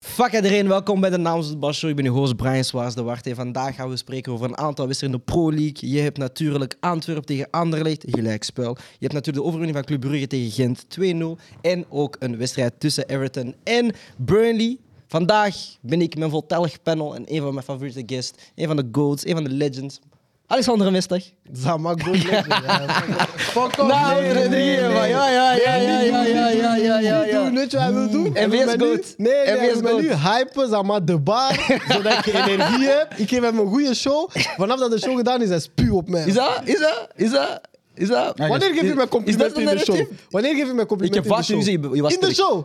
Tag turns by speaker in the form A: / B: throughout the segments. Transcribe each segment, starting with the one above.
A: Fuck iedereen, welkom bij de Naamsbasho. Show. Ik ben uw host Brian Swaars de Wart. En vandaag gaan we spreken over een aantal wedstrijden in de Pro League. Je hebt natuurlijk Antwerpen tegen Anderlecht, gelijkspel. Je hebt natuurlijk de overwinning van Club Brugge tegen Gent, 2-0. En ook een wedstrijd tussen Everton en Burnley. Vandaag ben ik mijn voltallig panel en een van mijn favoriete guests, een van de GOATs, een van de legends. Alexander Mestig.
B: Zamak goed lekker. Fuck off.
A: Nou, nee, maar ja, ja, ja, ja, ja, ja, ja, ja, ja, ja.
B: Doe net wat hij wil doen.
A: En wie is
B: wil mij nu-
A: goed?
B: Nee,
A: En
B: nee,
A: wie
B: hij
A: is
B: wil mij
A: goed?
B: nu hypen, zeg maar, de bar, zodat ik energie heb. Ik geef hem een goede show. Vanaf dat de show gedaan is, hij spuw op mij.
A: Is dat? Is dat? Is dat? Is Ah, dat?
B: Wanneer geef je mij
A: Is dat
B: complimenten
A: een
B: in de show?
A: narratief?
B: Wanneer geef je mij
A: Ik
B: complimenten
A: heb
B: in de
A: vaak
B: show?
A: gezien, je, je was
B: In de
A: sterk.
B: show.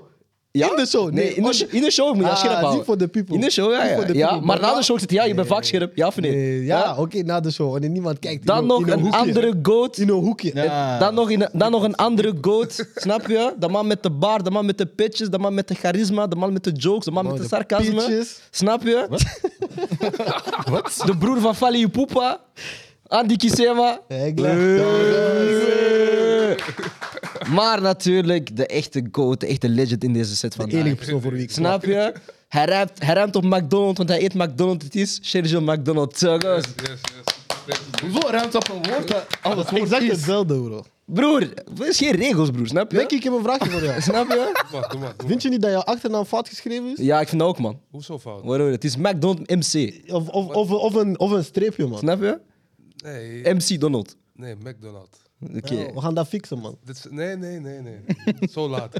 A: Ja?
B: In de show. Nee,
A: in de,
B: als
A: sh-
B: je-
A: in de show moet je
B: Ah,
A: dat scherp houden.
B: zie voor de people.
A: In de show, ja.
B: Zie
A: ja.
B: voor de
A: ja
B: people.
A: maar na de show zit ja, je bent vaak scherp. Ja, vind ik.
B: Eh, Ja, oké, na de show. Wanneer niemand kijkt.
A: Dan
B: In
A: nog
B: in
A: een
B: hoekje.
A: andere goat.
B: In een hoekje.
C: Ja.
A: Dan nog, in, dan nog een andere goat, snap je? De man met de baard, de man met de pitches, de man met de charisma, de man met de jokes, de man met de
B: Oh, de
A: sarcasme.
B: pitches.
A: Snap je? De broer van Fali Ipupa, Andy Kisema.
B: Eh, ik lach. Eh.
A: Maar natuurlijk de echte goat, de echte legend in deze set vandaag.
B: Enige persoon voor wie ik
A: Snap je? Hij ruimt, hij ruimt op McDonald's, want hij eet McDonald's. Het is Sergio McDonald's. Jongens.
C: Yes, yes.
B: Hoeveel ruimte op een woord? Alles exact hetzelfde, bro.
A: Broer, er is geen regels, broer. Snap je?
B: Denk ik heb een vraagje voor jou.
A: Snap je?
C: Doe maar, doe maar, doe maar.
B: Vind je niet dat jouw achternaam fout geschreven is?
A: Ja, ik vind dat ook, man.
C: Hoezo fout?
A: Waarom? Het is McDonald's MC.
B: Of, of, of, of, een, of een streepje, man.
A: Snap je?
C: Nee,
A: MC Donald.
C: nee, McDonald's.
A: Oké.
B: Ja, we gaan dat fixen, man.
C: Dit is, nee, nee, nee, nee. Zo laat.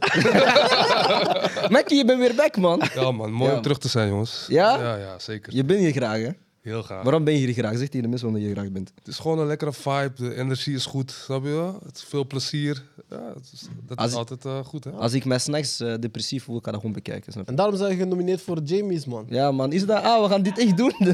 A: Mackie, je bent weer back, man.
C: Ja, man, mooi
A: Ja.
C: om terug te zijn, jongens.
A: Ja?
C: Ja, ja, zeker.
A: Je bent hier graag, hè?
C: Heel graag.
A: Waarom ben je hier graag? Zeg tegen de mensen waarom je hier graag bent.
C: Het is gewoon een lekkere vibe, de energie is goed, snap je wel? Het is veel plezier. Ja, het is, dat
A: Als-
C: is altijd eh, goed, hè?
A: Als ik mij s'nachts eh, depressief voel, kan ik dat gewoon bekijken. Snap je?
B: En daarom zijn we genomineerd voor Jamie's, man.
A: Ja, man. Is dat... Ah, we gaan dit echt doen.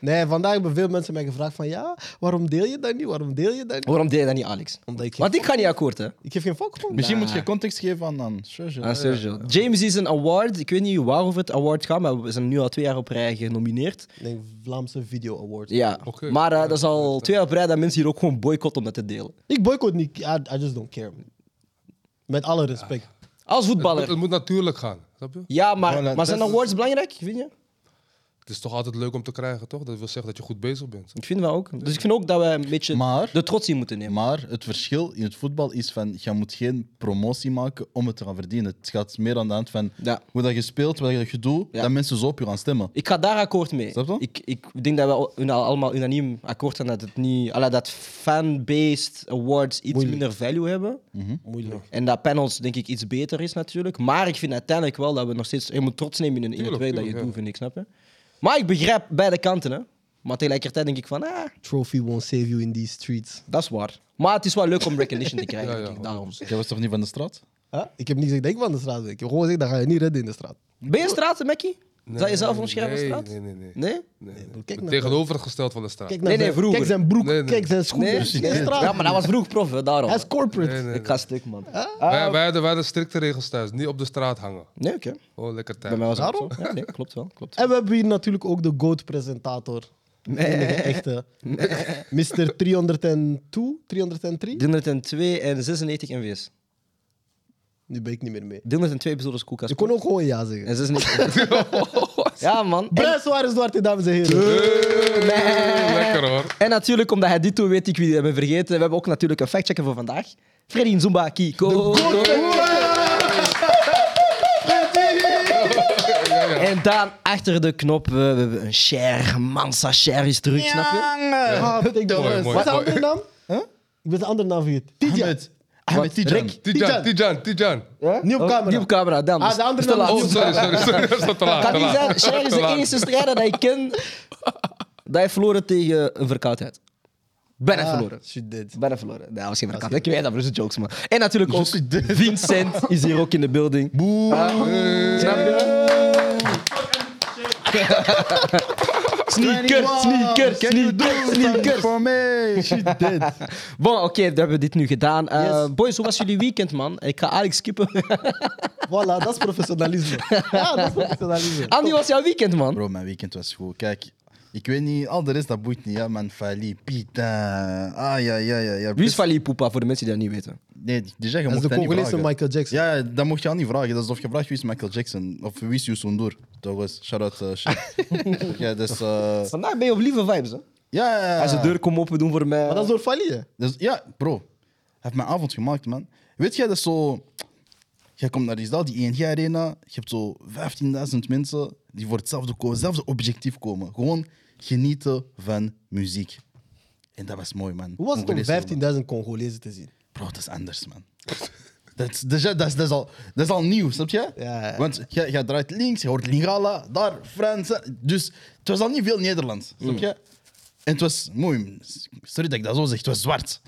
B: Nee, vandaag hebben veel mensen mij gevraagd van... Ja, waarom deel je dat niet? Waarom deel je dat niet?
A: waarom deed je dat niet, Alex?
B: Omdat ik...
A: Want ik ga niet akkoord, hè?
B: Ik geef geen fuck, man.
D: Misschien moet je context geven aan, aan Sergio.
A: Ah, Sergio. James is een award. Ik weet niet waarover het award gaat, maar we zijn nu al twee jaar op rij genomineerd.
B: Ik denk Vlaamse Video Awards.
A: Ja.
C: Oké.
A: Maar eh, dat is al twee jaar op rij dat mensen hier ook gewoon boycotten om dat te delen.
B: Ik boycott niet. I, I just don't care, man. Met alle respect.
A: Als
C: Het moet, het
A: voetballer.
C: moet natuurlijk gaan, snap je?
A: Ja, maar,
D: Voilà,
A: maar zijn
D: dat is-
A: awards belangrijk, vind je?
C: Het is toch altijd leuk om te krijgen, toch? Dat wil zeggen dat je goed bezig bent.
A: Ik vind dat ook. Dus ik vind ook dat we een beetje
D: Maar-
A: de trots in moeten nemen.
D: Maar het verschil in het voetbal is van, je moet geen promotie maken om het te gaan verdienen. Het gaat meer aan de hand van
A: Ja.
D: hoe dat je speelt, wat dat je doet,
A: Ja.
D: dat mensen zo op je gaan stemmen.
A: Ik ga daar akkoord mee.
D: Snap je?
A: Ik, ik denk dat we al- una- allemaal unaniem akkoord zijn dat het niet... Allee, dat fan-based awards iets minder value hebben.
B: Moeilijk.
A: En dat panels denk ik iets beter is natuurlijk. Maar ik vind uiteindelijk wel dat we nog steeds... Je moet trots nemen in, in het
C: Tuurlijk,
A: werk dat je
C: tuurlijk,
A: doet,
C: ja.
A: vind ik, snap je? Maar ik begrijp beide kanten, hè. Maar tegelijkertijd denk ik van, ah,
B: Trophy won't save you in these streets.
A: dat is waar. Maar het is wel leuk om recognition te krijgen,
C: Ja, ja,
A: denk ik, daarom.
D: Jij was toch niet van de straat?
B: Huh? Ik heb niet gezegd dat ik van de straat ben. Ik heb gewoon gezegd dat ga je niet redden in de straat.
A: Ben je straat, Mackie? Zou je zelf
C: nee,
A: omschrijven als
C: nee,
A: straat?
C: Nee, nee, nee.
A: Nee?
C: nee, nee.
B: bro, kijk
C: Het
B: naar-
C: Tegenovergesteld van de straat.
B: Kijk
A: Nee,
B: naar
A: nee,
B: zijn-
A: vroeger.
B: Kijk zijn broek,
C: Nee, nee.
B: kijk zijn schoenen.
A: Nee?
B: In de dus straat.
A: Ja, maar dat was vroeg prof, hè, daarom.
B: Hij is corporate.
C: Nee, nee, nee.
A: Ik ga stuk, man.
C: Wij, wij, hadden, wij hadden strikte regels thuis. Niet op de straat hangen.
A: Nee, oké.
C: Oh, lekker
A: Bij
C: tijd.
A: mij was het ook
B: Daarom?
A: zo. Ja, nee, klopt wel. Klopt.
B: En we hebben hier natuurlijk ook de GOAT-presentator. Nee. De echte. Mr. 302, 303.
A: 302 en 96 MV's.
B: Nu ben ik niet meer mee.
A: 302 episodes koelkast.
B: Je kon ook gewoon ja zeggen.
A: En 96. ja, man. En,
B: Bruis Suarez Duarte, dames en heren.
C: Hey, Eh, lekker hoor.
A: en natuurlijk, omdat hij dit doet, weet ik wie die hebben vergeten. We hebben ook natuurlijk een factchecker voor vandaag. Freddy Zumba Kiko. En dan achter de knop, eh, we hebben een Cher. Mansa Cher is terug, snap je?
B: Ah, take the
C: Mooi,
B: rest.
C: mooi,
B: Wat is de
C: mooi.
B: andere naam? Ik ben de andere naam vergeten. Tidja.
D: Ahmed. Ahmed Tijan.
A: Rick.
C: Tijan, Tijan, Tijan.
B: Niet op Oh, camera.
A: Die op camera, dan.
B: Ah, de andere
A: Is te
B: naam
A: laat.
B: is
C: Oh, sorry, sorry, sorry. Dat is al te laat.
A: Kan
C: te
A: niet
C: laat.
A: zijn, Cher is
C: Te
A: de
C: laat.
A: enige strijder dat ik ken dat hij verloren tegen een verkoudheid. Bijna
B: Ah,
A: verloren.
B: shit, dit.
A: Bijna verloren. Nee, dat was geen verkoudheid. Ik weet dat, maar dat is een jokes, man. En natuurlijk ook Vincent is hier ook in de building. Boe. Snap je? Sneaker, sneaker, sneaker, sneaker.
D: Voor mij. Shit, dit.
A: Bon, oké, dan hebben we dit nu gedaan. Eh,
B: Yes.
A: Boys, hoe was jullie weekend, man? Ik ga Alex skippen.
B: Voilà, dat is professionalisme. Ja, dat is professionalisme.
A: Ah. Andy, hoe was jouw weekend, man?
D: Bro, mijn weekend was goed. Kijk, ik Ik weet niet, al de rest dat boeit niet. Ja, man, Fali, Pita. Ah ja, ja, ja. ja.
A: Wie is Fali Poupa voor de mensen die dat niet weten?
D: Nee, die zeggen,
B: Dat is
D: mocht
B: de
D: dat niet
B: Congolese
D: vragen.
B: Michael Jackson.
D: Ja, ja, dat mocht je al niet vragen. Dat is of je vraagt wie is Michael Jackson of wie is Youssou N'Dour. Dat was shout-out. eh, shit. ja, dus... eh,
A: Vandaag ben je op lieve vibes, hè?
D: ja, ja, ja.
A: Als de deur komt open doen voor eh. mij.
B: Maar dat is door Fali, hè?
D: Dus, ja, bro. Hij heeft mijn avond gemaakt, man. Weet jij, dat is zo... Jij komt naar die zaal, die ENG Arena. Je hebt zo 15.000 mensen die voor hetzelfde, ko- hetzelfde objectief komen. Gewoon genieten van muziek. En dat was mooi, man.
B: Hoe was het om
D: Congolese, man.
B: 15.000 Congolezen te zien?
D: Bro, dat is anders, man. Dat is, dat, is, dat, is, dat, is al, dat is al nieuw, snap je?
B: Ja.
D: Want jij, jij draait links, je hoort Lingala, daar, Frans. Dus het was al niet veel Nederlands, snap je? En het was mooi. Sorry dat ik dat zo zeg, het was zwart.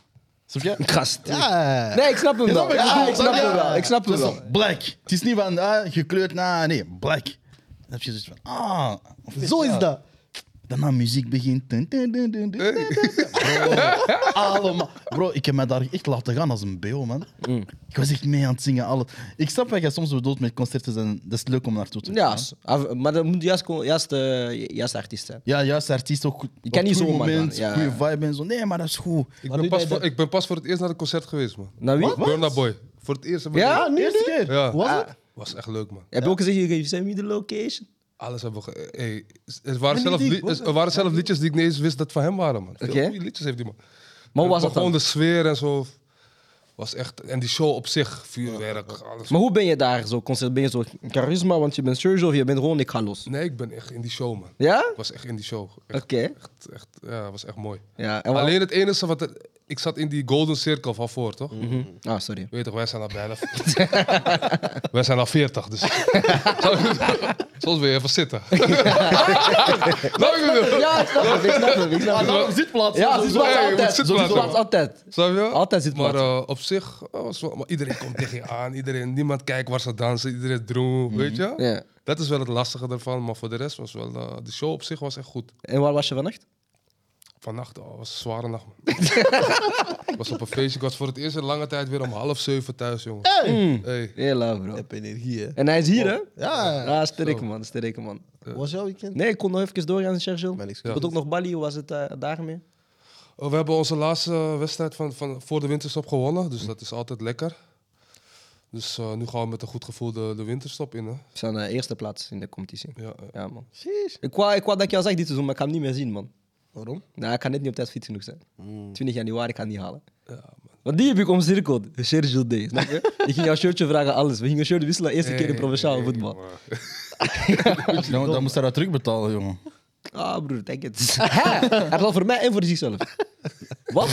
D: Snap je?
A: Gast.
B: Ja.
A: Nee, ik snap hem wel.
D: Ja,
A: Ja, ik snap hem wel. Ik snap hem
D: Het is
A: wel.
D: al black. Het is niet van ah, gekleurd, nah, nee, black. Dan heb je zoiets van, ah. of-
B: Zo is
D: ja.
B: dat.
D: Daarna muziek begint. Dun, dun, dun, dun, dun, dun, dun. Bro, allemaal. Bro, ik heb mij daar echt laten gaan als een BO, man.
A: Mm.
D: Ik was echt mee aan het zingen. Alles. Ik snap wat jij soms bedoelt met concerten. Zijn, dat is leuk om naartoe te
A: Ja,
D: gaan.
A: s- af- maar dat moet juist, ko- juist, eh, juist artiest zijn.
D: Ja, juist, de artiest ook goed.
A: Je kan
D: op
A: niet
D: goed
A: zomaar
D: moment,
A: gaan, ja.
D: goede vibe en zo. Nee, maar dat is goed.
C: Ik
B: Maar
C: ben,
B: nu
C: pas
B: dat-
C: voor, ik ben pas voor het eerst naar een concert geweest, man.
A: Naar wie? Wat?
C: Burna Boy. Voor het eerst. heb ik-
A: Ja?
B: Ah, nu,
D: Eerste
B: nu?
D: keer.
C: Ja.
B: Was
A: Ah.
B: het?
C: Was echt leuk, man.
A: Heb je ook gezegd, je send me de location?
C: Alles hebben we. ge- eh, Hey, er waren,
D: die-
C: zelf,
D: die-
C: li-
D: wat-
C: er waren zelf liedjes die ik niet eens wist dat van hem waren, man. Veel
A: Oké.
C: goede liedjes heeft die man.
A: Maar hoe was dat
C: Gewoon
A: dan?
C: de sfeer en zo. Was echt, en die show op zich, vuurwerk, alles.
A: Maar hoe ben je daar zo concert? Ben je zo charisma, want je bent Sergio of je bent gewoon ik ga los?
C: Nee, ik ben echt in die show, man.
A: Ja?
C: Ik was echt in die show.
A: Oké.
C: Echt, echt, echt, ja, was echt mooi.
A: Ja, en wa-
C: Alleen het enige wat er- ik zat in die golden cirkel van voor, toch?
A: Mhm. Ah, sorry.
C: Weet je toch, wij zijn al bijna. wij zijn al 40, dus. Soms wil je even zitten. Snap je wat ik bedoel?
A: Ja, ik snap het, ik snap het, ik snap het.
D: zitplaats.
A: Ja, het is plaats
C: Hey, je
A: altijd. Het
C: moet zitten
A: is plaats
C: plaatsen.
A: altijd.
C: Snap je?
A: Altijd zit
C: Maar
A: plaats.
C: eh, op zich, eh, was wel, maar iedereen komt tegen je aan. Iedereen, niemand kijkt waar ze dansen. Iedereen droom, weet je?
A: Mhm. Ja.
C: Dat is wel het lastige ervan. Maar voor de rest was wel... eh, de show op zich was echt goed.
A: En waar was je vannacht?
C: Vannacht oh, was een zware nacht, man. Ik was op een feestje. Ik was voor het eerst in lange tijd weer om half zeven thuis, jongen.
A: Mm.
C: Hey.
A: Hela, bro.
B: Heb energie, hè?
A: En hij is hier, hè?
B: Ja.
A: Ah, sterke man, sterke man.
B: Was jouw weekend?
A: Nee, ik kon nog even doorgaan, Sergio.
B: Maar niks
A: Je had ook nog Bali, hoe was het eh, daarmee?
C: Oh, we hebben onze laatste eh, wedstrijd van, van voor de winterstop gewonnen. Dus dat is altijd lekker. Dus eh, nu gaan we met een goed gevoel de, de winterstop in, hè.
A: We staan eh, eerste plaats in de competitie.
C: Ja, eh.
A: Ja, man.
B: Sheesh.
A: Ik wou, ik wou dat ik jou zag dit seizoen, maar ik ga hem niet meer zien, man.
B: Waarom?
A: Nou, ik kan net niet op tijd fit genoeg zijn. 20 januari kan ik niet halen. Want die heb ik omcirkeld. Sergio D. snap je? ik ging jouw shirtje vragen, alles. We gingen shirt wisselen, eerste keer in provinciaal voetbal.
D: Nou, dan moest hij dat terugbetalen, jongen.
A: Ah, broer, denk het. Hij geldt voor mij en voor zichzelf. Wat?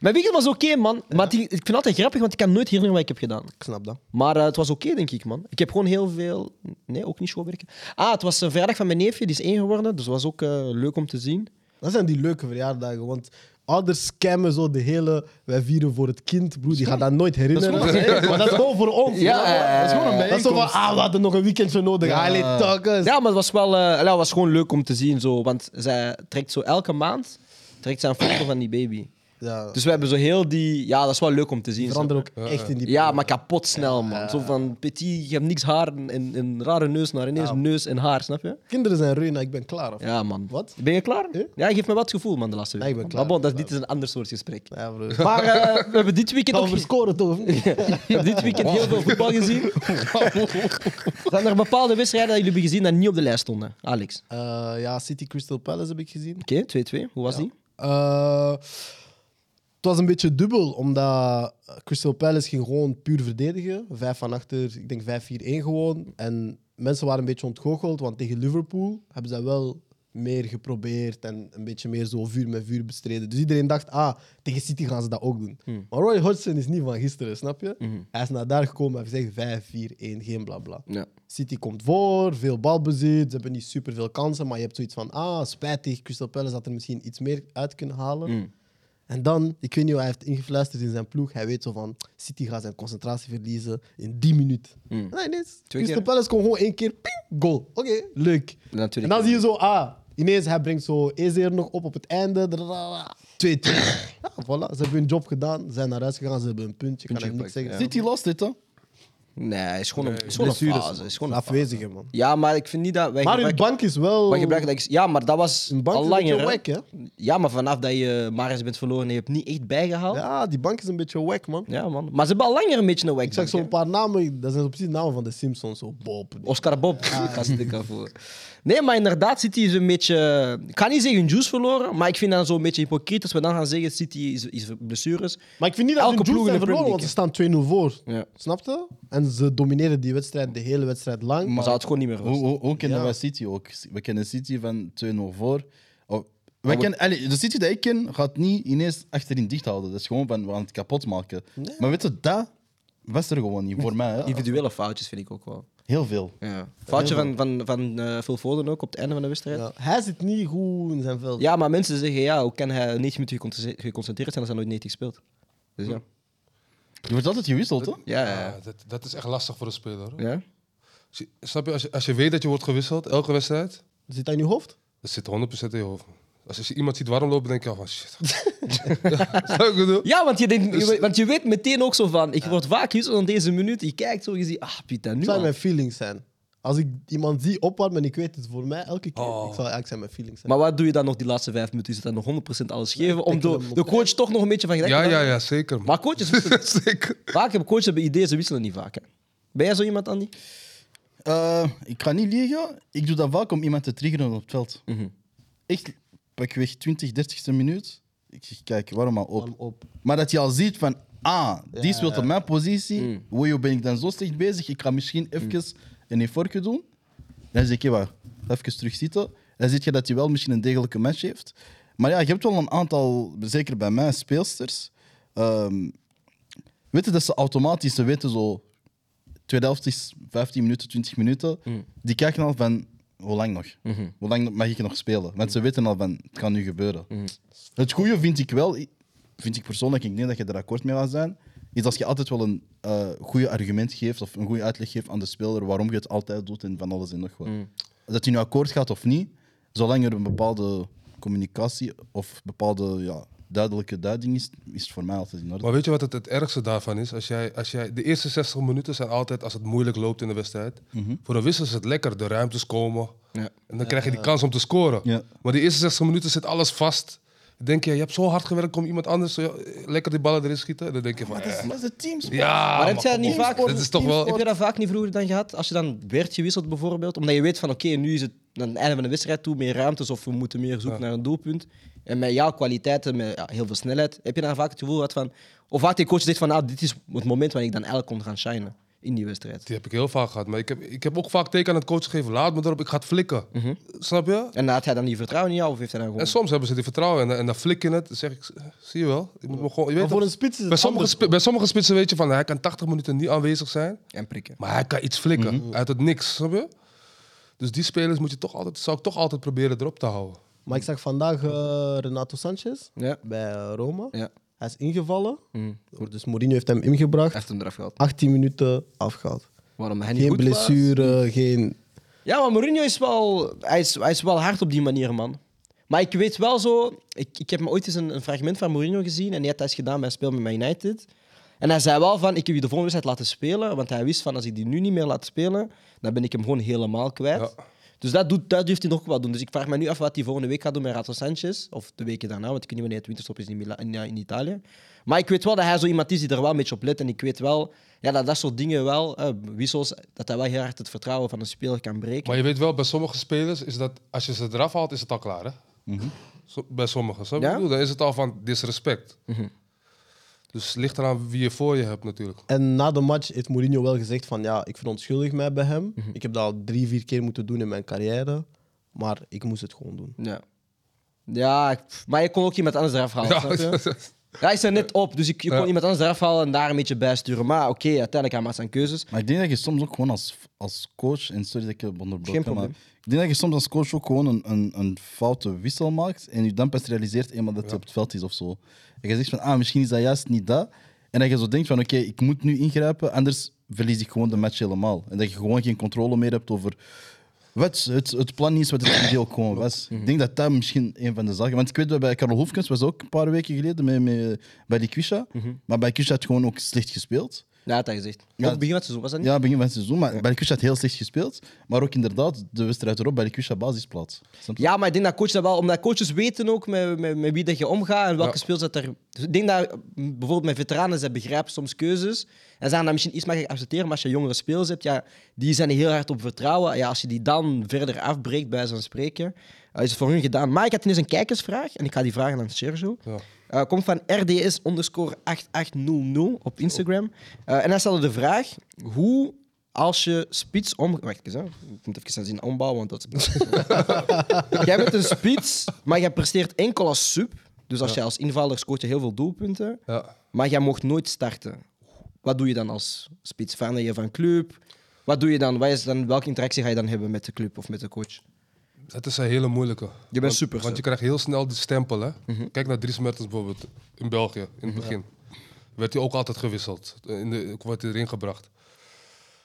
A: Mijn weekend was oké, man. Maar het- ik vind het altijd grappig, want ik kan nooit herinneren wat ik heb gedaan.
B: Ik snap dat.
A: Maar eh, het was oké, denk ik, man. Ik heb gewoon heel veel... Nee, ook niet schoolwerken. Ah, het was een verjaardag van mijn neefje. Die is één geworden, dus het was ook eh, leuk om te zien.
B: Dat zijn die leuke verjaardagen, want ouders scammen zo de hele... Wij vieren voor het kind, broer. Die gaat dat nooit herinneren.
D: Dat is gewoon-
B: maar dat is gewoon voor ons.
A: Ja, eh,
D: Dat is gewoon een
B: Dat is zo van,
D: bijeenkomst.
B: ah, we hadden nog een weekendje nodig.
D: Ja.
B: Allee, takkes.
A: Ja, maar het was wel eh, ja, het was gewoon leuk om te zien. Zo, want zij trekt zo elke maand trekt zij een foto van die baby.
B: Ja.
A: Dus we hebben zo heel die. Ja, dat is wel leuk om te zien.
B: Die
A: zo.
B: veranderen ook echt in die...
A: Ja, maar kapot snel, man. Zo van petit, je hebt niks haar en een rare neus naar ineens neus en haar, snap je?
B: Kinderen zijn reuna, ik ben klaar. Of...
A: Ja, man.
B: Wat?
A: Ben je klaar?
B: Eh?
A: Ja, je geeft me wat gevoel, man, de laatste week.
B: Nee, ik ben klaar,
A: Maar bon, dat, dit is een ander soort gesprek.
B: Ja, broer.
A: Maar eh, we hebben dit weekend
B: Gaan
A: ook
B: we
A: ge-
B: scoren toch, of niet?
A: Je hebt dit weekend heel veel voetbal gezien. Zijn er bepaalde wedstrijden dat jullie hebben gezien dat niet op de lijst stonden, Alex?
B: Eh, ja, City Crystal Palace heb ik gezien.
A: Oké, 2-2. Hoe was die?
B: Eh, het was een beetje dubbel, omdat Crystal Palace ging gewoon puur verdedigen. Vijf van achter, ik denk 5-4-1 gewoon. En mensen waren een beetje ontgoocheld, want tegen Liverpool hebben ze dat wel meer geprobeerd en een beetje meer zo vuur met vuur bestreden. Dus iedereen dacht, ah, tegen City gaan ze dat ook doen. Maar Roy Hodgson is niet van gisteren, snap je? Hij is naar daar gekomen en heeft gezegd 5-4-1, geen blabla.
A: Ja.
B: City komt voor, veel balbezit, ze hebben niet superveel kansen, maar je hebt zoiets van, ah, spijtig, Crystal Palace had er misschien iets meer uit kunnen halen.
A: Mm.
B: En dan, ik weet niet hoe hij heeft ingefluisterd in zijn ploeg, hij weet zo van, City gaat zijn concentratie verliezen in 10 minuten. Nee, ineens,
A: Mm. Twee
B: Crystal
A: keer.
B: Palace komt gewoon één keer, ping, goal. Oké, leuk.
A: dan twee
B: en dan
A: keer.
B: zie je zo, ah, ineens, hij brengt zo Ezeer nog op op het einde, 2-2. Ja, voilà, ze hebben hun job gedaan, ze zijn naar huis gegaan, ze hebben een puntje, kan ik niks
A: gepakt,
B: zeggen.
A: ja.
D: City lost dit, hè?
A: Nee, het is gewoon een,
C: Nee,
A: het is gewoon een
B: blessures,
A: fase. het is gewoon een fase.
B: Afwezige, man.
A: Ja, maar ik vind niet dat wij
B: Maar uw
A: gebruiken-
B: bank is wel...
A: wij gebruiken dat ik- Ja, maar dat was
B: Een bank
A: al
B: is een
A: langer.
B: beetje
A: hè.
B: wack, hè?
A: Ja, maar vanaf dat je Maris bent verloren, je hebt niet echt bijgehaald. Ja,
B: Ja, die bank is een beetje wack, man.
A: man. Maar ze hebben al langer een beetje een wack.
B: Ik zag zo'n paar namen, dat zijn precies namen van de Simpsons. Zo, Bob.
A: Oscar Bob, dat is dik voor. Nee, maar inderdaad, City is een beetje. Ik kan niet zeggen juice verloren, maar ik vind dat zo'n beetje hypocriet als we dan gaan zeggen City is, is blessures.
B: Maar ik vind niet dat
A: Elke
B: hun Jules
A: ploeg in
B: zijn
A: de Premier
B: verloren, want ze staan 2-0 voor.
A: Ja.
B: Snap je? En ze domineren die wedstrijd de hele wedstrijd lang.
A: Maar ze houdt gewoon niet meer
D: Hoe,
A: vast.
D: hoe, hoe kennen
B: Ja.
D: wij City ook? We kennen City van 2-0 voor. Oh, wij kennen, allee, de City die ik ken gaat niet ineens achterin dicht houden. Dat is gewoon van we gaan het kapot maken. Maar weet je, dat was er gewoon niet voor mij. Hè?
A: Individuele foutjes vind ik ook wel.
D: Heel veel.
A: Ja. Foutje van, van, van eh, Phil Foden ook op het einde van de wedstrijd. Ja.
B: Ja. Hij zit niet goed in zijn veld.
A: maar mensen zeggen ja, hoe kan hij 90 minuten geconce- geconcentreerd zijn als hij nooit 90 speelt? Dus ja.
D: Je wordt altijd gewisseld, hè?
A: Ja, ja,
C: Ja,
A: ja.
C: Ah, dat, dat is echt lastig voor een speler. hoor.
A: ja.
C: Als je- Snap je als, je, als je weet dat je wordt gewisseld, elke wedstrijd,
B: Zit hij in je hoofd?
C: dat zit 100% in je hoofd. Als je iemand ziet warm lopen, denk je al van shit. ja, snap je wat ik bedoel?
A: Ja, want je, denkt,
C: Dus-
A: je- want je weet meteen ook zo van, ik word vaak gewisseld aan deze minuut. Je kijkt zo, je ziet, ah, Pieter, nu
B: Het zijn
A: al.
B: mijn feelings zijn. Als ik iemand zie opwarmen en ik weet het voor mij elke keer,
C: Oh.
B: ik zal eigenlijk zijn mijn feelings zijn.
A: Maar wat doe je dan nog die laatste vijf minuten? Is het dan nog 100% alles geven? Om
B: denk dat
A: de,
B: we
A: de
B: moeten-
A: coach toch nog een beetje van gedachten
C: Ja,
A: te
C: ja,
A: houden?
C: ja, zeker. man.
A: Maar coaches wisselen.
C: zeker.
A: vaak hebben coaches hebben ideeën, ze wisselen niet vaak. Hè. Ben jij zo iemand, Andy?
D: Eh, ik ga niet liegen. Ik doe dat vaak om iemand te triggeren op het veld. Echt, pak weg 20, 30ste minuut. Ik zeg, kijk, waarom maar op?
B: Warm op.
D: Maar dat je al ziet van, ah, die speelt op mijn positie.
A: Mm.
D: Wojo, ben ik dan zo slecht bezig? Ik ga misschien even een effortje doen. Dan zeg je, wacht, even terugzitten. Dan zie je dat hij wel misschien een degelijke match heeft. Maar ja, je hebt wel een aantal, zeker bij mij, speelsters. ehm, weet je dat ze automatisch, ze weten zo, tweede helft is 15 minuten, 20 minuten. Die kijken al van, hoe lang nog? Hoe lang mag ik nog spelen? Want ze weten al van, het kan nu gebeuren. Het goede vind ik wel, vind ik persoonlijk, ik denk dat je er akkoord mee gaat zijn, is als je altijd wel een eh goede argument geeft of een goede uitleg geeft aan de speler waarom je het altijd doet en van alles en nog wat. Dat hij nu akkoord gaat of niet, zolang er een bepaalde communicatie of bepaalde ja, duidelijke duiding is, is het voor mij altijd in orde.
C: Maar weet je wat het, het ergste daarvan is? Als jij, als jij, de eerste 60 minuten zijn altijd als het moeilijk loopt in de wedstrijd.
B: Mhm.
C: Voor een wissel is het lekker, de ruimtes komen.
A: Ja.
C: En dan krijg je die kans om te scoren.
D: Ja.
C: Maar die eerste 60 minuten zit alles vast. Dan denk je, je hebt zo hard gewerkt, komt iemand anders zo, ja, lekker die ballen erin schieten. En dan denk je van, eh,
D: Maar het teams.
C: ja,
A: maar heb
C: maar
A: jij
C: kom
A: niet
C: op.
A: vaak...
C: Dit is toch wel...
A: Heb je dat vaak niet vroeger dan gehad? Als je dan werd gewisseld bijvoorbeeld, omdat je weet van oké, nu is het aan het einde van de wedstrijd toe, meer ruimtes of we moeten meer zoeken naar een doelpunt. En met jouw kwaliteiten, met ja, heel veel snelheid, heb je dan vaak het gevoel gehad van... Of vaak die coach zegt van nou, dit is het moment waar ik dan eigenlijk kon gaan shinen in die wedstrijd.
C: Die heb ik heel vaak gehad. Maar ik heb, ik heb ook vaak teken aan het coach gegeven. Laat me erop, ik ga het flikken.
B: Mhm.
C: Snap je?
A: En dan had hij dan die vertrouwen in jou of heeft hij dan gewoon...
C: En soms hebben ze die vertrouwen en, dan- en dan flik je het. Dan zeg ik, zie je wel. Ik moet me gewoon, je weet
B: Maar voor
C: toch,
B: een spits is
C: bij,
B: het
C: sommige
B: anders.
C: spi- bij sommige spitsen weet je van, hij kan 80 minuten niet aanwezig zijn.
A: En prikken.
C: Maar hij kan iets flikken
B: Mhm.
C: uit het niks, snap je? Dus die spelers moet je toch altijd, zou ik toch altijd proberen erop te houden.
B: Maar ik zag vandaag eh, Renato Sanchez
A: Ja.
B: bij eh, Roma.
A: Ja.
B: Hij is ingevallen. Dus Mourinho heeft hem ingebracht.
A: Mm. Echt hem eraf gehad.
B: 18 minuten afgehaald.
A: Waarom hij niet
B: Geen
A: goed was?
B: blessure, geen...
A: Ja, maar Mourinho is wel, hij is, hij is wel hard op die manier, man. Maar ik weet wel zo... Ik, ik heb me ooit eens een, een fragment van Mourinho gezien. En die had dat eens gedaan bij een speel met Man United. En hij zei wel van, ik heb je de volgende wedstrijd laten spelen. Want hij wist van, als ik die nu niet meer laat spelen, dan ben ik hem gewoon helemaal kwijt.
C: Ja.
A: Dus dat, doet, dat durft hij nog wel doen. Dus ik vraag me nu af wat hij volgende week gaat doen met Rato Sanchez. Of de weken daarna, want ik weet niet wanneer het winterstop is in, Mila- in, eh, in Italië. Maar ik weet wel dat hij zo iemand is die er wel een beetje op let. En ik weet wel ja, dat dat soort dingen wel, eh, wissels, dat hij wel heel hard het vertrouwen van een speler kan breken.
C: Maar je weet wel, bij sommige spelers is dat, als je ze eraf haalt, is het al klaar, hè?
B: Mhm.
C: Zo- Bij sommigen, snap je?
A: Ja? Mhm.
C: wat ik bedoel? Dan is het al van disrespect. Dus het ligt eraan wie je voor je hebt natuurlijk.
B: En na de match heeft Mourinho wel gezegd van ja, ik verontschuldig mij bij hem.
A: Mhm.
B: Ik heb dat al drie, vier keer moeten doen in mijn carrière. Maar ik moest het gewoon doen.
A: Ja. Ja, ik- pff, maar je kon ook iemand anders eraf halen.
C: Ja,
A: snap je? Ja, hij is er net op, dus ik, je kon
C: Ja.
A: iemand anders eraf halen en daar een beetje bij sturen. Maar oké, uiteindelijk, hij maakt zijn keuzes.
D: Maar ik denk dat je soms ook gewoon als, als coach, en sorry dat ik je heb onderbroken,
A: Geen probleem.
D: maar ik denk dat je soms als coach ook gewoon een, een, een foute wissel maakt en je dan pas realiseert eenmaal dat het op het veld is of zo. En je zegt van, ah, misschien is dat juist niet dat. En dat je zo denkt van, oké, ik moet nu ingrijpen, anders verlies ik gewoon de match helemaal. En dat je gewoon geen controle meer hebt over wat het, het plan is, wat het idee ook gewoon was. Ik denk dat dat misschien een van de zaken... Want ik weet, dat bij Karel Hoefkens was ook een paar weken geleden met, met, bij die Quisha. Maar bij Quisha had gewoon ook slecht gespeeld.
A: Ja, dat had hij gezegd. Op
D: Ja.
A: het begin van het seizoen was dat niet?
D: Ja, begin van het seizoen. Maar Balikwisha had heel slecht gespeeld. Maar ook inderdaad, de wedstrijd erop, Balikwisha basisplaats. Snap je?
A: Ja, maar ik denk dat coaches dat wel, omdat coaches weten ook met, met, met wie dat je omgaat en welke
C: Ja.
A: speels dat er. Dus ik denk dat mm, bijvoorbeeld met veteranen, ze begrijpen soms keuzes. En ze gaan dat misschien iets makkelijker accepteren, maar als je jongere speels hebt, ja, die zijn er heel hard op vertrouwen. Ja, als je die dan verder afbreekt bij zo'n spreker, eh, is het voor hun gedaan. Maar ik had ineens een kijkersvraag en ik ga die vragen aan Sergio.
C: Ja.
A: Eh, komt van RDS underscore 8800 op Instagram. Eh, en hij stelde de vraag: hoe als je spits om. Wacht even, hè. ik moet even zijn zin ombouwen, want dat is. jij bent een spits, maar jij presteert enkel als sub. Dus als jij als invaller scoort je heel veel doelpunten,
C: Ja.
A: maar jij mocht nooit starten. Wat doe je dan als spits? Verander je van club? Wat doe je dan? Wat is dan? Welke interactie ga je dan hebben met de club of met de coach?
C: Het is een hele moeilijke. Je
A: bent
C: want,
A: super, Mhm.
C: Want
A: zo.
C: je krijgt heel snel die stempel. Hè? Kijk naar Dries Mertens bijvoorbeeld in België in
A: Mhm.
C: het begin. Werd hij ook altijd gewisseld. eh, In de, wordt hij erin gebracht.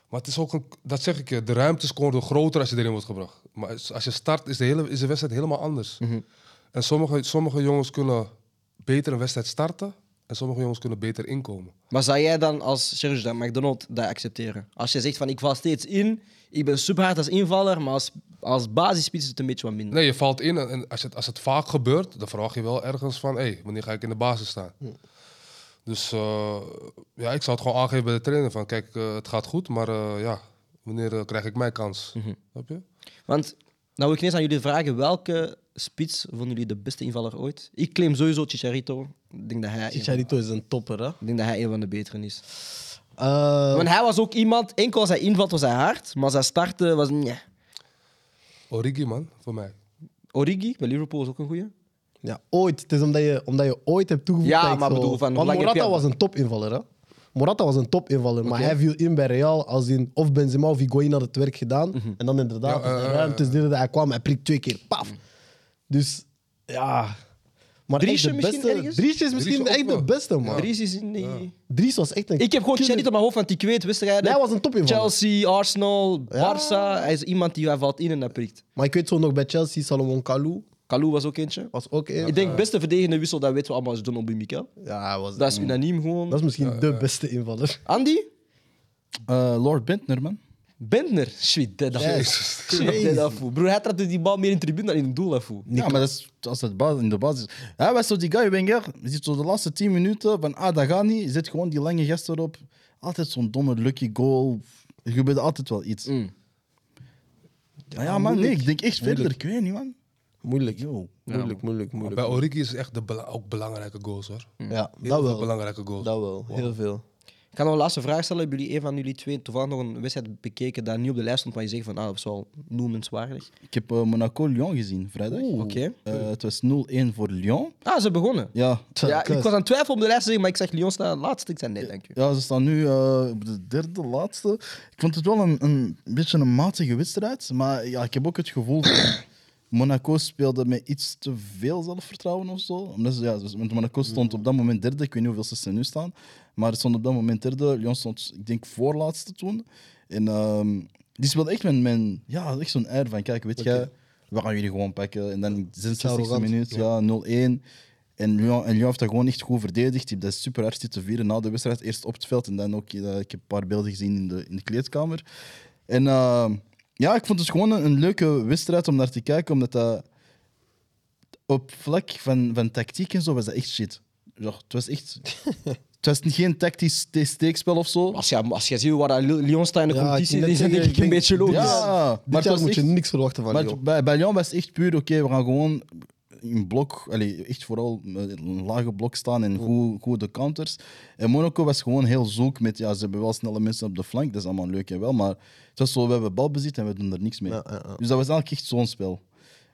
C: Maar het is ook een, dat zeg ik je, de ruimtes worden groter als je erin wordt gebracht. Maar als- als je start is de, hele, is de wedstrijd helemaal anders.
A: Mhm.
C: En sommige, sommige jongens kunnen beter een wedstrijd starten en sommige jongens kunnen beter inkomen.
A: Maar zou jij dan als Sergio dat McDonald dat accepteren? Als je zegt van ik val steeds in, ik ben super hard als invaller, maar als, als basisspits is het een beetje wat minder.
C: Nee, je valt in en- en als het, als het vaak gebeurt, dan vraag je wel ergens van, hé, wanneer ga ik in de basis staan? Dus eh, ja, ik zou het gewoon aangeven bij de trainer van, kijk, eh, het gaat goed, maar eh, ja, wanneer eh, krijg ik mijn kans?
B: Mhm.
C: Snap je?
A: Want nou wil ik ineens aan jullie vragen, welke spits vonden jullie de beste invaller ooit? Ik claim sowieso Chicharito. Ik denk dat hij, een,
B: Chicharito is een topper, hè?
A: ik denk dat hij een van de beteren is.
B: Eh,
A: Want hij was ook iemand, enkel als hij invalt was hij hard, maar als hij startte was nee.
C: Origi, man, voor mij.
A: Origi bij Liverpool is ook een goeie.
B: ja, ooit. Het is omdat je, omdat je ooit hebt toegevoegd.
A: Ja,
B: dat ik
A: maar
B: zo-
A: bedoel, van hoe
B: Want
A: lang heb
B: Morata
A: je-
B: was een topinvaller, hè? Morata was een topinvaller, maar hij viel in bij Real als in of Benzema of Higuain had het werk gedaan.
A: Mhm.
B: En dan inderdaad,
C: Ja,
B: als de
C: eh,
B: ruimtes deden dat hij kwam, hij prikt twee keer, paf.
A: Mhm.
B: Dus, ja... Maar echt
A: Driesje
B: de
A: misschien
B: beste,
A: ergens?
B: Dries is misschien
C: Driesje ook
B: echt de
C: wel.
B: beste, man.
A: Dries is in die...
B: Dries was echt een...
A: Ik heb gewoon
B: killer.
A: Chicharito op mijn hoofd, want ik weet wedstrijden.
B: Ah. Hij was een topinvaller.
A: Chelsea, Arsenal, Barça. Hij is iemand die hij valt in en dat prikt.
B: Maar ik weet zo nog bij Chelsea, Salomon Kalou
A: Kalou was ook eentje.
B: was ook één.
A: ik denk beste verdedigende wissel, dat weten we allemaal, is John Mikel.
B: Ja, hij was...
A: Dat is unaniem gewoon.
B: Dat is misschien de beste invaller.
A: Andy?
D: Eh, Lord Bentner, man.
A: Bentner. Shit, dat
B: Jezus.
A: Shit, dat afvoer. Broer, hij trapte die bal meer in de tribune dan in het doel afvoer.
D: Ja, maar dat is, als dat ba- in de basis. Hij was zo die guy, Wenger. Je zit zo de laatste 10 minuten van ah, dat gaat niet. Je zet gewoon die lange gast erop. Altijd zo'n domme lucky goal. Er gebeurde altijd wel iets.
A: Mm.
D: Ja, ja man, nee, ik denk echt verder. Ik weet niet, man.
B: Moeilijk. Moeilijk, moeilijk,
C: Bij
B: moeilijk.
C: Origi is echt de bela- ook belangrijke goals, hoor.
B: Ja,
C: Heel
B: dat
C: veel
B: wel.
C: belangrijke goals.
B: Dat wel, heel veel.
A: Ik ga nog een laatste vraag stellen. Hebben jullie een van jullie twee toevallig nog een wedstrijd bekeken dat niet op de lijst stond, maar je zegt van, ah, dat is wel noemenswaardig.
D: Ik heb eh, Monaco-Lyon gezien vrijdag.
A: Oké.
D: Eh, het was 0-1 voor Lyon.
A: Ah, ze begonnen.
D: Ja,
A: Ja, ik was aan het twijfelen om de lijst te zeggen, maar ik zeg Lyon staat laatst. Ik zei nee, dank u.
D: ja, ze staan nu eh, op de derde laatste. Ik vond het wel een, een beetje een matige wedstrijd. Maar ja, ik heb ook het gevoel dat Monaco speelde met iets te veel zelfvertrouwen of zo. Omdat ze, ja, dus- want Monaco stond op dat moment derde. Ik weet niet hoeveel ze nu staan. Maar ze stond op dat moment derde. Lyon stond, ik denk, voorlaatste toen. En ehm, die speelde echt met, met ja, echt zo'n air van, kijk, weet jij, we gaan jullie gewoon pakken. En dan 66e
B: arrogant.
D: minuut, ja, 0-1. En Lyon, en Lyon heeft dat gewoon echt goed verdedigd. Die hebben dat super hard zitten vieren na de wedstrijd. Eerst op het veld en dan ook... eh, ik heb een paar beelden gezien in de, in de kleedkamer. En eh, ja, ik vond het gewoon een, een leuke wedstrijd om naar te kijken. Omdat dat... Op vlak van, van tactiek en zo was dat echt shit. Ja, het was echt... het was geen tactisch ste- steekspel of zo.
A: Als je, als je ziet waar dat Lyon staat in de
B: Ja,
A: competitie,
B: ik net
A: die zijn denk ik
B: zeggen,
A: een
B: ik
A: beetje
B: denk-
A: logisch.
D: Ja,
B: Dit
D: het
B: jaar
D: was
B: moet je
D: echt-
B: niks verwachten van
D: Maar
B: Lyon.
D: bij, bij Lyon was het echt puur, oké, we gaan gewoon in blok, allee, echt vooral eh, een lage blok staan en goed, goed de counters. En Monaco was gewoon heel zoek met, ja, ze hebben wel snelle mensen op de flank, dat is allemaal leuk en wel, maar het was zo, we hebben balbezit en we doen er niks mee.
B: Ja, ja, ja.
D: Dus dat was eigenlijk echt zo'n spel.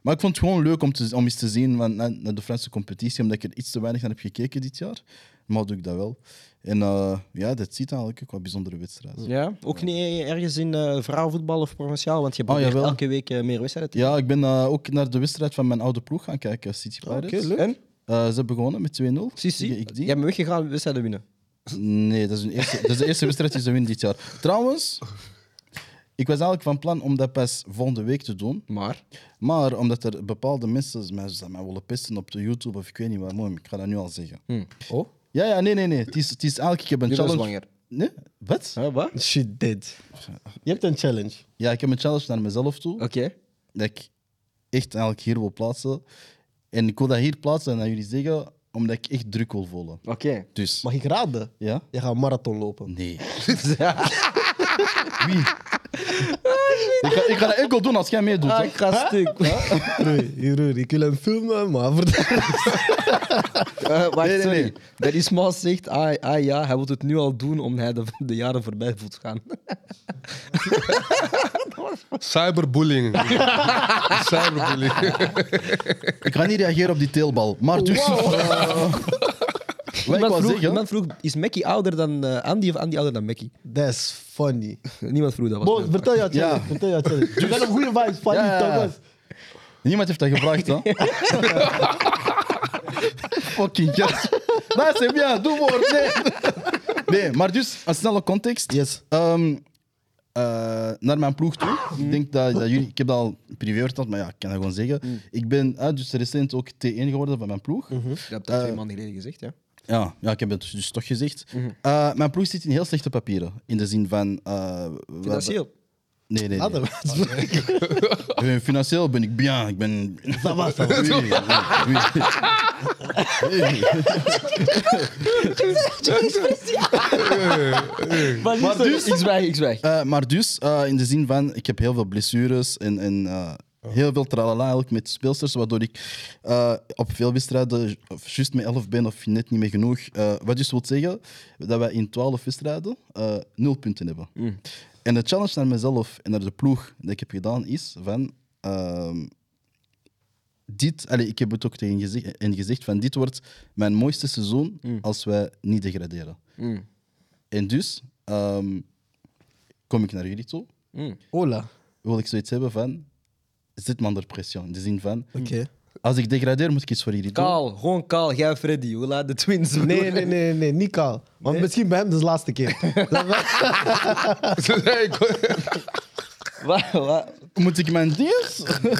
D: Maar ik vond het gewoon leuk om, te, om eens te zien van, naar, naar de Franse competitie, omdat ik er iets te weinig naar heb gekeken dit jaar. Maar doe ik dat wel. En eh, ja, dat ziet eigenlijk ook wat bijzondere wedstrijden.
A: Ja, ook niet ergens in eh, vrouwenvoetbal of provinciaal, want je
D: Oh,
A: probeert
D: jawel.
A: elke week eh, meer wedstrijden. te-
D: Ja, ik ben eh, ook naar de wedstrijd van mijn oude ploeg gaan kijken, City Pirates.
B: leuk.
A: Dus, En?
D: Eh, ze hebben gewonnen met 2-0.
A: Sissi,
D: Tegen ik die.
A: jij bent weggegaan wedstrijden winnen.
D: Nee, dat is, hun eerste, dat is de eerste wedstrijd die ze winnen dit jaar. Trouwens, ik was eigenlijk van plan om dat pas volgende week te doen.
A: Maar,
D: Maar omdat er bepaalde mensen mij, ze mij willen pesten op de YouTube of ik weet niet waar, mooi, ik ga dat nu al zeggen.
A: hm.
B: Oh?
D: Ja, ja, nee, nee, nee. Het is, het is eigenlijk, ik heb een
A: je bent
D: challenge.
A: zwanger.
D: Nee? Wat?
A: Huh, wat?
B: She did. Je hebt een challenge.
D: Ja, ik heb een challenge naar mezelf toe.
A: Oké.
D: dat ik echt eigenlijk hier wil plaatsen. En ik wil dat hier plaatsen en aan jullie zeggen, omdat ik echt druk wil voelen.
A: Oké.
D: Dus,
B: Mag ik raden?
D: ja?
B: Je gaat een marathon lopen.
D: Nee. Wie? Ik ga, ik ga dat enkel doen als jij meedoet.
A: Ah,
D: hè.
A: ik ga stuk.
B: Broer, broer, ik wil hem filmen, maar vertel.
A: Eh, wacht,
D: Nee, nee,
A: sorry.
D: nee.
A: Dat is Smalls zegt, ah, ah ja, hij wil het nu al doen om hij de, de jaren voorbij voelt gaan.
C: Cyberbullying. Cyberbullying.
D: Ik ga niet reageren op die teelbal. Maar dus... eh, wat ik
A: Iemand
D: wou
A: vroeg,
D: zeggen...
A: iemand vroeg, is Mackie ouder dan eh, Andy of Andy ouder dan Mackie?
B: That's funny.
A: Niemand vroeg dat. Was
B: Bo,
A: mijn
B: vertel jouw
D: Ja.
B: challenge. Vertel jouw challenge. Je bent op goede vibes, funny,
D: Ja, ja, ja.
B: Thomas.
D: Niemand heeft dat gevraagd, hè? Fucking yes. Dat is bien, doe woord. Nee. nee, maar dus, een snelle context.
B: Yes.
D: Ehm, eh, naar mijn ploeg toe. Ik denk dat, dat jullie... Ik heb dat al privé verteld, maar ja, ik kan dat gewoon zeggen. Ik ben eh, dus recent ook T1 geworden van mijn ploeg.
A: vraag. Je hebt
D: Eh,
A: dat twee maanden geleden gezegd, ja.
D: Ja, ja, ik heb het dus toch gezegd.
B: Mhm.
D: Eh, mijn ploeg zit in heel slechte papieren. In de zin van... eh, we hebben-
A: Financieel.
D: Nee, nee, nee.
B: Adam,
D: Eh, Financieel ben ik bien. Ik ben...
B: dat was dat.
D: Oui, oui, oui.
A: Maar dus... Ik zwijg, ik zwijg.
D: Eh, maar dus, eh, in de zin van, ik heb heel veel blessures en, en eh, heel veel tralala eigenlijk met speelsters, waardoor ik eh, op veel wedstrijden of juist met 11 ben of net niet meer genoeg. Eh, wat dus wil zeggen dat wij in 12 wedstrijden eh 0 punten hebben. En de challenge naar mezelf en naar de ploeg dat ik heb gedaan is van... ehm, dit, allez, ik heb het ook tegen gezegd, en gezegd van dit wordt mijn mooiste seizoen als wij niet degraderen. En dus ehm, kom ik naar jullie toe,
A: Hm.
B: Ola.
D: wil ik zoiets hebben van zit me onder pressie. In de zin van
B: Oké.
D: als ik degradeer moet ik iets voor jullie doen.
A: Kaal, gewoon kaal. Jij Freddy, hoe laat de twins
B: Nee, nee, nee, nee, niet kaal. Want misschien bij hem dat is de laatste keer.
C: Nee, ik-
A: Wa- wa-
D: Moet ik mijn dingen?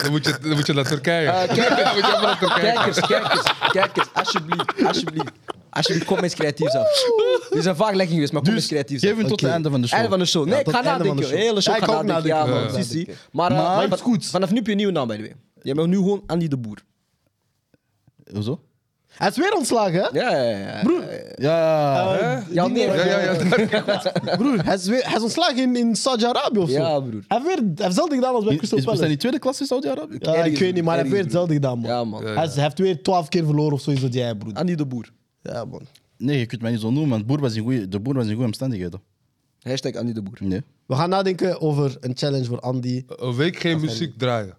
C: Dan moet je, dan moet je naar Turkije.
B: Ah,
A: Eh, kijkers.
C: Dan moet je even naar Turkije.
A: Kijkers, kijkers, kijkers, alsjeblieft, alsjeblieft. Alsjeblieft, kom eens creatief af. Dit is een vaag legging geweest, maar kom eens creatief
D: Geef
A: zijn.
D: hem tot het
B: Oké.
D: einde van de show.
A: Einde van de show. Nee,
B: Ja,
A: ik
B: tot
A: ga
B: einde van de
A: nadenken.
B: show.
A: Hele show
B: Ja, ik
A: ga
B: ook
A: nadenken. Ja,
B: nadenken.
A: man,
B: Ja,
A: zie, zie.
B: nadenken.
A: Maar, eh,
D: Maar
A: van-
D: het is goed.
A: Vanaf nu heb je een nieuwe naam, by the way. Jij bent nu gewoon Andy de Boer.
D: Hoezo?
B: Hij is weer ontslagen, hè?
A: Ja, ja, ja.
B: Eh,
D: Ja, ja, ja.
A: Ja, nee.
C: Ja, ja, ja. daar-
B: Broer, hij is, weer, hij is ontslagen in, in Saudi-Arabië of zo.
A: Ja, broer.
B: Hij heeft, weer, hij heeft hetzelfde gedaan als bij
D: Is,
B: Crystal
D: is, is dat
B: Palace.
D: die tweede klas in Saudi-Arabië?
B: Ja, ik weet niet, maar hij heeft weer hetzelfde gedaan, man.
A: Ja, man.
C: Ja.
B: Hij, is- hij heeft weer twaalf keer verloren of zoiets dat jij, broer.
A: Andy de Boer.
B: Ja, man.
D: Nee, je kunt mij niet zo noemen, want boer was in goeie, de boer was in goede omstandigheden.
A: Hashtag Andy de Boer.
D: Nee.
B: We gaan nadenken over een challenge voor Andy.
C: Een week geen muziek
B: Ah,
C: draaien.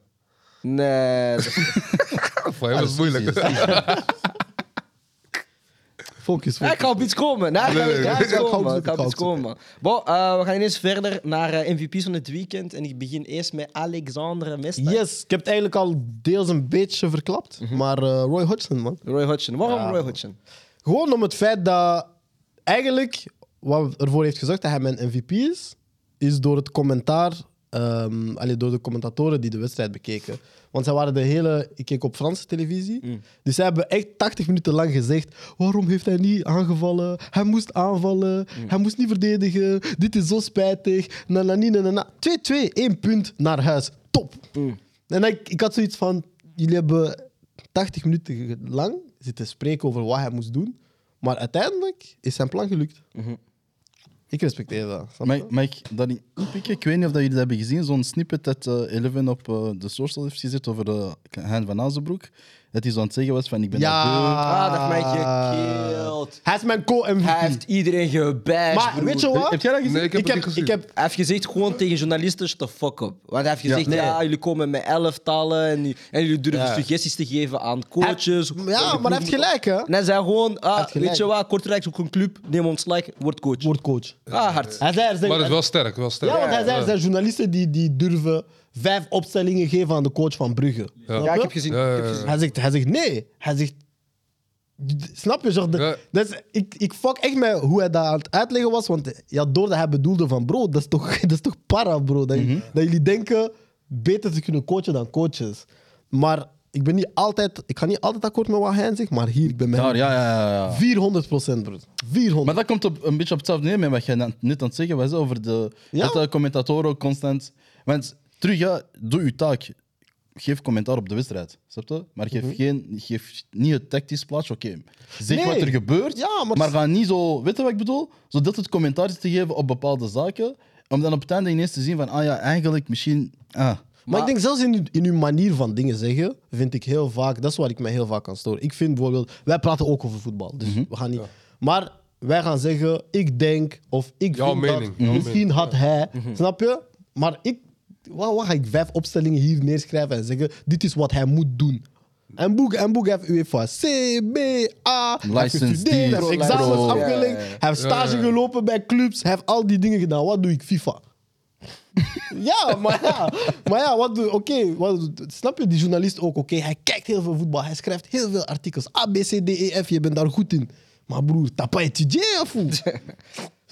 A: Nee. dat-
C: Voor hem was het moeilijk.
B: Focus,
A: Ja,
B: focus.
A: Ik ga op iets komen. Nee, ik
C: Nee,
A: ga-
C: nee,
A: ik
C: nee.
A: ga op iets
B: Ik ga
A: komen.
B: op
A: Ik ga op iets
B: zoek, ik ga op
A: komen. Bon, eh, we gaan ineens verder naar eh, MVP's van het weekend. En ik begin eerst met Alexandre Messi.
B: Yes, ik heb het eigenlijk al deels een beetje verklapt. Maar eh, Roy Hodgson, man.
A: Roy Hodgson. Waarom Roy Hodgson?
B: Gewoon om het feit dat eigenlijk wat ervoor heeft gezorgd dat hij mijn MVP is, is door het commentaar, ehm allee, door de commentatoren die de wedstrijd bekeken. Want zij waren de hele, ik keek op Franse televisie, dus zij hebben echt 80 minuten lang gezegd: waarom heeft hij niet aangevallen? Hij moest aanvallen, hij moest niet verdedigen, dit is zo spijtig. Na na ni, na na na. 2-2, één punt naar huis, top. En ik, ik had zoiets van: jullie hebben 80 minuten ge- lang zitten spreken over wat hij moest doen. Maar uiteindelijk is zijn plan gelukt. Ik respecteer dat. snap
D: Mag,
B: je?
D: mag ik dat niet inpikken? Ik weet niet of dat jullie dat hebben gezien, zo'n snippet dat eh, Eleven op eh, de social heeft gezet over de Hein van Azenbroek. Dat hij zo aan het zeggen was van ik ben dat beu.
A: Ah, dat heeft mij gekild.
B: Hij is mijn co-MVP.
A: Hij heeft iedereen gebashed,
B: Maar
A: broer.
B: weet je wat?
D: Heb jij dat gezien?
C: Nee, ik heb
B: ik,
C: het
B: heb,
C: niet
B: ik
C: gezien.
B: heb-
A: Hij heeft gezegd gewoon tegen journalisten shut the fuck up. Want hij heeft gezegd, ja,
B: nee.
A: jullie komen met elftallen en, jullie- en jullie durven
B: Ja.
A: suggesties te geven aan coaches.
B: Ja, maar hij heeft gelijk, hè?
A: En hij zei gewoon, ah,
B: heeft
A: weet je
B: gelijk.
A: wat, Kortrijk is ook een club, neem ontslag, word coach.
B: Wordt coach.
A: Ah, hard.
B: Hij zei, er zijn,
C: Maar het is wel sterk. Wel sterk.
B: ja, want hij zei, er zijn journalisten die, die durven vijf opstellingen geven aan de coach van Brugge. Snap
A: Ja, ik
B: je?
A: heb gezien.
C: Ja,
A: ik
C: ja,
A: heb
C: ja.
D: Eh.
A: gezien.
B: Hij zegt, hij zegt nee. Hij zegt. Snap je? Zo, de-
C: Ja.
B: dat is, ik, ik fuck echt met hoe hij dat aan het uitleggen was. Want ja, doordat hij bedoelde van bro, dat is toch, dat is toch
D: Mhm.
B: para, bro. Dat, dat jullie denken beter te kunnen coachen dan coaches. Maar ik ben niet altijd, ik ga niet altijd akkoord met wat hij zegt, maar hier, ik ben met
D: Daar,
B: hem
D: ja, ja, ja, ja.
B: 400 procent, bro. 400.
D: Maar dat komt op, een beetje op hetzelfde neer met wat jij dan- net aan het zeggen was hè, over de,
B: Ja.
D: dat de commentatoren constant... Want terug, ja, doe je taak. Geef commentaar op de wedstrijd, snap je? Maar geef,
B: Mhm.
D: geen, geef niet het tactisch plaatje, oké. Zeg
B: Nee.
D: wat er gebeurt,
B: Ja, maar-
D: maar ga niet zo... Weet je wat ik bedoel? Zodat het commentaar is te geven op bepaalde zaken, om dan op het einde ineens te zien van, ah ja, eigenlijk misschien... Ah.
B: Maar, ik denk zelfs in, uw- in uw manier van dingen zeggen, vind ik heel vaak, dat is waar ik me heel vaak aan stoor. Ik vind bijvoorbeeld, wij praten ook over voetbal, dus
D: Mhm.
B: we gaan niet. Maar wij gaan zeggen, ik denk of ik
C: Jouw
B: vind
C: mening,
B: dat,
C: jouw
B: misschien
C: mening, Mhm.
B: had hij, snap je? Maar ik, wat, wat ga ik vijf opstellingen hier neerschrijven en zeggen, dit is wat hij moet doen. En Boeg, en Boeg heeft UEFA C, B, A. Hij heeft
D: Licensed
B: gestudeerd, hij heeft
D: pro,
B: examens
D: pro.
B: afgelegd, hij heeft stage gelopen bij clubs, hij heeft al die dingen gedaan. Wat doe ik? FIFA. Ja, maar ja, maar ja wat doe- oké, wat- snap je die journalist ook? Oké, hij kijkt heel veel voetbal, hij schrijft heel veel artikels. A, B, C, D, E, F, je bent daar goed in. Maar broer, t'as pas étudié, of hoe?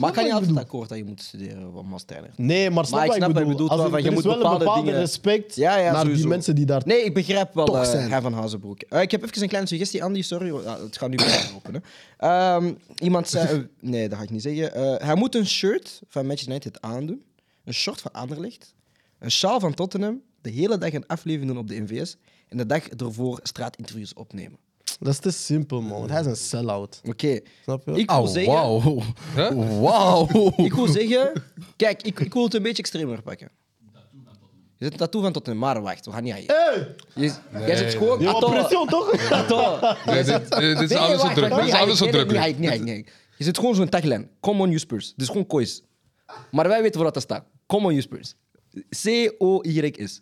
A: Maar ik
B: wat
A: kan
B: ik
A: niet altijd
B: bedoel?
A: akkoord dat je moet studeren wat masterner.
B: Nee, maar snap
A: Maar ik snap
B: wat ik
A: wat je
B: bedoel?
A: bedoelt,
B: Als
A: wel,
B: er-
A: want je
B: er
A: moet
B: is wel een
A: bepaalde
B: bepaalde
A: dingen-
B: respect
A: Ja, ja,
B: naar
A: sowieso.
B: die mensen die daar...
A: Nee, ik begrijp wel
B: Toch
A: eh
B: zijn.
A: Hein van Hazenbroek. Eh, ik heb even een kleine suggestie, Andy. Sorry, hoor. Ah, het gaat nu weer open. Hè. Ehm, iemand zei... eh, nee, dat ga ik niet zeggen. Eh, hij moet een shirt van Manchester United aandoen. Een short van Anderlecht. Een sjaal van Tottenham. De hele dag een aflevering doen op de NVS. En de dag ervoor straatinterviews opnemen.
B: Dat is te simpel, man. want Hij is een sell-out.
A: Oké.
B: Snap je?
A: Ik Ah, wil
D: Oh,
A: zeggen...
D: wauw.
C: Hè?
D: Wauw.
A: Ik wil zeggen... Kijk, ik, ik wil het een beetje extremer pakken. Je zet een tattoo van Tottenham. Maar wacht, we gaan niet aan je.
B: Hey,
A: Je- Jij zit gewoon...
B: je hebt
A: Atto-
B: pressie, toch?
A: Atto.
C: Nee, dit, dit dit is
A: Nee,
C: alles zo
A: wacht,
C: druk.
A: wacht,
C: Dit is
A: wacht,
C: alles zo
A: nee, nee,
C: druk.
A: Nee, nee, nee, nee. Je zit gewoon zo'n tagline. Come on, you Spurs. Dus gewoon kois. Maar wij weten waar dat staat. Come on, you Spurs. C-O-Y-S.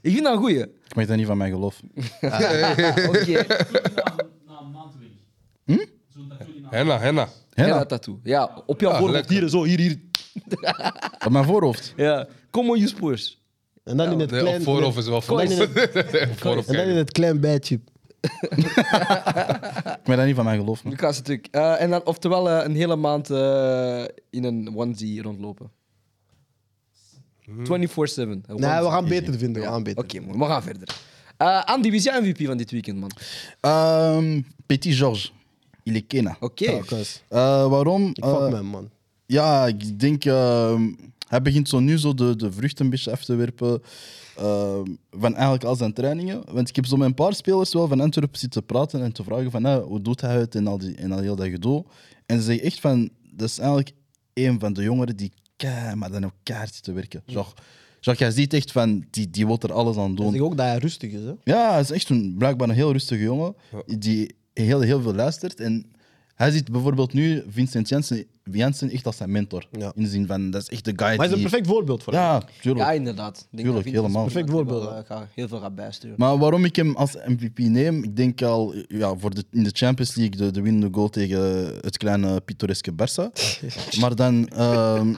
A: Ik vind dat een goeie. Ah,
D: Ik mag dat niet van mijn geloof.
A: Oké.
E: na een maand weg. Zo'n tattoo die na
C: Henna, henna.
A: Ja,
D: Henna,
A: dat tattoo. Ja, op jouw
C: Ja,
A: voorhoofd.
C: Ah, lekker.
A: Hier, zo, hier, hier.
D: op mijn voorhoofd.
A: Ja. Come on, you Spurs.
B: En dan in het
C: Nee,
B: klein...
C: op voorhoofd is wel
B: en dan in
C: voorhoofd.
B: het-
C: Op voorhoofd
B: en dan in
C: kijken.
B: het klein bijtje.
D: Ik ben daar niet van mijn geloof. man.
A: Lucas natuurlijk. Eh en dan, oftewel, eh, een hele maand eh, in een onesie rondlopen. 24-7. Nee, we
B: Nee, we gaan beter vinden. We gaan
A: Oké,
B: beter.
A: mooi. we gaan verder. Eh, Andy, wie is jouw MVP van dit weekend, man?
D: Ehm, Petit Georges, il est Kena.
A: Oké.
B: Ja, kus.
D: Eh, waarom?
B: Ik
D: Eh,
B: fuck met hem, man.
D: ja, ik denk. ehm, hij begint zo nu zo de, de vruchten een beetje af te werpen. ehm, van eigenlijk al zijn trainingen. Want ik heb zo met een paar spelers wel van Antwerpen zitten praten en te vragen van eh, hoe doet hij het en al, die, en al heel dat gedoe. En ze zeggen echt van, dat is eigenlijk een van de jongeren die kei, maar dan ook keihard zit te werken. Zo, zo, jij ziet echt van, die, die wil er alles aan
B: Ik
D: doen.
B: denk ook dat hij rustig is, hè.
D: Ja, hij is echt een, blijkbaar een heel rustige jongen die heel, heel veel luistert. En hij ziet bijvoorbeeld nu Vincent Janssen, Janssen echt als zijn mentor.
B: Ja.
D: In de zin van, dat is echt de guy
B: Maar hij is
D: die...
B: een perfect voorbeeld voor hem.
D: Ja, tuurlijk.
A: Ja, inderdaad. Ik Denk
D: Tuurlijk,
A: dat Vincent
D: helemaal.
A: is iemand
B: Perfect
A: die wel,
B: voorbeeld, hè.
A: eh, gaat- heel veel gaat bijsturen.
D: Maar waarom ik hem als MVP neem, ik denk al ja, voor de, in de Champions League de, de winnende goal tegen het kleine pittoreske Barça. maar dan ehm,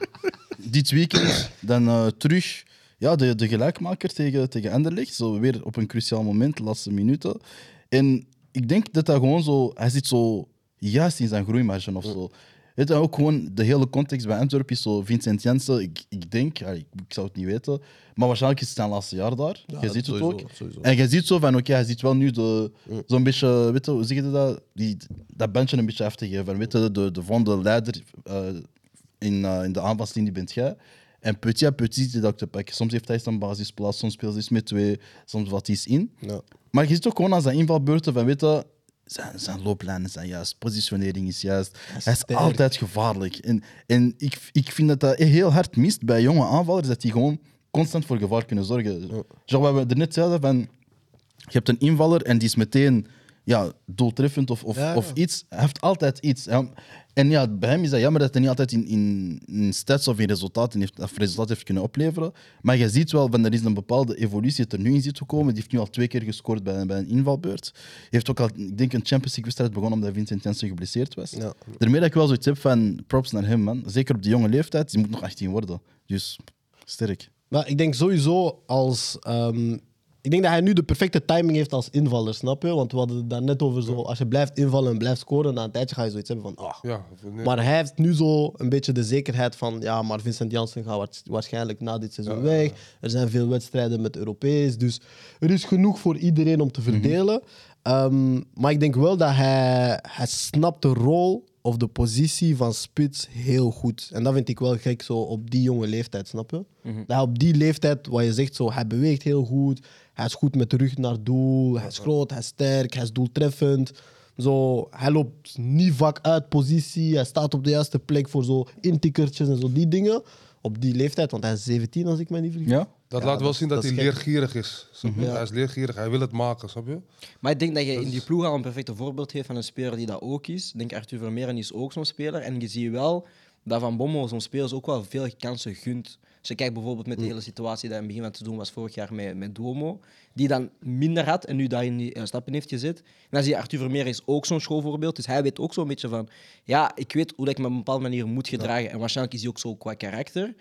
D: dit weekend dan eh, terug ja, de, de gelijkmaker tegen, tegen Anderlecht. Zo weer op een cruciaal moment, laatste minuten. En ik denk dat dat gewoon zo, hij zit zo juist in zijn groeimarge of zo. Het ook gewoon de hele context bij Antwerpen is zo Vincent Jensen, ik, ik denk, ja, ik, ik zou het niet weten, maar waarschijnlijk is het zijn laatste jaar daar. je
B: dat
D: ziet het
B: sowieso,
D: ook.
B: sowieso.
D: En je ziet zo van, oké, hij ziet wel nu de- zo'n beetje, weet je, hoe zeg je dat? Die, dat bandje een beetje af te geven. Van, Weet je, de, de volgende leider eh, in, eh, in de aanvalslinie bent jij. En petit à petit zit hij dat ook te pakken. Soms heeft hij zijn basisplaats, soms speelt hij eens met twee, soms wat is in.
B: Ja.
D: eh, Maar je ziet ook gewoon aan zijn invalbeurten van, weet je, zijn, zijn looplijnen zijn juist, positionering is juist. Hij is
B: sterk.
D: altijd gevaarlijk. En, en ik, ik vind dat dat heel hard mist bij jonge aanvallers, dat die gewoon constant voor gevaar kunnen zorgen. Zoals wat we er net zeiden, van, je hebt een invaller en die is meteen ja, doeltreffend of, of,
B: Ja, ja.
D: of iets. Hij heeft altijd iets. Ja. En ja, bij hem is dat jammer dat hij niet altijd in, in, in stats of in resultaten heeft, of resultaten heeft kunnen opleveren. Maar je ziet wel, van, er is een bepaalde evolutie dat er nu in zit gekomen. Die heeft nu al twee keer gescoord bij, bij een invalbeurt. Hij heeft ook al, ik denk, een Champions League-wedstrijd begonnen omdat Vincent Janssen geblesseerd was.
B: Ja.
D: Daarmee dat ik wel zoiets heb van props naar hem, man. Zeker op de jonge leeftijd. Die moet nog 18 worden. Dus sterk.
B: Maar ik denk sowieso als ehm, Ik denk dat hij nu de perfecte timing heeft als invaller, snap je? Want we hadden het daar net over zo. Als je blijft invallen en blijft scoren, na een tijdje ga je zoiets hebben van. Ah.
C: Ja, nee.
B: Maar hij heeft nu zo een beetje de zekerheid van. Ja, maar Vincent Janssen gaat waars- waarschijnlijk na dit seizoen weg. Er zijn veel wedstrijden met Europees. Dus er is genoeg voor iedereen om te verdelen. Ehm, maar ik denk wel dat hij, hij snapt de rol of de positie van spits heel goed. En dat vind ik wel gek zo op die jonge leeftijd, snap je? Dat hij op die leeftijd, wat je zegt, zo, hij beweegt heel goed. Hij is goed met de rug naar doel. Hij is groot, hij is sterk, hij is doeltreffend. Zo, hij loopt niet vaak uit positie. Hij staat op de juiste plek voor zo intikkertjes en zo die dingen. Op die leeftijd, want hij is 17 als ik me niet vergis.
D: Ja?
C: Dat
B: Ja,
C: laat wel
B: dat-
C: zien dat,
B: dat is
C: hij
B: gek. Mhm.
C: leergierig is. snap je? Hij is leergierig, hij wil het maken, snap je?
A: Maar ik denk dat je in die ploeg al een perfecte voorbeeld geeft van een speler die dat ook is. Ik denk Arthur Vermeeren is ook zo'n speler. En je ziet wel dat Van Bommel zo'n spelers ook wel veel kansen gunt. Als je kijkt bijvoorbeeld
B: Mm.
A: met de hele situatie die in het begin van het seizoen was vorig jaar met, met Duomo. Die dan minder had en nu daarin die eh, stappen heeft gezet. En dan zie je Arthur Vermeeren is ook zo'n schoolvoorbeeld. Dus hij weet ook zo'n beetje van... Ja, ik weet hoe dat ik me op een bepaalde manier moet gedragen. En waarschijnlijk is hij ook zo qua karakter.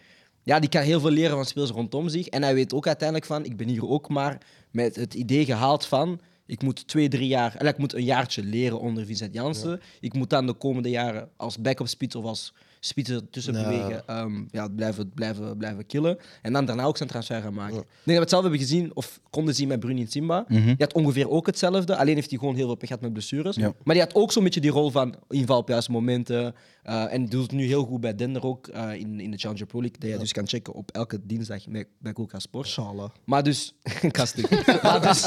A: Ja, die kan heel veel leren van spelers rondom zich. En hij weet ook uiteindelijk van, ik ben hier ook maar met het idee gehaald van, ik moet twee, drie jaar, en ik moet een jaartje leren onder Vincent Janssen. Ik moet dan de komende jaren als backup spits of als spits tussen bewegen, ehm, ja, blijven, blijven, blijven killen. En dan daarna ook zijn transfer gaan maken. Ik denk dat we hetzelfde hebben gezien, of konden zien met Brunin Simba. Die had ongeveer ook hetzelfde, alleen heeft hij gewoon heel veel pech gehad met blessures.
D: Ja.
A: Maar die had ook zo'n beetje die rol van inval op juiste momenten. eh, en doet het nu heel goed bij Dender ook eh, in, in de Challenger Pro League. Dat je dus kan checken op elke dinsdag met, bij Coca Sport.
B: Inshallah.
A: Maar dus, kastig. maar dus,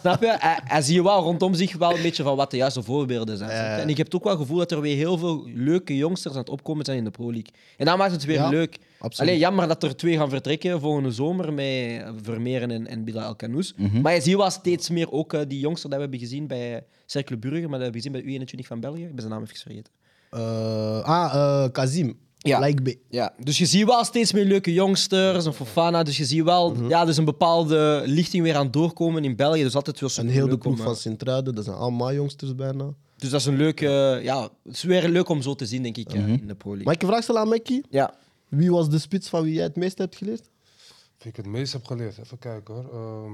A: snap je? Hij, hij zie je wel rondom zich wel een beetje van wat de juiste voorbeelden zijn. snap je? En ik heb het ook wel het gevoel dat er weer heel veel leuke jongsters aan het opkomen zijn in de Pro League. En dat maakt het weer
B: Ja,
A: leuk.
B: absoluut.
A: Alleen jammer dat er twee gaan vertrekken volgende zomer met Vermeeren en, en Bilal Elkanous. Maar je ziet wel steeds meer ook eh, die jongster dat we hebben gezien bij Cercle Brugge, maar dat hebben we gezien bij U21 van België. Ik ben zijn naam even vergeten.
B: Eh, ah, eh, Kazim.
A: Ja.
B: Like B.
A: Ja, dus je ziet wel steeds meer leuke jongsters en Fofana. Dus je ziet wel, ja, dus een bepaalde lichting weer aan het doorkomen in België. Dus altijd weer
B: En heel de
A: superleuk om,
B: ploeg
A: eh,
B: van Sint-Truiden, dat zijn allemaal jongsters bijna.
A: Dus dat is een leuke, ja, het is weer leuk om zo te zien, denk ik, eh, in de Pro League.
B: Mag ik een vraag stellen aan Mekki?
A: Ja,
B: Wie was de spits van wie jij het meest hebt geleerd?
C: Wie ik het meest heb geleerd, even kijken hoor. Ehm,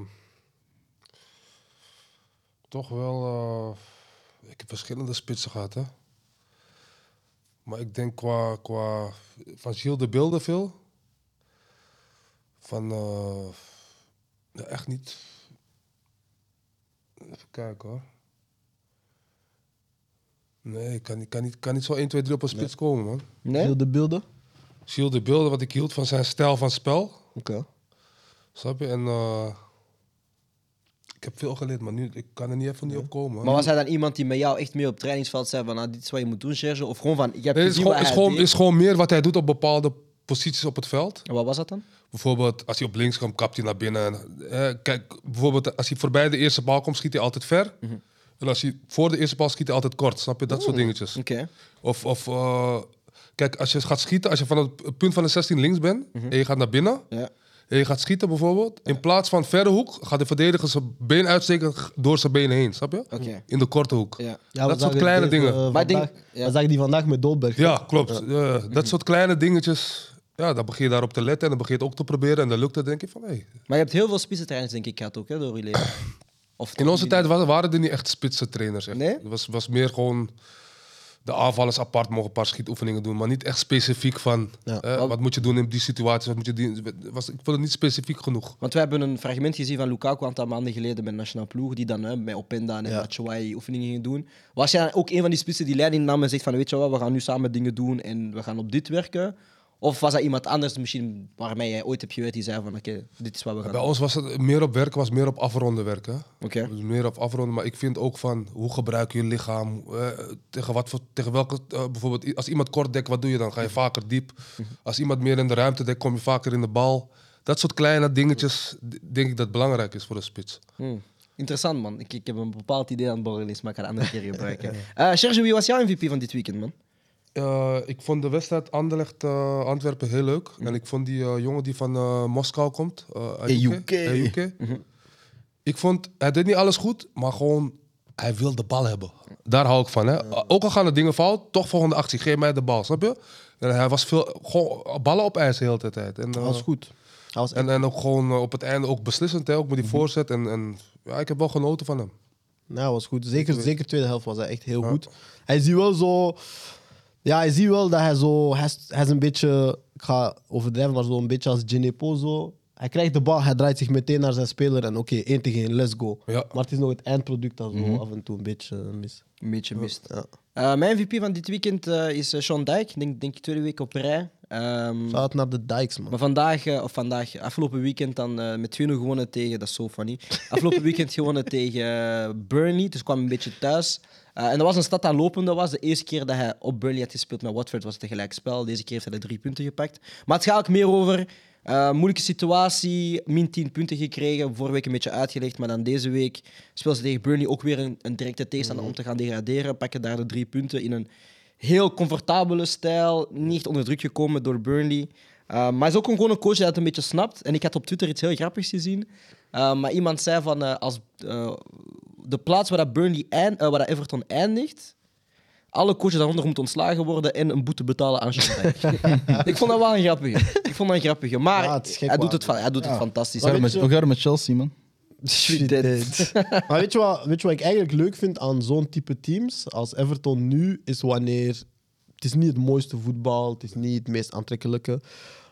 C: toch wel, eh, ik heb verschillende spitsen gehad hè. Maar ik denk qua, qua van Gilles de Beelden veel. Van, eh, ja, echt niet. Even kijken hoor. Nee, ik kan, niet- kan, niet, kan niet zo 1, 2, 3 op een spits komen man.
A: nee?
B: Heel de beelden?
C: Gilles de Beelden, wat ik hield van zijn stijl van spel.
B: Oké.
C: Snap je? En eh, ik heb veel geleerd, maar nu, ik kan er niet even niet op komen.
A: Maar was hij dan iemand die met jou echt mee op het trainingsveld zei van, nou, dit is wat je moet doen, Serge? Of gewoon van, je hebt
C: Nee, het is
A: gezien
C: gewoon,
A: wat
C: is,
A: hij
C: gewoon,
A: deed?
C: is gewoon meer wat hij doet op bepaalde posities op het veld.
A: En wat was dat dan?
C: Bijvoorbeeld als hij op links komt, kapt hij naar binnen. En, eh, kijk, bijvoorbeeld als hij voorbij de eerste bal komt, schiet hij altijd ver.
A: Mhm.
C: En als hij voor de eerste bal schiet hij altijd kort. Snap je? Dat soort dingetjes.
A: Oké.
C: Of, of eh, kijk, als je gaat schieten, als je van het punt van de 16 links bent en je gaat naar binnen
A: Mhm. Ja.
C: en je gaat schieten bijvoorbeeld, in plaats van verre hoek gaat de verdediger zijn been uitsteken g- door zijn benen heen, snap je?
A: Oké.
C: In de korte hoek.
A: Ja.
C: dat soort kleine dingen.
A: Maar
B: maar
A: ik denk-
B: eh, vandaag,
A: ja.
B: Dat zag ik die vandaag met Dolberg.
C: ja, klopt. Ja,
A: Mhm.
C: dat soort kleine dingetjes, ja, dan begin je daarop te letten en dan begin je het ook te proberen en dan lukt het, denk ik van hé.
A: Maar je hebt heel veel spitsentrainers, denk ik, gehad ook, hè, door je leven. Of
C: In onze tijd wa- waren er niet echt spitse trainers. Echt.
A: Nee?
C: Het was, was meer gewoon de aanvallers apart mogen een paar schietoefeningen doen, maar niet echt specifiek van
B: Ja.
C: eh, wat moet je doen in die situatie. Wat moet je die, was, ik vond het niet specifiek genoeg.
A: Want we hebben een fragment gezien van Lukaku een aantal maanden geleden bij de nationale ploeg, die dan hè, met Openda en
B: Ja.
A: Batshuayi oefeningen ging doen. Was jij dan ook een van die spitsen die leiding nam en zegt van, weet je wat, we gaan nu samen dingen doen en we gaan op dit werken? Of was dat iemand anders misschien waarmee jij ooit hebt gewerkt die zei van, oké, dit is wat we gaan
C: Bij
A: doen?
C: ons was het meer op werken, was meer op afronden werken.
A: Oké.
C: Dus meer op afronden, maar ik vind ook van hoe gebruik je je lichaam? eh, tegen, wat voor, tegen welke, eh, bijvoorbeeld, i- als iemand kort dekt, wat doe je dan? Ga je vaker diep? Als iemand meer in de ruimte dekt, kom je vaker in de bal. Dat soort kleine dingetjes d- denk ik dat belangrijk is voor een spits.
A: Hmm. Interessant, man. Ik, ik heb een bepaald idee aan het borrelen, maar ik ga het een andere keer gebruiken. Eh Sergio, wie was jouw MVP van dit weekend, man?
C: Eh, ik vond de wedstrijd Anderlecht eh, Antwerpen heel leuk.
B: Mhm.
C: En ik vond die eh, jongen die van eh, Moskou komt. eh Ayuke.
D: Ayuke.
C: Ayuke.
B: Mhm.
C: Ik vond, hij deed niet alles goed, maar gewoon, hij wil de bal hebben. Daar hou ik van. Hè. Ook al gaan de dingen fout, toch volgende actie, geef mij de bal, snap je? En hij was veel, gewoon ballen opeisen de hele tijd. En, eh,
B: Dat was goed. Hij was
C: En, en ook gewoon eh, op het einde ook beslissend, hè, ook met die
B: Mhm.
C: voorzet. En, en ja, ik heb wel genoten van hem.
B: Ja, Nou, was goed. Zeker, zeker de tweede helft was hij echt heel goed. Hij ziet wel zo. Ja, hij ziet wel dat hij zo. Hij is, hij is een beetje. Ik ga overdrijven, maar zo een beetje als Ginepo zo. Hij krijgt de bal, hij draait zich meteen naar zijn speler en oké, één tegen één, let's go.
C: Ja.
B: Maar het is nog het eindproduct dat zo af en toe een beetje eh, mis.
A: Een beetje mist.
B: Ja.
A: Eh, mijn MVP van dit weekend eh, is eh, Sean Dijk. Ik denk, denk ik tweede week op rij. Ehm,
B: Shout naar de Dykes, man.
A: maar vandaag, eh, of vandaag, afgelopen weekend dan eh, met 2-0 gewonnen tegen, dat is zo funny. Afgelopen weekend gewonnen tegen eh, Burnley, dus kwam een beetje thuis. Eh, en dat was een stad dat lopende was. De eerste keer dat hij op Burnley had gespeeld met Watford was het een gelijkspel. Deze keer heeft hij de drie punten gepakt. Maar het gaat ook meer over eh, moeilijke situatie, min 10 punten gekregen. Vorige week een beetje uitgelegd, maar dan deze week speelden ze tegen Burnley ook weer een, een directe tegenstander om te gaan degraderen. Pakken daar de drie punten in een heel comfortabele stijl. Niet echt onder druk gekomen door Burnley. Uh, maar hij is ook gewoon een coach die dat een beetje snapt. En ik had op Twitter iets heel grappigs gezien. Uh, maar iemand zei van eh, als eh, de plaats waar, dat Burnley eind, eh, waar dat Everton eindigt, alle coaches daaronder moeten ontslagen worden en een boete betalen aan Sean Dyche. ik vond dat wel een grappige. Ik vond dat een grappige. Maar
B: Ja, het is gek
A: hij doet,
B: waar.
A: het, fa- hij doet het fantastisch.
D: Ook daar met-
B: je-
D: Ook daar met Chelsea, man.
A: Shit, dit.
B: maar weet je, wat, weet je wat ik eigenlijk leuk vind aan zo'n type teams als Everton nu, is wanneer het is niet het mooiste voetbal, het is niet het meest aantrekkelijke,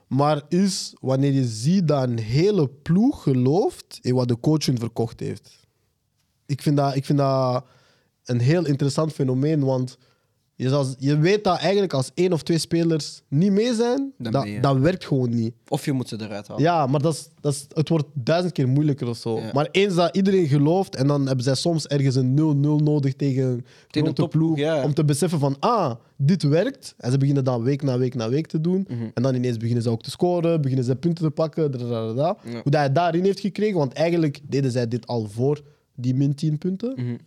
B: maar is wanneer je ziet dat een hele ploeg gelooft in wat de coach hun verkocht heeft. Ik vind dat, ik vind dat een heel interessant fenomeen, want je, zal- je weet dat eigenlijk als één of twee spelers niet mee zijn,
A: Dan
B: dat,
A: ben je-
B: dat werkt gewoon niet.
A: Of je moet ze eruit halen.
B: Ja, maar dat is, dat is, het wordt duizend keer moeilijker of zo. Maar eens dat iedereen gelooft en dan hebben zij soms ergens een 0-0 nodig tegen een
A: Tegen een
B: grote
A: top-
B: ploeg.
A: ja.
B: Om te beseffen van, ah, dit werkt. En ze beginnen dat week na week na week te doen. En dan ineens beginnen ze ook te scoren, beginnen ze punten te pakken. da, da, da, da. Hoe dat hij daarin heeft gekregen, want eigenlijk deden zij dit al voor die min 10 punten.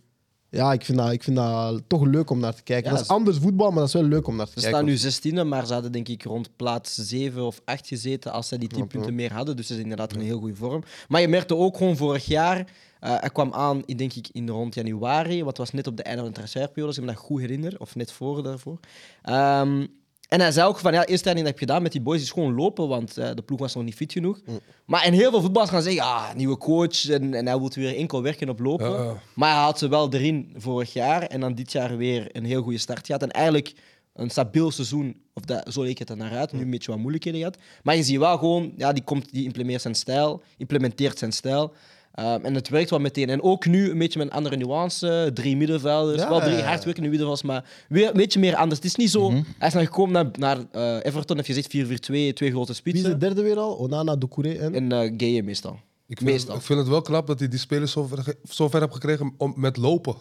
B: Ja, ik vind, dat, ik vind dat toch leuk om naar te kijken.
A: Ja,
B: dat is
A: ze-
B: anders voetbal, maar dat is wel leuk om naar te
A: Ze
B: kijken.
A: staan nu 16e, maar ze hadden denk ik rond plaats 7 of 8 gezeten als zij die 10 punten meer hadden. Dus ze zijn inderdaad in een heel goede vorm. Maar je merkte ook gewoon vorig jaar, eh hij kwam aan in, denk ik in rond januari, wat was net op de einde van de transferperiode, als ik me dat goed herinner, of net voor daarvoor. Ehm, en hij zei ook van ja, eerst dat ik heb gedaan met die boys is gewoon lopen, want eh, de ploeg was nog niet fit genoeg. Maar en heel veel voetballers gaan zeggen, ah, nieuwe coach en, en hij wil weer enkel werken op lopen.
C: Ja, eh. ja.
A: Maar hij had ze wel erin vorig jaar en dan dit jaar weer een heel goede start gehad. En eigenlijk een stabiel seizoen, of dat, zo leek het er naar uit, nu een beetje wat moeilijkheden gehad. Maar je ziet wel gewoon, ja, die, komt, die implementeert zijn stijl. Implementeert zijn stijl. Ehm, en het werkt wel meteen. En ook nu een beetje met een andere nuance. Drie middenvelders,
B: Ja. Mhm.
A: wel drie hardwerkende middenvelders, maar weer een beetje meer anders. Het is niet zo, hij is nou gekomen naar, naar eh, Everton, heeft gezegd 4-4-2, twee grote
B: Wie is de
A: spitsen.
B: derde weer al? Onana, Doucouré en...
A: En eh Gueye meestal.
C: Ik vind, het,
A: Meestal.
C: ik vind het wel knap dat hij die spelers zo ver, ge- zo ver heeft gekregen om, met lopen.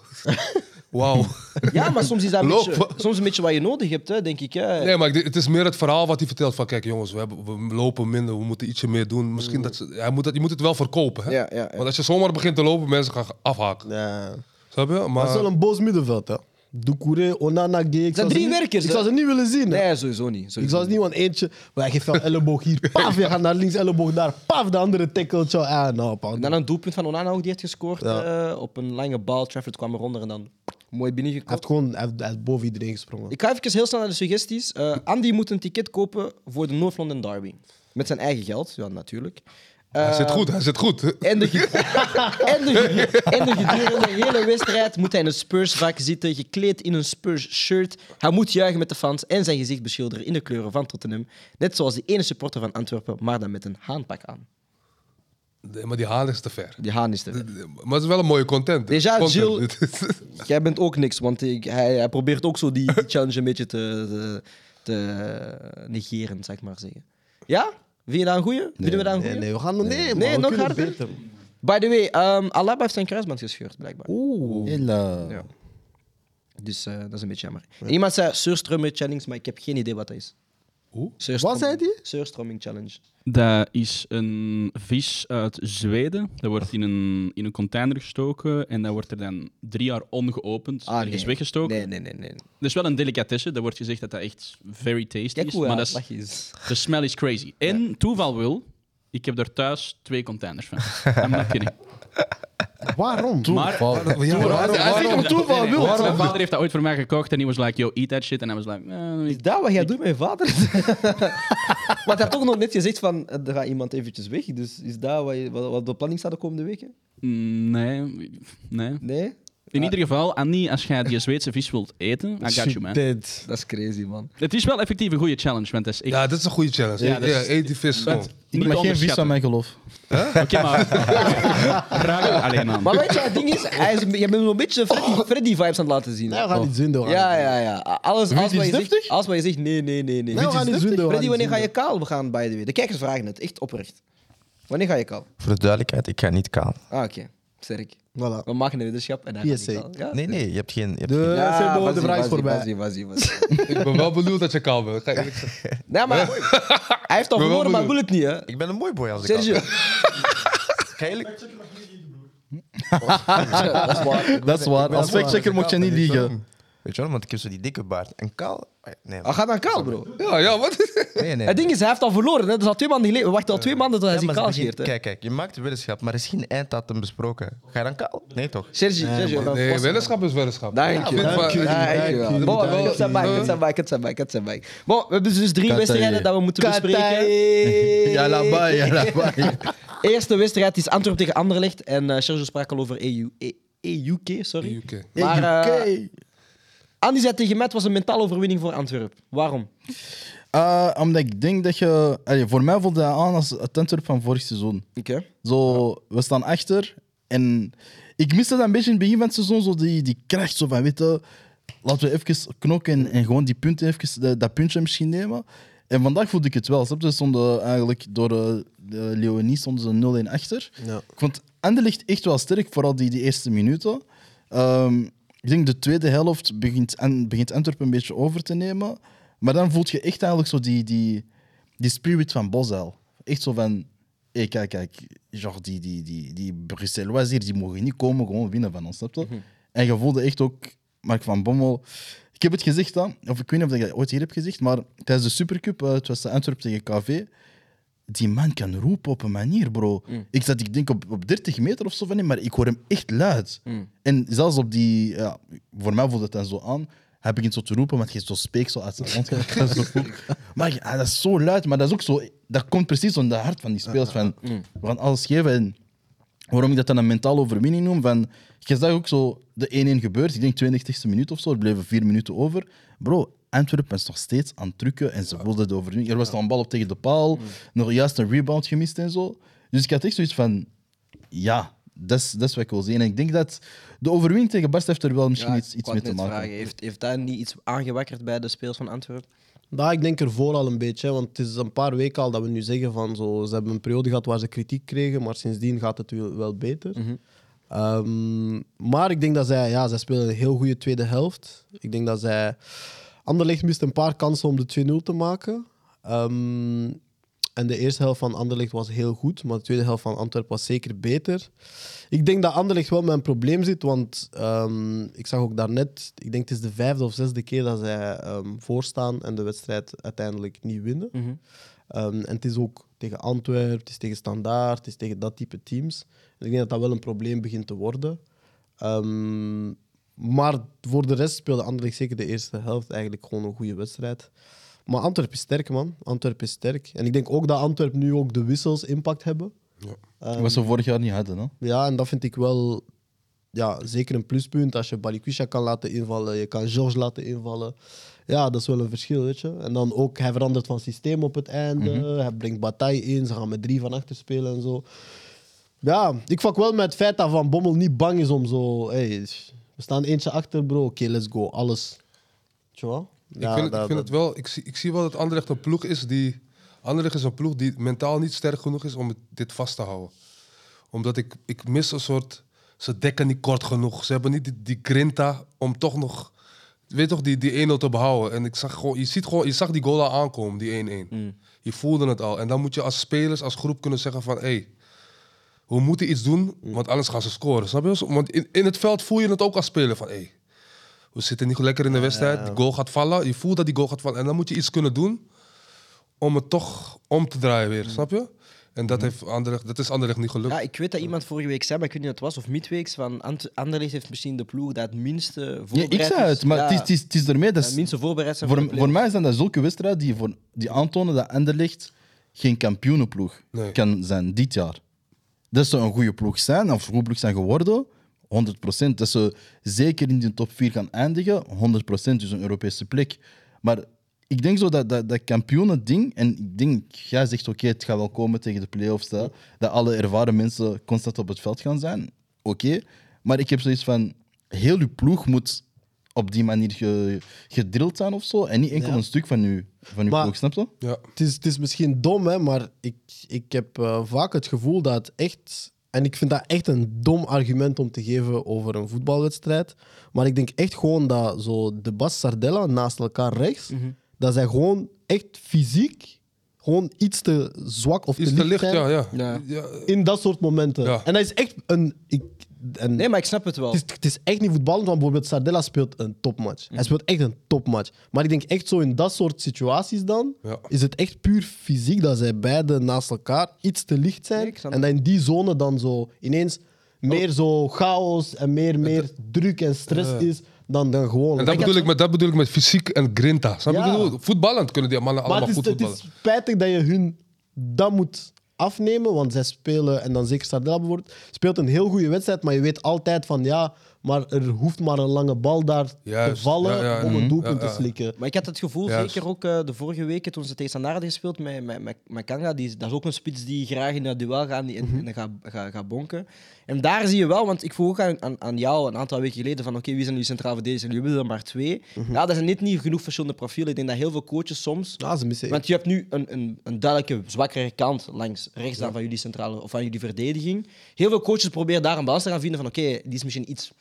C: Wauw.
A: Ja, maar soms is dat een beetje,
C: Lopen.
A: soms een beetje wat je nodig hebt, hè, denk ik. Hè.
C: Nee, maar ik denk- het is meer het verhaal wat hij vertelt. Van kijk jongens, we, hebben, we lopen minder, we moeten ietsje meer doen. Misschien dat, ze- hij moet dat, je moet het wel verkopen. Hè?
A: Ja, ja, ja.
C: Want als je zomaar begint te lopen, mensen gaan afhaken.
B: Ja.
C: Snap je?
B: Maar
C: Maar,
B: het is wel een boos middenveld, hè. Doucouré, Onana, Gay. Ik zou ze
A: drie
B: niet-
A: werkers,
B: Ik
A: hè?
B: zou ze niet willen zien. hè.
A: Nee, sowieso niet.
B: Ik
A: sowieso
B: zou ze niet, want eentje... Maar hij geeft wel elleboog hier, paf, je gaat naar links, elleboog daar, paf, de andere tackelt jou. Ah, nou, paf.
A: En dan een doelpunt van Onana ook, die heeft gescoord eh, op een lange bal. Trafford kwam eronder en dan mooi
B: Hij heeft
A: binnengekopt.
B: gewoon hij heeft- hij is boven iedereen gesprongen.
A: Ik ga even heel snel naar de suggesties. Eh, Andy moet een ticket kopen voor de North London Derby. Met zijn eigen geld, ja, natuurlijk.
C: hij
A: Eh,
C: zit goed, hij zit goed.
A: En de, ge- en, de ge- en de gedurende hele wedstrijd moet hij in een Spurs-vak zitten, gekleed in een Spurs-shirt. Hij moet juichen met de fans en zijn gezicht beschilderen in de kleuren van Tottenham. Net zoals die ene supporter van Antwerpen, maar dan met een haanpak aan.
C: Nee, maar die haan is te ver.
A: Die haan is te ver.
C: Maar het is wel een mooie content. hè.
A: Déjà,
C: Content.
A: Jij bent ook niks, want ik, hij, hij probeert ook zo die, die challenge een beetje te, te, te negeren, zou ik maar zeggen. Ja? Vind je dat een goeie? Vinden we dat een goeie?
B: Nee, nee, we gaan... Nee, man,
A: Nee,
B: we
A: nog
B: kunnen
A: harder?
B: beter.
A: By the way, ehm, Alaba heeft zijn kruisband gescheurd, blijkbaar.
D: Oeh. Hela.
A: Ja. Dus eh, dat is een beetje jammer. En Iemand zei Surströmming Challenge, maar ik heb geen idee wat dat is.
C: Hoe?
A: Surströmming-
B: Wat zei die?
A: Surströmming Challenge.
F: Dat is een vis uit Zweden. Dat wordt in een, in een container gestoken en dat wordt er dan drie jaar ongeopend
A: Ah,
F: ergens
A: nee.
F: weggestoken.
A: Nee, nee, nee. nee.
F: Dat is wel een delicatesse. Dat wordt gezegd dat dat echt very tasty
A: Kijk
F: is.
A: hoe eh, hij
F: Maar dat is,
A: lach is.
F: de smell is crazy. En toeval wil, ik heb daar thuis twee containers van. I'm not kidding.
B: Waarom?
F: Maar
C: Ja, waarom-
D: Hij zegt
C: waarom-
D: op toeval,
F: Nee, nee,
D: wil.
F: nee, Mijn vader heeft dat ooit voor mij gekocht en hij was like, yo, eat that shit. En hij was like, eh,
A: Is
F: ik-
A: dat wat jij doet met je vader? maar je hebt toch nog net gezegd van, eh, er gaat iemand eventjes weg. Dus is dat wat, je, wat, wat op de planning staat de komende weken?
F: nee, nee.
A: Nee?
F: In ieder geval, Annie, als jij die Zweedse vis wilt eten, I got you, man.
B: Dit.
A: Dat is crazy, man.
F: Het is wel effectief een goede challenge, want dat is echt...
C: Ja, dat is een goede challenge.
F: Ja,
C: Ja,
F: dat is-
C: eet die vis
F: want
C: gewoon.
F: niet
D: Ik mag geen vis
F: onderschatten.
D: aan mijn geloof.
F: Oké, maar... Vraag alleen aan.
A: Maar weet je, het ding is, hij is een be- je bent nog een beetje Freddy, Freddy-vibes aan het laten zien.
B: Nee, we gaan niet doen, door.
A: Ja, ja, ja. Alles,
D: Wie
A: als,
D: is
A: wat je zegt,
D: deftig?
A: als wat je zegt, nee, nee, nee, nee.
B: Nee, we gaan niet doen, door.
A: Freddy, wanneer ga je kaal gaan, by the way? De kijkers vragen het, echt oprecht. Wanneer ga je kaal?
G: Voor de duidelijkheid, ik ga niet kaal.
A: Ah, oké. Sterk.
B: Voilà.
A: We maken een weddenschap en hij gaat
B: PSA.
A: niet kaal. Ja,
G: Nee, nee, je hebt geen... Je hebt
B: De,
G: geen-
B: ja,
A: was
B: de
A: ie,
B: vraag
A: was
B: is
A: ie, was
B: voorbij.
A: ie, was ie, was ie.
C: Ik ben wel benieuwd dat je kaal bent. Ga ik eerlijk zeggen.
A: Nee, maar hij heeft al
C: Maar wel
A: verloren, maar hij wil
C: bedoeld.
A: het niet, hè?
G: Ik ben een mooi boy als ik
A: Sergio.
G: kaal ben. Ga je eerlijk-
A: Dat is waar.
D: Dat is waar. Als
B: dat is
D: factchecker mocht je niet
G: Weet je wel?
D: liegen.
G: Weet je wel, want ik heb zo die dikke baard. En kaal... Nee,
A: Hij gaat aan kaal, bro.
C: Ja, ja, wat?
G: nee, nee.
A: Het ding is, hij heeft al verloren. Hè. Dat is al twee maanden geleden. We wachten al twee maanden tot hij
G: Ja,
A: zich
G: maar ze
A: kaal
G: begint-
A: scheert. hè.
G: Kijk, kijk, je maakt weddenschap, maar er is geen einddatum besproken. Ga je dan kaal? Nee, toch?
A: Sergio, Sergio. dan
C: Nee,
A: vast-
C: weddenschap is weddenschap.
A: Dank je.
C: Ik vind
A: Dank je.
C: wel-
A: Dank je.
B: Dank je.
A: Bon,
B: Dank je.
A: het zijn bike, het zijn bike, het zijn bike, het zijn bike. Bon, we hebben dus drie
D: Katai.
A: wedstrijden dat we moeten bespreken.
D: Ja, labai, ja, labai.
A: Eerste wedstrijd is Antwerp tegen Anderlecht. En eh Sergio sprak al over EU, E- EUK, sorry.
C: UK.
A: Maar
D: E
A: eh, Andy zei tegen Matt was een mentale overwinning voor Antwerp. Waarom?
D: Eh, omdat ik denk dat je... allee, voor mij voelde hij aan als het Antwerp van vorig seizoen.
A: Oké.
D: Zo, we staan achter. En ik miste dat een beetje in het begin van het seizoen. Zo die, die kracht zo van, weet je, laten we even knokken en, en gewoon die punten even, dat, dat puntje misschien nemen. En vandaag voelde ik het wel. Ze stonden eigenlijk door eh, de Leonie stonden ze 0-1 achter.
B: Ja.
D: Ik vond Anderlecht echt wel sterk, vooral die, die eerste minuten. Ehm, ik denk de tweede helft begint, en, begint Antwerpen een beetje over te nemen. Maar dan voelt je echt eigenlijk zo die, die, die spirit van Bosel. Echt zo van, hé, kijk, kijk, genre die, die, die, die Bruxellois hier, die mogen niet komen, gewoon winnen van ons, snap je? En je voelde echt ook, Mark van Bommel... Ik heb het gezegd, dan, of ik weet niet of ik dat ooit hier heb gezegd, maar tijdens de Supercup, eh, het was de Antwerpen tegen KV, die man kan roepen op een manier, bro. Ik zat, ik denk, op, op 30 meter of zo van hem, maar ik hoor hem echt luid. En zelfs op die, ja, voor mij voelde het dan zo aan, hij begint zo te roepen, want je zo speek zo uit zijn mond. gaat. Zo roepen. maar ja, dat is zo luid, maar dat is ook zo, dat komt precies van de hart van die spelers. Van, we gaan alles geven. En waarom ik dat dan een mentale overwinning noem, van, je zag ook zo de 1-1 gebeurt, ik denk 92e minuut of zo, er bleven vier minuten over. Bro, Antwerpen is nog steeds aan het trucken en ze wilden de overwinning. Er was nog een bal op tegen de
A: Mm.
D: paal, nog juist een rebound gemist en zo. Dus ik had echt zoiets van, ja, dat is, dat is wat ik wil zien. En ik denk dat de overwinning tegen Barst heeft er wel misschien
A: Ja,
D: iets,
A: ik
D: iets
A: wou
D: mee
A: het
D: te
A: net
D: maken.
A: vragen. Heeft, heeft dat niet iets aangewakkerd bij de speels van Antwerpen?
B: Nou, ik denk ervoor al een beetje, hè, want het is een paar weken al dat we nu zeggen van zo, ze hebben een periode gehad waar ze kritiek kregen, maar sindsdien gaat het wel wel beter.
A: Mhm.
B: Ehm, maar ik denk dat zij, ja, zij spelen een heel goede tweede helft. Ik denk dat zij. Anderlecht mist een paar kansen om de 2-0 te maken. Ehm, en de eerste helft van Anderlecht was heel goed, maar de tweede helft van Antwerpen was zeker beter. Ik denk dat Anderlecht wel met een probleem zit, want ehm, ik zag ook daarnet, ik denk het is de vijfde of zesde keer dat zij ehm, voorstaan en de wedstrijd uiteindelijk niet winnen. Ehm, en het is ook tegen Antwerpen, het is tegen Standaard, het is tegen dat type teams. En ik denk dat dat wel een probleem begint te worden. Ehm, maar voor de rest speelde Anderlecht zeker de eerste helft eigenlijk gewoon een goede wedstrijd. Maar Antwerpen is sterk, man. Antwerpen is sterk. En ik denk ook dat Antwerpen nu ook de wissels impact hebben.
D: Wat
A: Ehm,
D: ze vorig jaar niet hadden. Hè?
B: Ja, en dat vind ik wel ja, zeker een pluspunt. Als je Balikwisha kan laten invallen, je kan George laten invallen. Ja, dat is wel een verschil, weet je. En dan ook, hij verandert van systeem op het einde.
C: Mhm.
B: Hij brengt Bataille in, ze gaan met drie van achter spelen en zo. Ja, ik vak wel met het feit dat Van Bommel niet bang is om zo... Hey, we staan eentje achter, bro. Oké, let's go. Alles. Tja,
C: Ik vind, het, ik vind het wel, ik zie, ik zie wel dat Anderlecht een ploeg is die. Anderlecht is een ploeg die mentaal niet sterk genoeg is om het- dit vast te houden. Omdat ik, ik mis een soort. Ze dekken niet kort genoeg. Ze hebben niet die, die grinta om toch nog. Weet toch, die, die 1-0 te behouden. En ik zag gewoon, je, ziet gewoon, je zag die goal al aankomen, die 1-1.
A: Mm.
C: Je voelde het al. En dan moet je als spelers, als groep kunnen zeggen van... Hey, we moeten iets doen,
B: Mm.
C: want anders gaan ze scoren. Snap je? Dus, Want in, in het veld voel je het ook als speler van... Hey, we zitten niet lekker in de wedstrijd. Die goal gaat vallen. Je voelt
B: Mm.
C: dat die goal gaat vallen. En dan moet je iets kunnen doen om het toch om te draaien weer. Snap je? En dat, heeft Anderlecht, dat is Anderlecht niet gelukt.
A: Ja, ik weet dat iemand vorige week zei, maar ik weet niet wat het was, of midweeks, van Ant- Anderlecht heeft misschien de ploeg dat het minste
D: Ja,
A: voorbereid
D: ik zei het, maar
A: Ja,
D: het is- het is- het is ermee. Dat
A: dat het
D: is-
A: minste voorbereid zijn voor,
D: voor,
A: de
D: voor
A: play-offs.
D: mij zijn dat zulke wedstrijden die, voor, die aantonen dat Anderlecht geen kampioenenploeg
C: Nee.
D: kan zijn dit jaar. Dat ze een goede ploeg zijn, of een goede ploeg zijn geworden, 100%. Dat ze zeker in de top 4 gaan eindigen, 100%, dus een Europese plek. Maar ik denk zo dat dat, dat kampioenen-ding, en ik denk, jij zegt oké, het gaat wel komen tegen de play-offs, dat, dat alle ervaren mensen constant op het veld gaan zijn. Oké, maar ik heb zoiets van, heel je ploeg moet op die manier ge, gedrild zijn of zo, en niet enkel
B: Ja.
D: een stuk van je, van je
B: Maar-
D: ploeg, snap je?
C: Ja.
B: Het is, het is misschien dom, hè, maar ik, ik heb eh, vaak het gevoel dat het echt. En ik vind dat echt een dom argument om te geven over een voetbalwedstrijd. Maar ik denk echt gewoon dat zo de Bas Sardella naast elkaar rechts.
C: Mhm.
B: Dat zij gewoon echt fysiek gewoon iets te zwak of
C: Is
B: te
C: te
B: licht,
C: licht,
B: zijn
C: ja. ja.
A: Ja.
B: in dat soort momenten.
C: Ja.
B: En dat is echt een. Ik, en
A: Nee, maar ik snap het wel.
B: het, is, het is echt niet voetballend, want bijvoorbeeld Sardella speelt een topmatch. Hij speelt echt een topmatch. Maar ik denk echt zo in dat soort situaties dan,
C: Ja.
B: is het echt puur fysiek dat zij beiden naast elkaar iets te licht zijn.
A: Nee, ik snap
B: en dat in die zone dan zo ineens meer zo chaos en meer, meer druk en stress is dan, dan gewoon.
C: En dat bedoel,
B: had-
C: ik met, dat bedoel ik met fysiek en grinta. Snap je?
B: Ja.
C: Ik bedoel, Voetballend kunnen die mannen
B: Maar
C: allemaal
B: het is,
C: goed
B: het
C: voetballen.
B: is spijtig dat je hun dat moet afnemen, want zij spelen, en dan zeker Sardella bijvoorbeeld, speelt een heel goede wedstrijd, maar je weet altijd van ja, maar er hoeft maar een lange bal daar
C: Juist,
B: te vallen
C: ja, ja,
B: om een
C: mhm,
B: doelpunt
C: ja, ja.
B: te slikken.
A: Maar ik had het gevoel,
C: Juist.
A: zeker ook eh, de vorige weken toen ze tegen Standaard hadden gespeeld met, met, met, met Kanga, die, dat is ook een spits die graag in dat duel gaat en, die- en, en gaat, gaat, gaat bonken. En daar zie je wel, want ik vroeg ook aan, aan, aan jou een aantal weken geleden van oké, wie zijn jullie centraal verdedigers? En jullie willen er maar twee. Ja, dat zijn net niet genoeg verschillende profielen. Ik denk dat heel veel coaches soms...
B: Ja, ze missen
A: Want je hebt nu een, een, een duidelijke zwakkere kant langs rechts dan van jullie centrale of van jullie verdediging. Heel veel coaches proberen daar een balans te gaan vinden van oké, die is misschien iets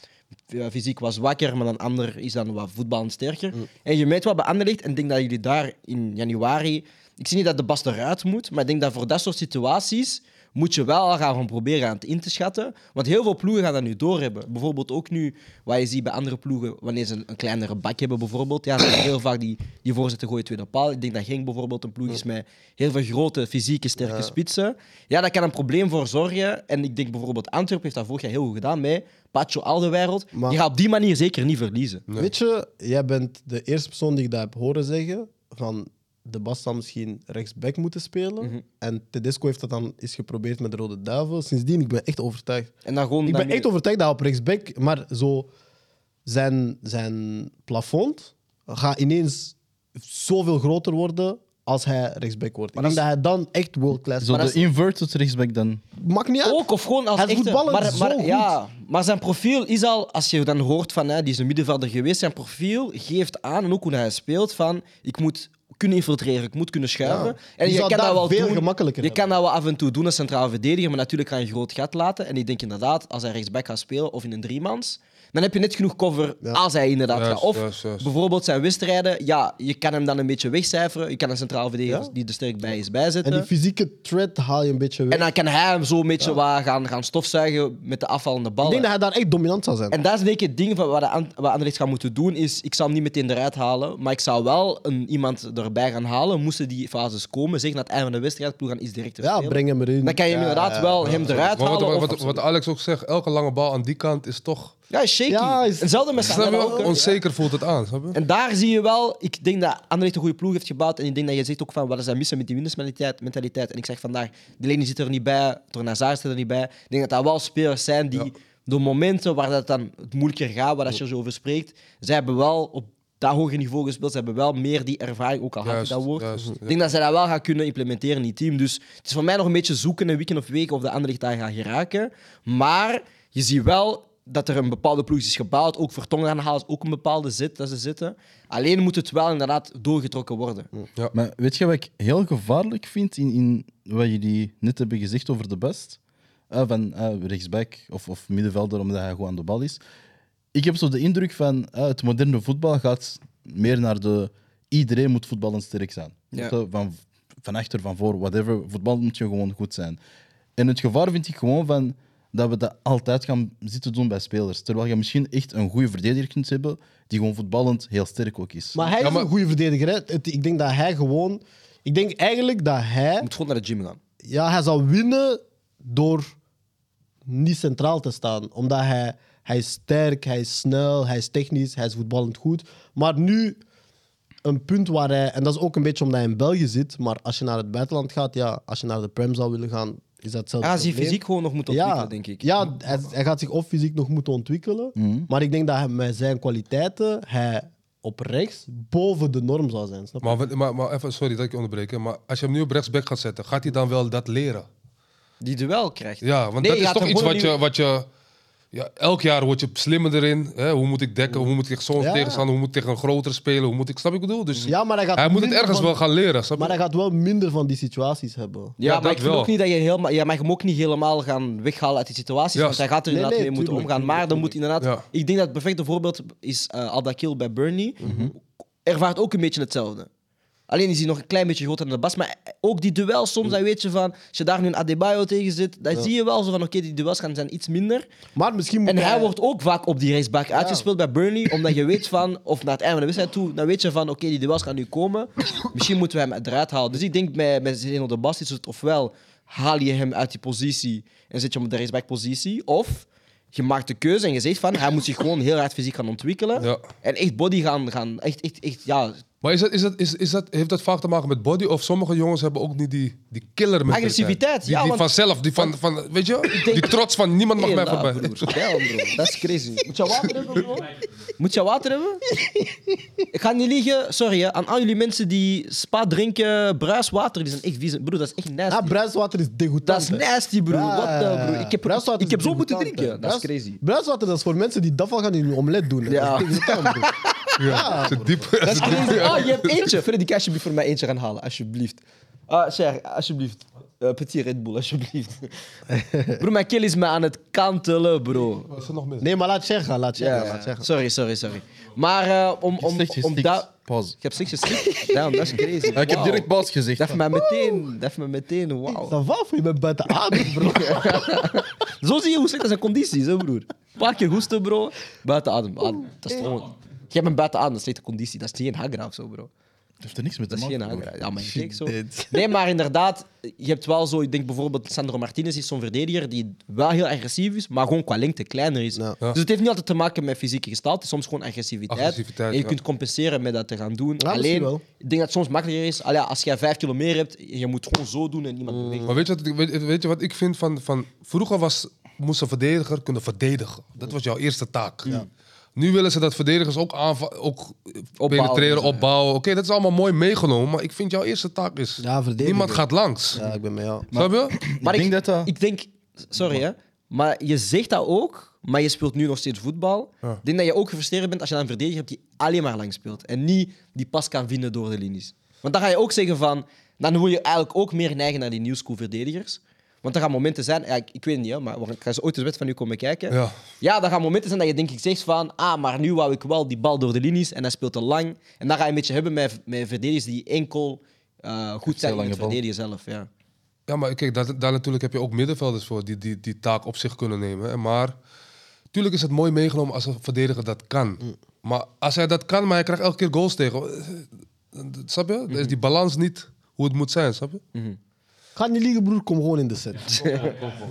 A: eh, fysiek wat zwakker, maar een ander is dan wat voetballend sterker. En je meet wat bij ander ligt en ik denk dat jullie daar in januari... Ik zie niet dat de Bas eruit moet, maar ik denk dat voor dat soort situaties moet je wel al gaan van proberen aan het in te schatten. Want heel veel ploegen gaan dat nu doorhebben. Bijvoorbeeld ook nu, wat je ziet bij andere ploegen, wanneer ze een, een kleinere bak hebben bijvoorbeeld. Ja, dan heel vaak die, die voorzetten gooien tweede paal. Ik denk dat Genk bijvoorbeeld een ploeg is met heel veel grote, fysieke, sterke spitsen. Ja, daar kan een probleem voor zorgen. En ik denk bijvoorbeeld Antwerpen heeft dat vorig jaar heel goed gedaan met Pacho Alderweireld.
B: Maar-
A: Die gaat op die manier zeker niet verliezen.
B: Weet je, jij bent de eerste persoon die ik dat heb horen zeggen, van de Bas zou misschien rechtsback moeten spelen. En Tedesco heeft dat dan eens geprobeerd met de Rode Duivel. Sindsdien, ik ben echt overtuigd.
A: En dan gewoon
B: Ik ben
A: daarmee-
B: echt overtuigd dat op rechtsback, maar zo zijn, zijn plafond gaat ineens zoveel groter worden als hij rechtsback wordt. Ik denk dat hij dan echt world class
D: Zo
B: wordt.
D: de inverted rechtsback dan.
B: Maakt niet uit.
A: Ook of gewoon als
B: Hij is
A: echte.
B: voetballend
A: maar,
B: zo
A: maar,
B: goed.
A: Ja, maar zijn profiel is al, als je dan hoort van hè, die is een middenvelder geweest, zijn profiel geeft aan, en ook hoe hij speelt, van ik moet kunnen infiltreren, ik moet kunnen schuiven.
B: Ja.
A: En
B: Je
A: je
B: zou
A: kan dat
B: daar
A: wel
B: veel
A: doen.
B: gemakkelijker
A: Je
B: hebben.
A: kan dat wel af en toe doen als centraal verdediger, maar natuurlijk kan je een groot gat laten. En ik denk inderdaad, als hij rechtsback gaat spelen of in een driemans, dan heb je net genoeg cover als hij inderdaad
C: Juist,
A: gaat. Of
C: juist, juist.
A: bijvoorbeeld zijn wedstrijden, ja, je kan hem dan een beetje wegcijferen. Je kan een centraal verdediger die er sterk bij is bijzetten.
B: En die fysieke threat haal je een beetje weg.
A: En dan kan hij hem zo een beetje wat gaan, gaan stofzuigen met de afvallende
B: ik
A: ballen.
B: denk dat hij daar echt dominant zal zijn.
A: En dat is denk ik het ding van wat, de An- wat Anderlecht gaat moeten doen. Is, ik zal hem niet meteen eruit halen, maar ik zou wel een, iemand erbij gaan halen. Moesten die fases komen, zeg na het einde van de wedstrijd, ploeg gaan iets directer
B: ja,
A: spelen.
B: breng hem erin.
A: Dan kan je hem inderdaad wel hem eruit
C: Maar wat,
A: halen.
C: wat,
A: of-
C: wat, wat Alex ook zegt, elke lange bal aan die kant is toch...
A: ja, is shaky.
B: Ja, is-
A: Hetzelfde met
C: Snap je?
A: Standaard ook.
C: wel? Onzeker voelt het aan, snap je?
A: En daar zie je wel, ik denk dat Anderlecht een goede ploeg heeft gebouwd. En ik denk dat je zegt ook van, wat is dat missen met die winnersmentaliteit? mentaliteit. En ik zeg vandaag, de Leni zit er niet bij, Tornazar zit er niet bij. Ik denk dat dat wel spelers zijn die door momenten waar dat dan het moeilijker gaat, waar dat je er zo over spreekt, zij hebben wel op dat hoger niveau gespeeld. Ze hebben wel meer die ervaring, ook al had je
C: Juist,
A: dat woord.
C: juist,
A: Ik denk dat zij dat wel gaan kunnen implementeren in die team. Dus het is voor mij nog een beetje zoeken, een weekend of week, of de Anderlecht daar gaat geraken. Maar je ziet wel dat er een bepaalde ploeg is gebouwd. Ook voor Tonga halen ze ook een bepaalde zit dat ze zitten. Alleen moet het wel inderdaad doorgetrokken worden.
D: Maar weet je wat ik heel gevaarlijk vind in, in wat jullie net hebben gezegd over de best? Eh, van eh, rechtsback of, of middenvelder, omdat hij gewoon aan de bal is. Ik heb zo de indruk van eh, het moderne voetbal gaat meer naar de iedereen moet voetballen sterk zijn.
A: Ja.
D: Zo Van, van achter, van voor, whatever. Voetbal moet je gewoon goed zijn. En het gevaar vind ik gewoon van dat we dat altijd gaan zitten doen bij spelers. Terwijl je misschien echt een goede verdediger kunt hebben die gewoon voetballend heel sterk ook is.
B: Maar hij
C: Ja,
B: is
C: maar-
B: een goede verdediger. Hè. Het- ik denk dat hij gewoon... Ik denk eigenlijk dat hij...
A: Je moet gewoon naar de gym gaan.
B: ja, hij zou winnen door niet centraal te staan. Omdat hij, hij is sterk, hij is snel, hij is technisch, hij is voetballend goed. Maar nu een punt waar hij... En dat is ook een beetje omdat hij in België zit. Maar als je naar het buitenland gaat, ja, als je naar de Prem zou willen gaan, is dat hetzelfde
A: Hij gaat zich
B: probleem.
A: fysiek gewoon nog moeten ontwikkelen, denk ik.
B: Ja, hij, hij gaat zich of fysiek nog moeten ontwikkelen. Maar ik denk dat hij met zijn kwaliteiten hij op rechts boven de norm zou zijn. Snap je?
C: Maar, we- maar, maar even, sorry dat ik je onderbreek, hè, maar als je hem nu op rechtsback gaat zetten, gaat hij dan wel dat leren?
A: Die duel krijgt.
C: Ja, want
A: Nee, je
C: dat is
A: gaat
C: toch
A: hem
C: iets
A: gewoon
C: wat
A: een
C: je... Wat je ja, elk jaar word je slimmer erin. Hè? Hoe moet ik dekken? Hoe moet ik tegen zo'n
B: Ja.
C: tegenstander? Hoe moet ik tegen een grotere spelen? Hoe moet ik... Snap je wat ik bedoel? Dus
B: Ja, maar hij gaat
C: moet het
B: minder
C: ergens
B: van-
C: wel gaan leren. Snap je?
B: Maar hij gaat wel minder van die situaties hebben.
A: Ja,
C: Ja,
A: maar
C: dat
A: ik vind
C: wel.
A: ook niet dat je helemaal. Ja, maar je hem ook niet helemaal gaan weghalen uit die situaties.
C: Ja,
A: want hij gaat er
B: nee,
A: inderdaad
B: nee,
A: mee moeten
B: tuurlijk,
A: omgaan. Maar dan moet inderdaad.
C: Ja.
A: Ik denk dat het perfecte voorbeeld is eh Al Dakil bij Burnley.
C: Mhm.
A: Ervaart ook een beetje hetzelfde. Alleen is hij nog een klein beetje groter dan de Bas. Maar ook die duels soms,
C: Mhm.
A: dan weet je van. Als je daar nu een Adebayo tegen zit, dan zie je wel zo van: oké, die duels gaan zijn iets minder.
B: Maar misschien moet
A: En hij wordt ook vaak op die rechtsback uitgespeeld bij Burnley, omdat je weet van, of naar het einde van de wedstrijd toe, dan weet je van, oké, die duels gaan nu komen. Misschien moeten we hem eruit halen. Dus ik denk met, met Zeno de Bast is het ofwel haal je hem uit die positie en zet je hem op de rechtsbackpositie, of je maakt de keuze en je zegt van, hij moet zich gewoon heel hard fysiek gaan ontwikkelen
C: Ja.
A: en echt body gaan, gaan echt, echt, echt, ja.
C: Maar is dat, is dat, is, is dat, heeft dat vaak te maken met body? Of sommige jongens hebben ook niet die, die killer met
A: Agressiviteit,
C: Die,
A: ja,
C: die
A: want-
C: vanzelf, die van, van, weet je,
A: denk-
C: die trots van niemand mag mij
A: Hela,
C: voorbij.
A: broer. Damn, broer. Dat is crazy. Moet je water hebben, bro? Moet je water hebben? Ik ga niet liegen, sorry hè, aan al jullie mensen die spa drinken, bruiswater, die zijn echt vies. Broer, dat is echt nasty.
B: Ja, Ah, bruiswater is degoutant.
A: dat is
B: hè.
A: nasty, broer.
B: Ja,
A: Wat
B: ja,
A: de,
B: ja.
A: broer? Ik heb,
B: Bruiswater
A: ik heb
B: is
A: zo moeten
B: degoutant,
A: drinken.
B: hè.
A: Dat is
B: Bruis-
A: crazy.
B: Bruiswater dat is voor mensen die dat van gaan in hun omelet doen. hè.
A: Ja.
B: Dat is degoutant, bro.
C: Ja, ze diep. ze diep-
A: Ah, je hebt eentje. Freddy, kan je alsjeblieft voor mij eentje gaan halen, alsjeblieft. Ah, Cher, alsjeblieft. Eh, petit Red Bull, alsjeblieft. Broer, mijn keel is me aan het kantelen, bro.
C: Is er nog meer?
B: Nee, maar laat zeggen, laat zeggen,
A: Ja,
B: laat
A: ja.
B: zeggen.
A: Sorry, sorry, sorry. Maar eh, om, om,
D: Slecht
A: om
D: gestikt.
A: daar...
D: Pause.
A: Ik heb slecht geschikt. Damn, dat is crazy.
D: Ja, ik heb
A: Wauw.
D: direct baas gezegd.
A: Dat heeft mij meteen, dat heeft mij meteen, wauw.
B: Dat waf, je bent buiten adem, bro.
A: Zo zie je hoe slecht dat zijn conditie is, hè, broer. Een paar keer hoesten, bro. Buiten adem. Adem. Dat is gewoon... Je hebt een buiten adem, dat is slechte conditie. Dat is geen hagra of zo, bro.
D: Dat heeft er niks mee te
A: Dat is
D: maken.
A: geen
D: broer.
A: hagra. Ja, maar je
D: Shit,
A: kijkt zo.
D: dit.
A: Nee, maar inderdaad, je hebt wel zo... Ik denk bijvoorbeeld Sandro Martinez is zo'n verdediger die wel heel agressief is, maar gewoon qua lengte kleiner is. Dus het heeft niet altijd te maken met fysieke gestalte. Het is soms gewoon agressiviteit.
C: Agressiviteit,
A: en je
C: ja.
A: kunt compenseren met dat te gaan doen.
B: Ja, misschien
A: Alleen,
B: wel.
A: ik denk dat het soms makkelijker is. Allee, als jij vijf kilo meer hebt, je moet gewoon zo doen en niemand beweegt.
C: Maar weet je, wat, ik- weet, weet je wat ik vind van... van vroeger was, moest een verdediger kunnen verdedigen. Dat was jouw eerste taak. Nu willen ze dat verdedigers ook, aanva- ook opbouwen, penetreren, opbouwen. Oké, dat is allemaal mooi meegenomen. Maar ik vind jouw eerste taak is...
B: Ja, verdedigen.
C: niemand gaat langs.
B: Ja, ik ben met jou.
C: Snap je?
A: Maar
D: ik denk dat dat...
A: Ik denk, sorry hè, maar je zegt dat ook, maar je speelt nu nog steeds voetbal. Ik denk dat je ook gefrustreerd bent als je dan een verdediger hebt die alleen maar lang speelt en niet die pas kan vinden door de linies. Want dan ga je ook zeggen van, dan wil je eigenlijk ook meer neigen naar die new school verdedigers. Want er gaan momenten zijn, ja, ik, ik weet niet, hè, maar ik ga ze ooit eens wet van u komen kijken.
C: Ja.
A: Ja, er gaan momenten zijn dat je denk ik zegt van... Ah, maar nu wou ik wel die bal door de linies en hij speelt te lang. En dan ga je een beetje hebben met, met verdedigers die enkel eh, goed zijn in
D: lange
A: het
D: bal.
A: verdedigen zelf. Ja.
C: Ja, maar kijk, daar, daar natuurlijk heb je ook middenvelders voor die, die die taak op zich kunnen nemen. hè. Maar natuurlijk is het mooi meegenomen als een verdediger dat kan.
B: Mm.
C: Maar als hij dat kan, maar hij krijgt elke keer goals tegen. eh, eh, Snap je?
B: Mhm.
C: Dan is die balans niet hoe het moet zijn, snap je?
B: Ga niet liegen, broer, kom gewoon in de set.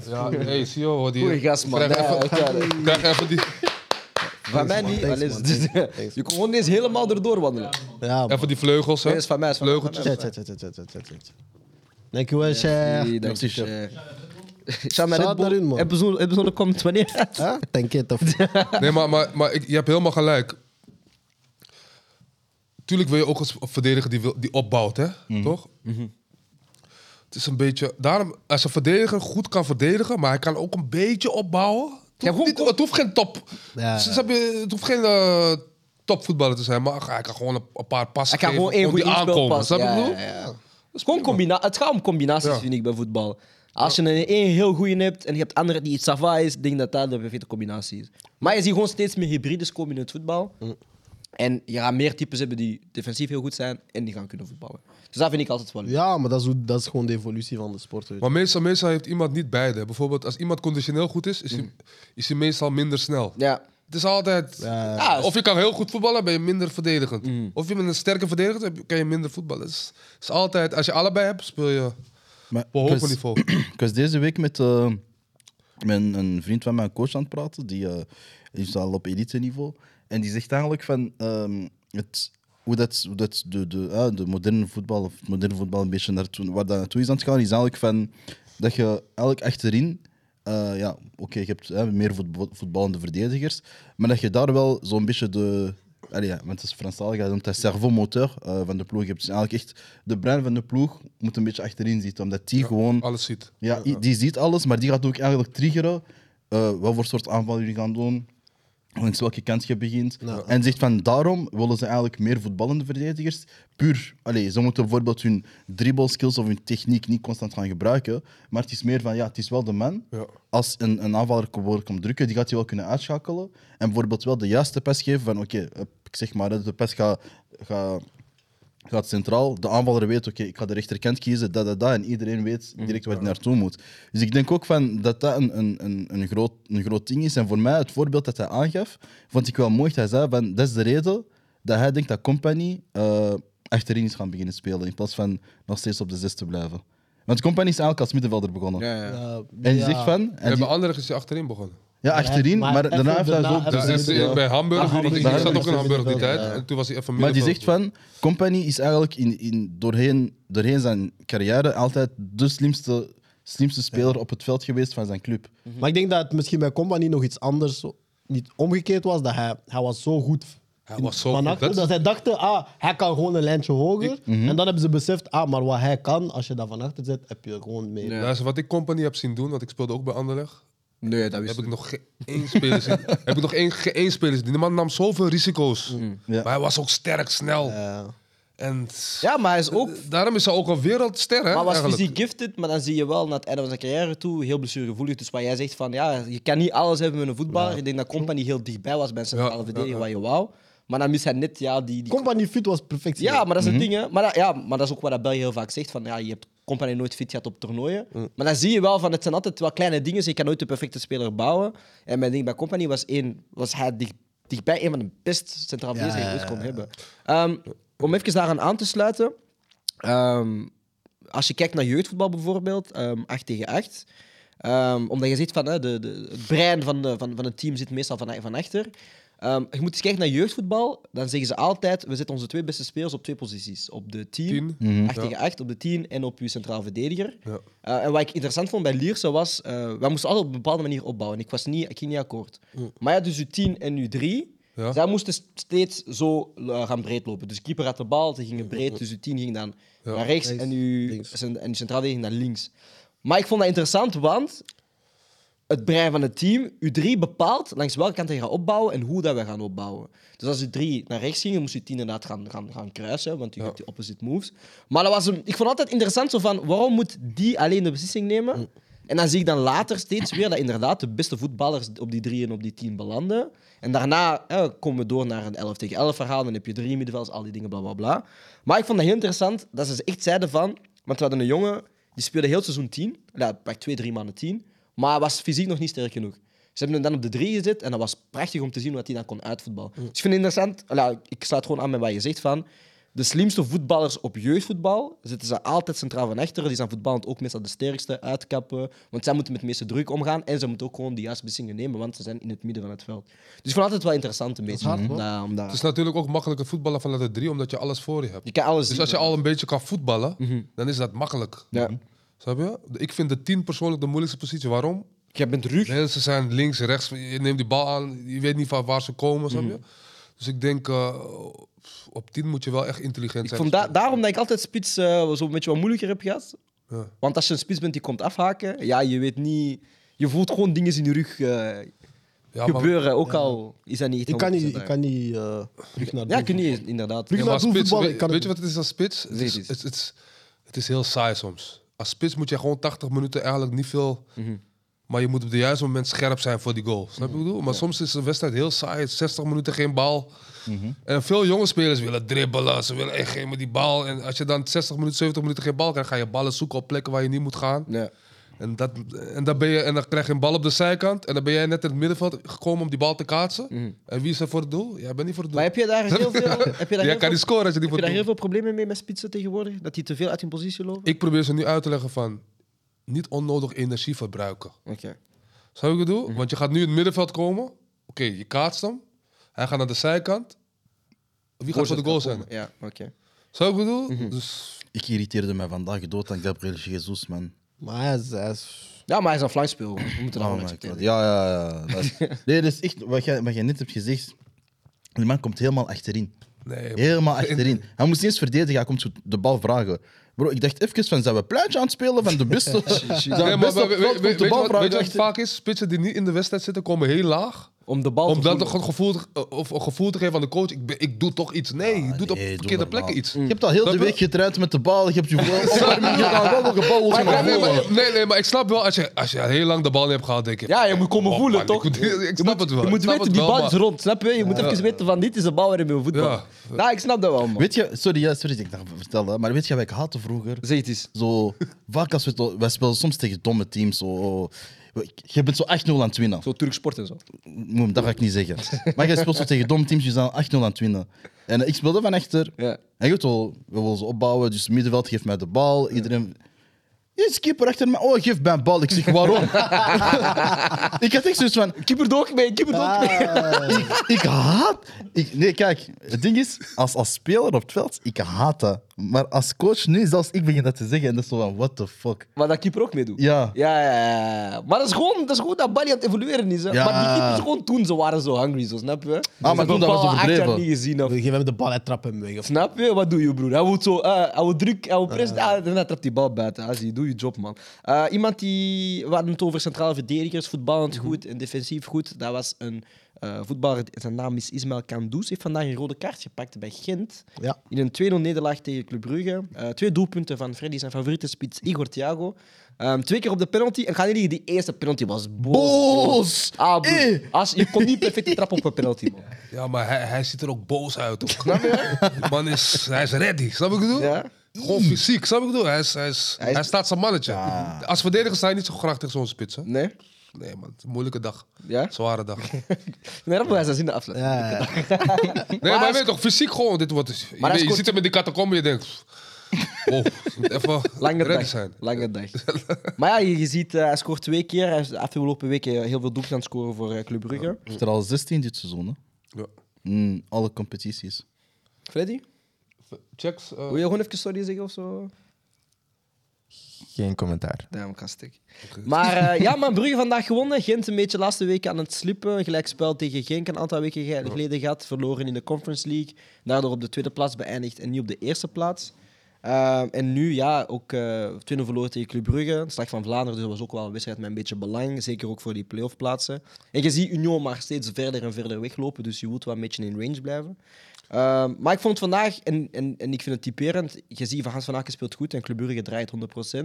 C: Ja, hey, zie je hoor. Die,
A: Goeie gast, man.
C: Krijg
A: Ja,
C: even,
A: ik ga het.
C: krijg even die,
A: Van mij niet. Allee, dus, Je kon gewoon niet eens helemaal erdoor wandelen.
B: Ja, man.
C: even die vleugels. Hè.
A: Nee, dat is van mij. is van mij, van
C: Vleugeltjes.
A: mij.
B: Chat, chat, chat, chat, chat, chat, chat. Dankjewel, chef.
A: Die, dank je,
D: Merci,
A: chef. Shout naar
B: Shout
A: Red Bull.
B: daarin, man.
A: Hebben ze- hebben ze een comment wanneer?
B: Huh? Thank you, tof.
C: Nee, maar, maar, maar ik, je hebt helemaal gelijk. Tuurlijk wil je ook als verdediger die, wil, die opbouwt, hè? toch? Het is een beetje... Daarom, als een verdediger goed kan verdedigen, maar hij kan ook een beetje opbouwen... Het hoeft,
A: gewoon
C: niet- het hoeft geen top...
B: Ja,
C: s-
B: ja.
C: snap je? Het hoeft geen eh, topvoetballer te zijn, maar hij kan gewoon een, een paar passen
A: Hij kan
C: geven,
A: gewoon één goede
C: die aankomen.
A: aankomen.
C: Snap je wat ik bedoel?
A: Gewoon combina het gaat om combinaties,
C: Ja.
A: vind ik, bij voetbal. Als je een één heel goede hebt en je hebt andere die iets sava is, denk dat dat de perfecte combinatie is. Maar je ziet gewoon steeds meer hybrides komen in het voetbal.
C: Mm.
A: En je gaat meer types hebben die defensief heel goed zijn en die gaan kunnen voetballen. Dus dat vind ik altijd wel leuk.
B: Ja, maar dat is, hoe- dat is gewoon de evolutie van de sport. weet je.
C: Maar meestal, meestal heeft iemand niet beide. Bijvoorbeeld, als iemand conditioneel goed is, is hij, is hij meestal minder snel.
A: Ja.
C: Het is altijd.
A: ja.
C: of je kan heel goed voetballen, ben je minder verdedigend. Of je bent een sterke verdediger, dan kan je minder voetballen. Het is, het is altijd, als je allebei hebt, speel je
D: Maar
C: Op een
D: ik
C: hoger
D: was-
C: niveau.
D: Ik was deze week met eh, mijn, een vriend van mij, een coach, aan het praten. Die, eh, die is al op elite-niveau. En die zegt eigenlijk van ehm, het, hoe dat, hoe dat de, de, eh, de moderne voetbal, of het moderne voetbal een beetje naartoe, waar dat naartoe is aan het gaan, is eigenlijk van dat je eigenlijk achterin, eh, ja, oké, je hebt eh, meer voetbal, voetballende verdedigers, maar dat je daar wel zo'n beetje de. Allee, ja, want het is Franstalig, hij noemt dat servomotor eh, van de ploeg. Je hebt dus eigenlijk echt de brein van de ploeg moet een beetje achterin zitten, omdat die gewoon
C: Alles ziet.
D: ja, i- die ziet alles, maar die gaat ook eigenlijk triggeren eh, wat voor soort aanval jullie gaan doen, langs welke kant je begint. En zegt van daarom willen ze eigenlijk meer voetballende verdedigers. Puur, allee, ze moeten bijvoorbeeld hun dribbelskills of hun techniek niet constant gaan gebruiken, maar het is meer van ja, het is wel de man.
C: Ja.
D: Als een, een aanvaller ko- wordt komt drukken, die gaat hij wel kunnen uitschakelen. En bijvoorbeeld wel de juiste pas geven van oké, hup, ik zeg maar, hè, de pas gaat. Ga, gaat centraal. De aanvaller weet, oké, ik ga de rechterkant kiezen, dat, dat, dat. En iedereen weet direct waar hij naartoe moet. Dus ik denk ook van dat dat een, een, een, een, groot, een groot ding is. En voor mij, het voorbeeld dat hij aangaf, vond ik wel mooi. Dat hij zei, van, dat is de reden dat hij denkt dat Company eh, achterin is gaan beginnen spelen. In plaats van nog steeds op de zes te blijven. Want Company is eigenlijk als middenvelder begonnen. En die
B: ja.
D: zegt van...
C: We
D: En die-
C: hebben anderen gezien achterin begonnen.
D: ja, achterin,
B: Maar
D: maar,
B: even
D: daarna heeft hij
B: daarna
D: zo...
B: even-
D: de
C: Dus
B: Ja,
C: is-
B: ja.
C: bij Hamburg,
B: Ah,
C: want ik-
D: Hamburg.
C: ik zat ook in
B: Ja.
C: Hamburg die tijd.
B: Ja.
C: En toen was hij even
D: Maar die zegt
C: middenveld.
D: van, Company is eigenlijk in, in, doorheen, doorheen zijn carrière altijd de slimste, slimste speler op het veld geweest van zijn club.
B: Mhm. Maar ik denk dat het misschien bij Company nog iets anders zo- niet omgekeerd was. Dat hij, hij was zo goed
C: Hij
B: in-
C: was zo
B: van
C: goed,
B: achter,
C: dat-
B: dat zij dachten, ah, hij kan gewoon een lijntje hoger.
A: Mhm.
B: En dan hebben ze beseft, ah, maar wat hij kan, als je dat van achter zet, heb je gewoon mee.
C: Luister, wat ik Company heb zien doen, want ik speelde ook bij Anderlecht,
A: Nee, dat wist
C: heb ik
A: ik.
C: nog geen één speler zien. Heb ik nog één, geen één speler zien. Die man nam zoveel risico's.
A: Mm.
C: Maar hij was ook sterk, snel. En
A: Ja, maar hij is ook
C: daarom is hij ook een wereldster, hè?
A: Maar was
C: Eh, eigenlijk.
A: fysiek gifted, maar dan zie je wel naar het einde van zijn carrière toe heel blessuregevoelig. Dus wat jij zegt van ja, je kan niet alles hebben met een voetballer. Ik denk dat Company heel dichtbij was bij een centrale
C: Ja,
A: verdediger
C: ja,
A: wat je wou. Maar dan mist hij net ja, die. die...
B: Company fit was perfect.
A: Ja, maar dat is
C: Mhm.
A: het ding, hè. Maar dat, ja, maar dat is ook wat dat België heel vaak zegt: van ja, je hebt Company nooit fit gehad op toernooien.
C: Mm.
A: Maar dan zie je wel van het zijn altijd wel kleine dingen. Je kan nooit de perfecte speler bouwen. En mijn ding bij Company was één, was hij dicht, dichtbij een van de best centrale verdedigers die je ooit kon hebben. Ehm, om even daaraan aan te sluiten. Ehm, als je kijkt naar jeugdvoetbal bijvoorbeeld, ehm 8 tegen 8. ehm, omdat je ziet van hè, de, de, het brein van, de, van, van het team zit meestal van, van achter. Ehm, je moet eens kijken naar jeugdvoetbal, dan zeggen ze altijd: we zetten onze twee beste spelers op twee posities. Op de 10,
C: Tien.
A: 8
C: Ja.
A: tegen 8, op de 10 en op uw centraal verdediger.
C: Ja.
A: Eh, en wat ik interessant vond bij Lierse was: eh, wij moesten altijd op een bepaalde manier opbouwen. Ik, was niet, ik ging niet akkoord. Maar ja, dus uw 10 en uw 3.
C: Mm. Ja.
A: Zij moesten st- steeds zo eh, gaan breed lopen. Dus keeper had de bal, ze gingen breed, dus uw 10 ging dan
C: Ja.
A: naar rechts
B: Rechts,
A: en uw,
B: links.
A: cent- en uw centraal ging naar links. Maar ik vond dat interessant, want het brein van het team, u drie bepaalt langs welke kant hij gaat opbouwen en hoe dat we gaan opbouwen. Dus als u drie naar rechts ging, dan moest u tien inderdaad gaan, gaan, gaan kruisen, want u hebt die opposite moves. Maar dat was een, ik vond altijd interessant zo van, waarom moet die alleen de beslissing nemen? En dan zie ik dan later steeds weer dat inderdaad de beste voetballers op die drie en op die tien belanden. En daarna eh, komen we door naar een 11 tegen 11 verhaal, dan heb je drie middenvelders, al die dingen, bla bla bla. Maar ik vond dat heel interessant dat ze echt zeiden van, want we hadden een jongen, die speelde heel het seizoen 10, ja, pak twee, drie maanden 10, maar hij was fysiek nog niet sterk genoeg. Ze hebben hem dan op de drie gezet en dat was prachtig om te zien wat hij dan kon uitvoetballen.
C: Mm.
A: Dus ik vind het interessant, ja, ik sluit gewoon aan met wat je zegt van. De slimste voetballers op jeugdvoetbal zitten ze altijd centraal van achteren. Die zijn voetballend ook meestal de sterkste, uitkappen. Want zij moeten met de meeste druk omgaan en ze moeten ook gewoon de juiste beslissingen nemen, want ze zijn in het midden van het veld. Dus ik vond het altijd wel interessant een beetje. om daar- om daar-
C: Het is natuurlijk ook makkelijker voetballen vanuit de drie, omdat je alles voor je hebt.
A: je kan alles
C: Dus
A: zien,
C: als je
A: hè.
C: al een beetje kan voetballen, dan is dat makkelijk.
A: Mhm. Ja.
C: Snap je? Ik vind de 10 persoonlijk de moeilijkste positie. Waarom?
A: Je bent rug.
C: Nee, ze zijn links, rechts. Je neemt die bal aan, je weet niet van waar ze komen.
A: Mhm.
C: Snap je? Dus ik denk, eh, op 10 moet je wel echt intelligent
A: Ik
C: zijn.
A: vond
C: dus
A: da- daarom dat ik altijd spits eh zo'n beetje wat moeilijker heb gehad.
C: Ja.
A: Want als je een spits bent die komt afhaken, ja, je weet niet... Je voelt gewoon dingen in je rug eh,
C: ja, maar,
A: gebeuren, ook al is dat niet echt
B: Ik kan niet,
A: 100%
B: ik kan niet eh, terug naar
A: Ja,
B: de-
A: kun je inderdaad.
B: Brugge- naar
C: ja, maar
B: doel
C: spits,
B: voetballen,
C: weet,
B: kan het
C: weet je wat het is als spits? Het
A: Zeg
C: is,
A: eens.
C: het, het is, het is heel saai soms. Als spits moet je gewoon 80 minuten eigenlijk niet veel...
A: Mhm.
C: Maar je moet op de juiste moment scherp zijn voor die goal. Snap je wat ik bedoel? Maar soms is een wedstrijd heel saai. Het is 60 minuten geen bal.
A: Mhm.
C: En veel jonge spelers willen dribbelen. Ze willen echt geen met die bal. En als je dan 60 minuten, 70 minuten geen bal krijgt... ga je ballen zoeken op plekken waar je niet moet gaan.
A: Ja.
C: En, dat, en, dan ben je, en dan krijg je een bal op de zijkant. En dan ben jij net in het middenveld gekomen om die bal te kaatsen. En wie is er voor het doel? Jij bent niet voor het doel.
A: Mhm. Maar heb je daar heel veel... Heb je daar
C: Jij
A: heel
C: kan
A: veel,
C: niet scoren als je
A: heb je
C: niet voor het
A: daar
C: doel
A: heel veel problemen mee met spitsen tegenwoordig? Dat die te veel uit hun positie lopen?
C: Ik probeer ze nu uit te leggen van niet onnodig energie verbruiken.
A: Oké.
C: Zou ik het doen?
A: Mhm.
C: Want je gaat nu in het middenveld komen. Oké, je kaatst hem. Hij gaat naar de zijkant. Wie gaat voor de goal zijn?
A: Ja, oké.
C: Zou ik het doen?
A: Mhm.
C: Dus
D: Ik irriteerde mij vandaag dood aan Gabriel Jesus, man.
B: Maar hij is, hij is-
A: Ja, maar hij is een flankspeel. We moeten dat wel
D: Oh my
A: accepteren.
D: God. Ja, ja, ja. Dat is- nee, dat is echt wat jij, wat jij net hebt gezegd. Die man komt helemaal achterin.
C: nee.
D: Helemaal achterin. Hij moest niet eens verdedigen, hij komt zo de bal vragen. Bro, ik dacht even van, zijn we plaatje aan het spelen van de bus? Zijn
C: Nee,
D: we
C: maar
D: bus
C: we-
D: op
C: we-
D: veld,
C: we-
D: komt
C: Weet
D: de
C: je
D: bal
C: wat- weet je
D: vragen?
C: wat het vaak is? Spitsen die niet in de wedstrijd zitten, komen heel laag.
A: Om de bal
C: Om
A: te
C: dan toch
A: voelen.
C: het gevoel, te- eh, of een gevoel te geven aan de coach, ik, ben- ik doe toch iets. Nee, je doet op
D: Ah, nee, doe
C: verkeerde
D: normaal. Mm.
C: plekken iets.
D: Je hebt al heel de
C: Snap je?
D: week getraind met de bal, je hebt je wel opwarming gedaan, wel nog gebabbeld.
C: Maar
D: maar
C: nee,
D: voelen.
C: maar, nee, nee, maar ik snap wel, als je, als je heel lang de bal niet hebt gehad, denk je...
A: Ja, je moet komen
C: oh,
A: voelen,
C: man,
A: toch?
C: Ik, moet- ik snap het wel.
A: Je
C: ik
A: moet
C: snap
A: weten,
C: het
A: die
C: wel,
A: bal is
C: maar-
A: rond, snap je? Je moet even weten van dit is een bal waarin je voetbal.
C: Ja.
A: Nou, ik snap dat wel, man.
D: Weet je, sorry, ja, sorry dat ik dat vertel, hè, maar weet je wat ik haatte vroeger?
A: Zeg het eens.
D: Zo, vaak als we... to- Wij spelen soms tegen domme teams, zo... Je bent zo 8-0 aan het winnen.
A: Zo Turk sport en zo.
D: Moem, dat ga ik niet zeggen. Maar jij speelt zo tegen domme teams, je zijn 8-0 aan het winnen. En eh, ik speelde van achter.
A: Ja.
D: En goed, wel, we willen ze opbouwen, dus het middenveld geeft mij de bal. Iedereen... Je is keeper achter me. Oh, geef mij een bal. Ik zeg, waarom? ik had echt zoiets van...
A: Keeper dook mee, keeper dook mee.
D: Ik haat... Ik, nee, kijk. Het ding is, als, als speler op het veld, ik haat dat. Maar als coach nu, zelfs ik begin dat te zeggen. En dat is zo van, what the fuck.
A: Maar dat keeper ook meedoet.
D: Ja.
A: Ja, ja, ja. Maar dat is gewoon dat, is gewoon dat Bali aan het evolueren is. Hè.
D: Ja.
A: Maar die keepers gewoon toen, ze waren zo hungry, zo, snap je?
D: maar toen, dat was overdreven.
A: Ik heb niet gezien. Of,
B: Geef hem de bal, hij trapt hem weg. Of-
A: snap je? Wat doe je, broer? Hij wordt zo, eh, hij wordt druk, hij wordt press. Ah, dan trapt die bal buiten. Azie, doe je job, man. Eh, iemand die... We hadden het over centrale verdedigers, voetballend goed en defensief goed. Dat was een eh, voetballer, zijn naam is Ismail Kandous. heeft vandaag een rode kaart gepakt bij Gent.
B: Ja.
A: In een 2-0 nederlaag tegen Club Brugge. Eh, twee doelpunten van Freddy, zijn favoriete spits Igor Thiago. Ehm, twee keer op de penalty. En ga niet liegen, die eerste penalty was boos.
D: Boos!
A: Ah, broer.
D: Eh.
A: Als, je kon niet perfect trappen op een penalty, man.
C: Ja, maar hij, hij ziet er ook boos uit. Toch? Snap je? Die Man is, hij is ready, snap ik bedoel?
A: Ja.
C: Gewoon fysiek, snap ik bedoel? Hij, is, hij, is,
A: Hij
C: hij,
A: is-
C: staat zijn mannetje. Als verdediger sta je niet zo graag tegen zo'n spits. Hè?
A: Nee?
C: Nee man, het is een moeilijke dag.
A: Ja?
C: Zware dag. Nee,
A: Nee, dat was in de afsluiting.
B: Ja, ja.
C: maar,
A: hij
C: je weet toch, fysiek gewoon. Dit wordt, je
A: hij
C: weet- je
A: scoort-
C: ziet hem in die catacombe en je denkt... pff, Wow, even
A: Lange
C: ready
A: dag.
C: zijn.
A: Lange dag. maar ja, je, je ziet, eh, hij scoort twee keer. Hij is afgelopen weken eh, heel veel doelpunten aan het scoren voor eh, Club Brugge.
D: heeft er al 16 dit seizoen, hè.
C: Ja.
D: Mm, alle competities.
A: Freddy,
C: Checks. eh,
A: wil je gewoon even sorry zeggen of zo?
G: Geen commentaar.
A: Damn, kastig. Maar eh, ja, man, Brugge vandaag gewonnen. Gent een beetje laatste weken aan het slippen. Gelijkspel tegen Genk een aantal weken ge- geleden gehad. Verloren in de Conference League. Daardoor op de tweede plaats beëindigd en nu op de eerste plaats. Ehm, en nu, ja, ook eh 2-0 verloren tegen Club Brugge. Slag van Vlaanderen, dus dat was ook wel een wedstrijd met een beetje belang. Zeker ook voor die play-off plaatsen. En je ziet Union maar steeds verder en verder weglopen. Dus je moet wel een beetje in range blijven. Ehm, maar ik vond vandaag, en, en, en ik vind het typerend, je ziet Van Hans van Aken speelt goed en Club Brugge draait 100%.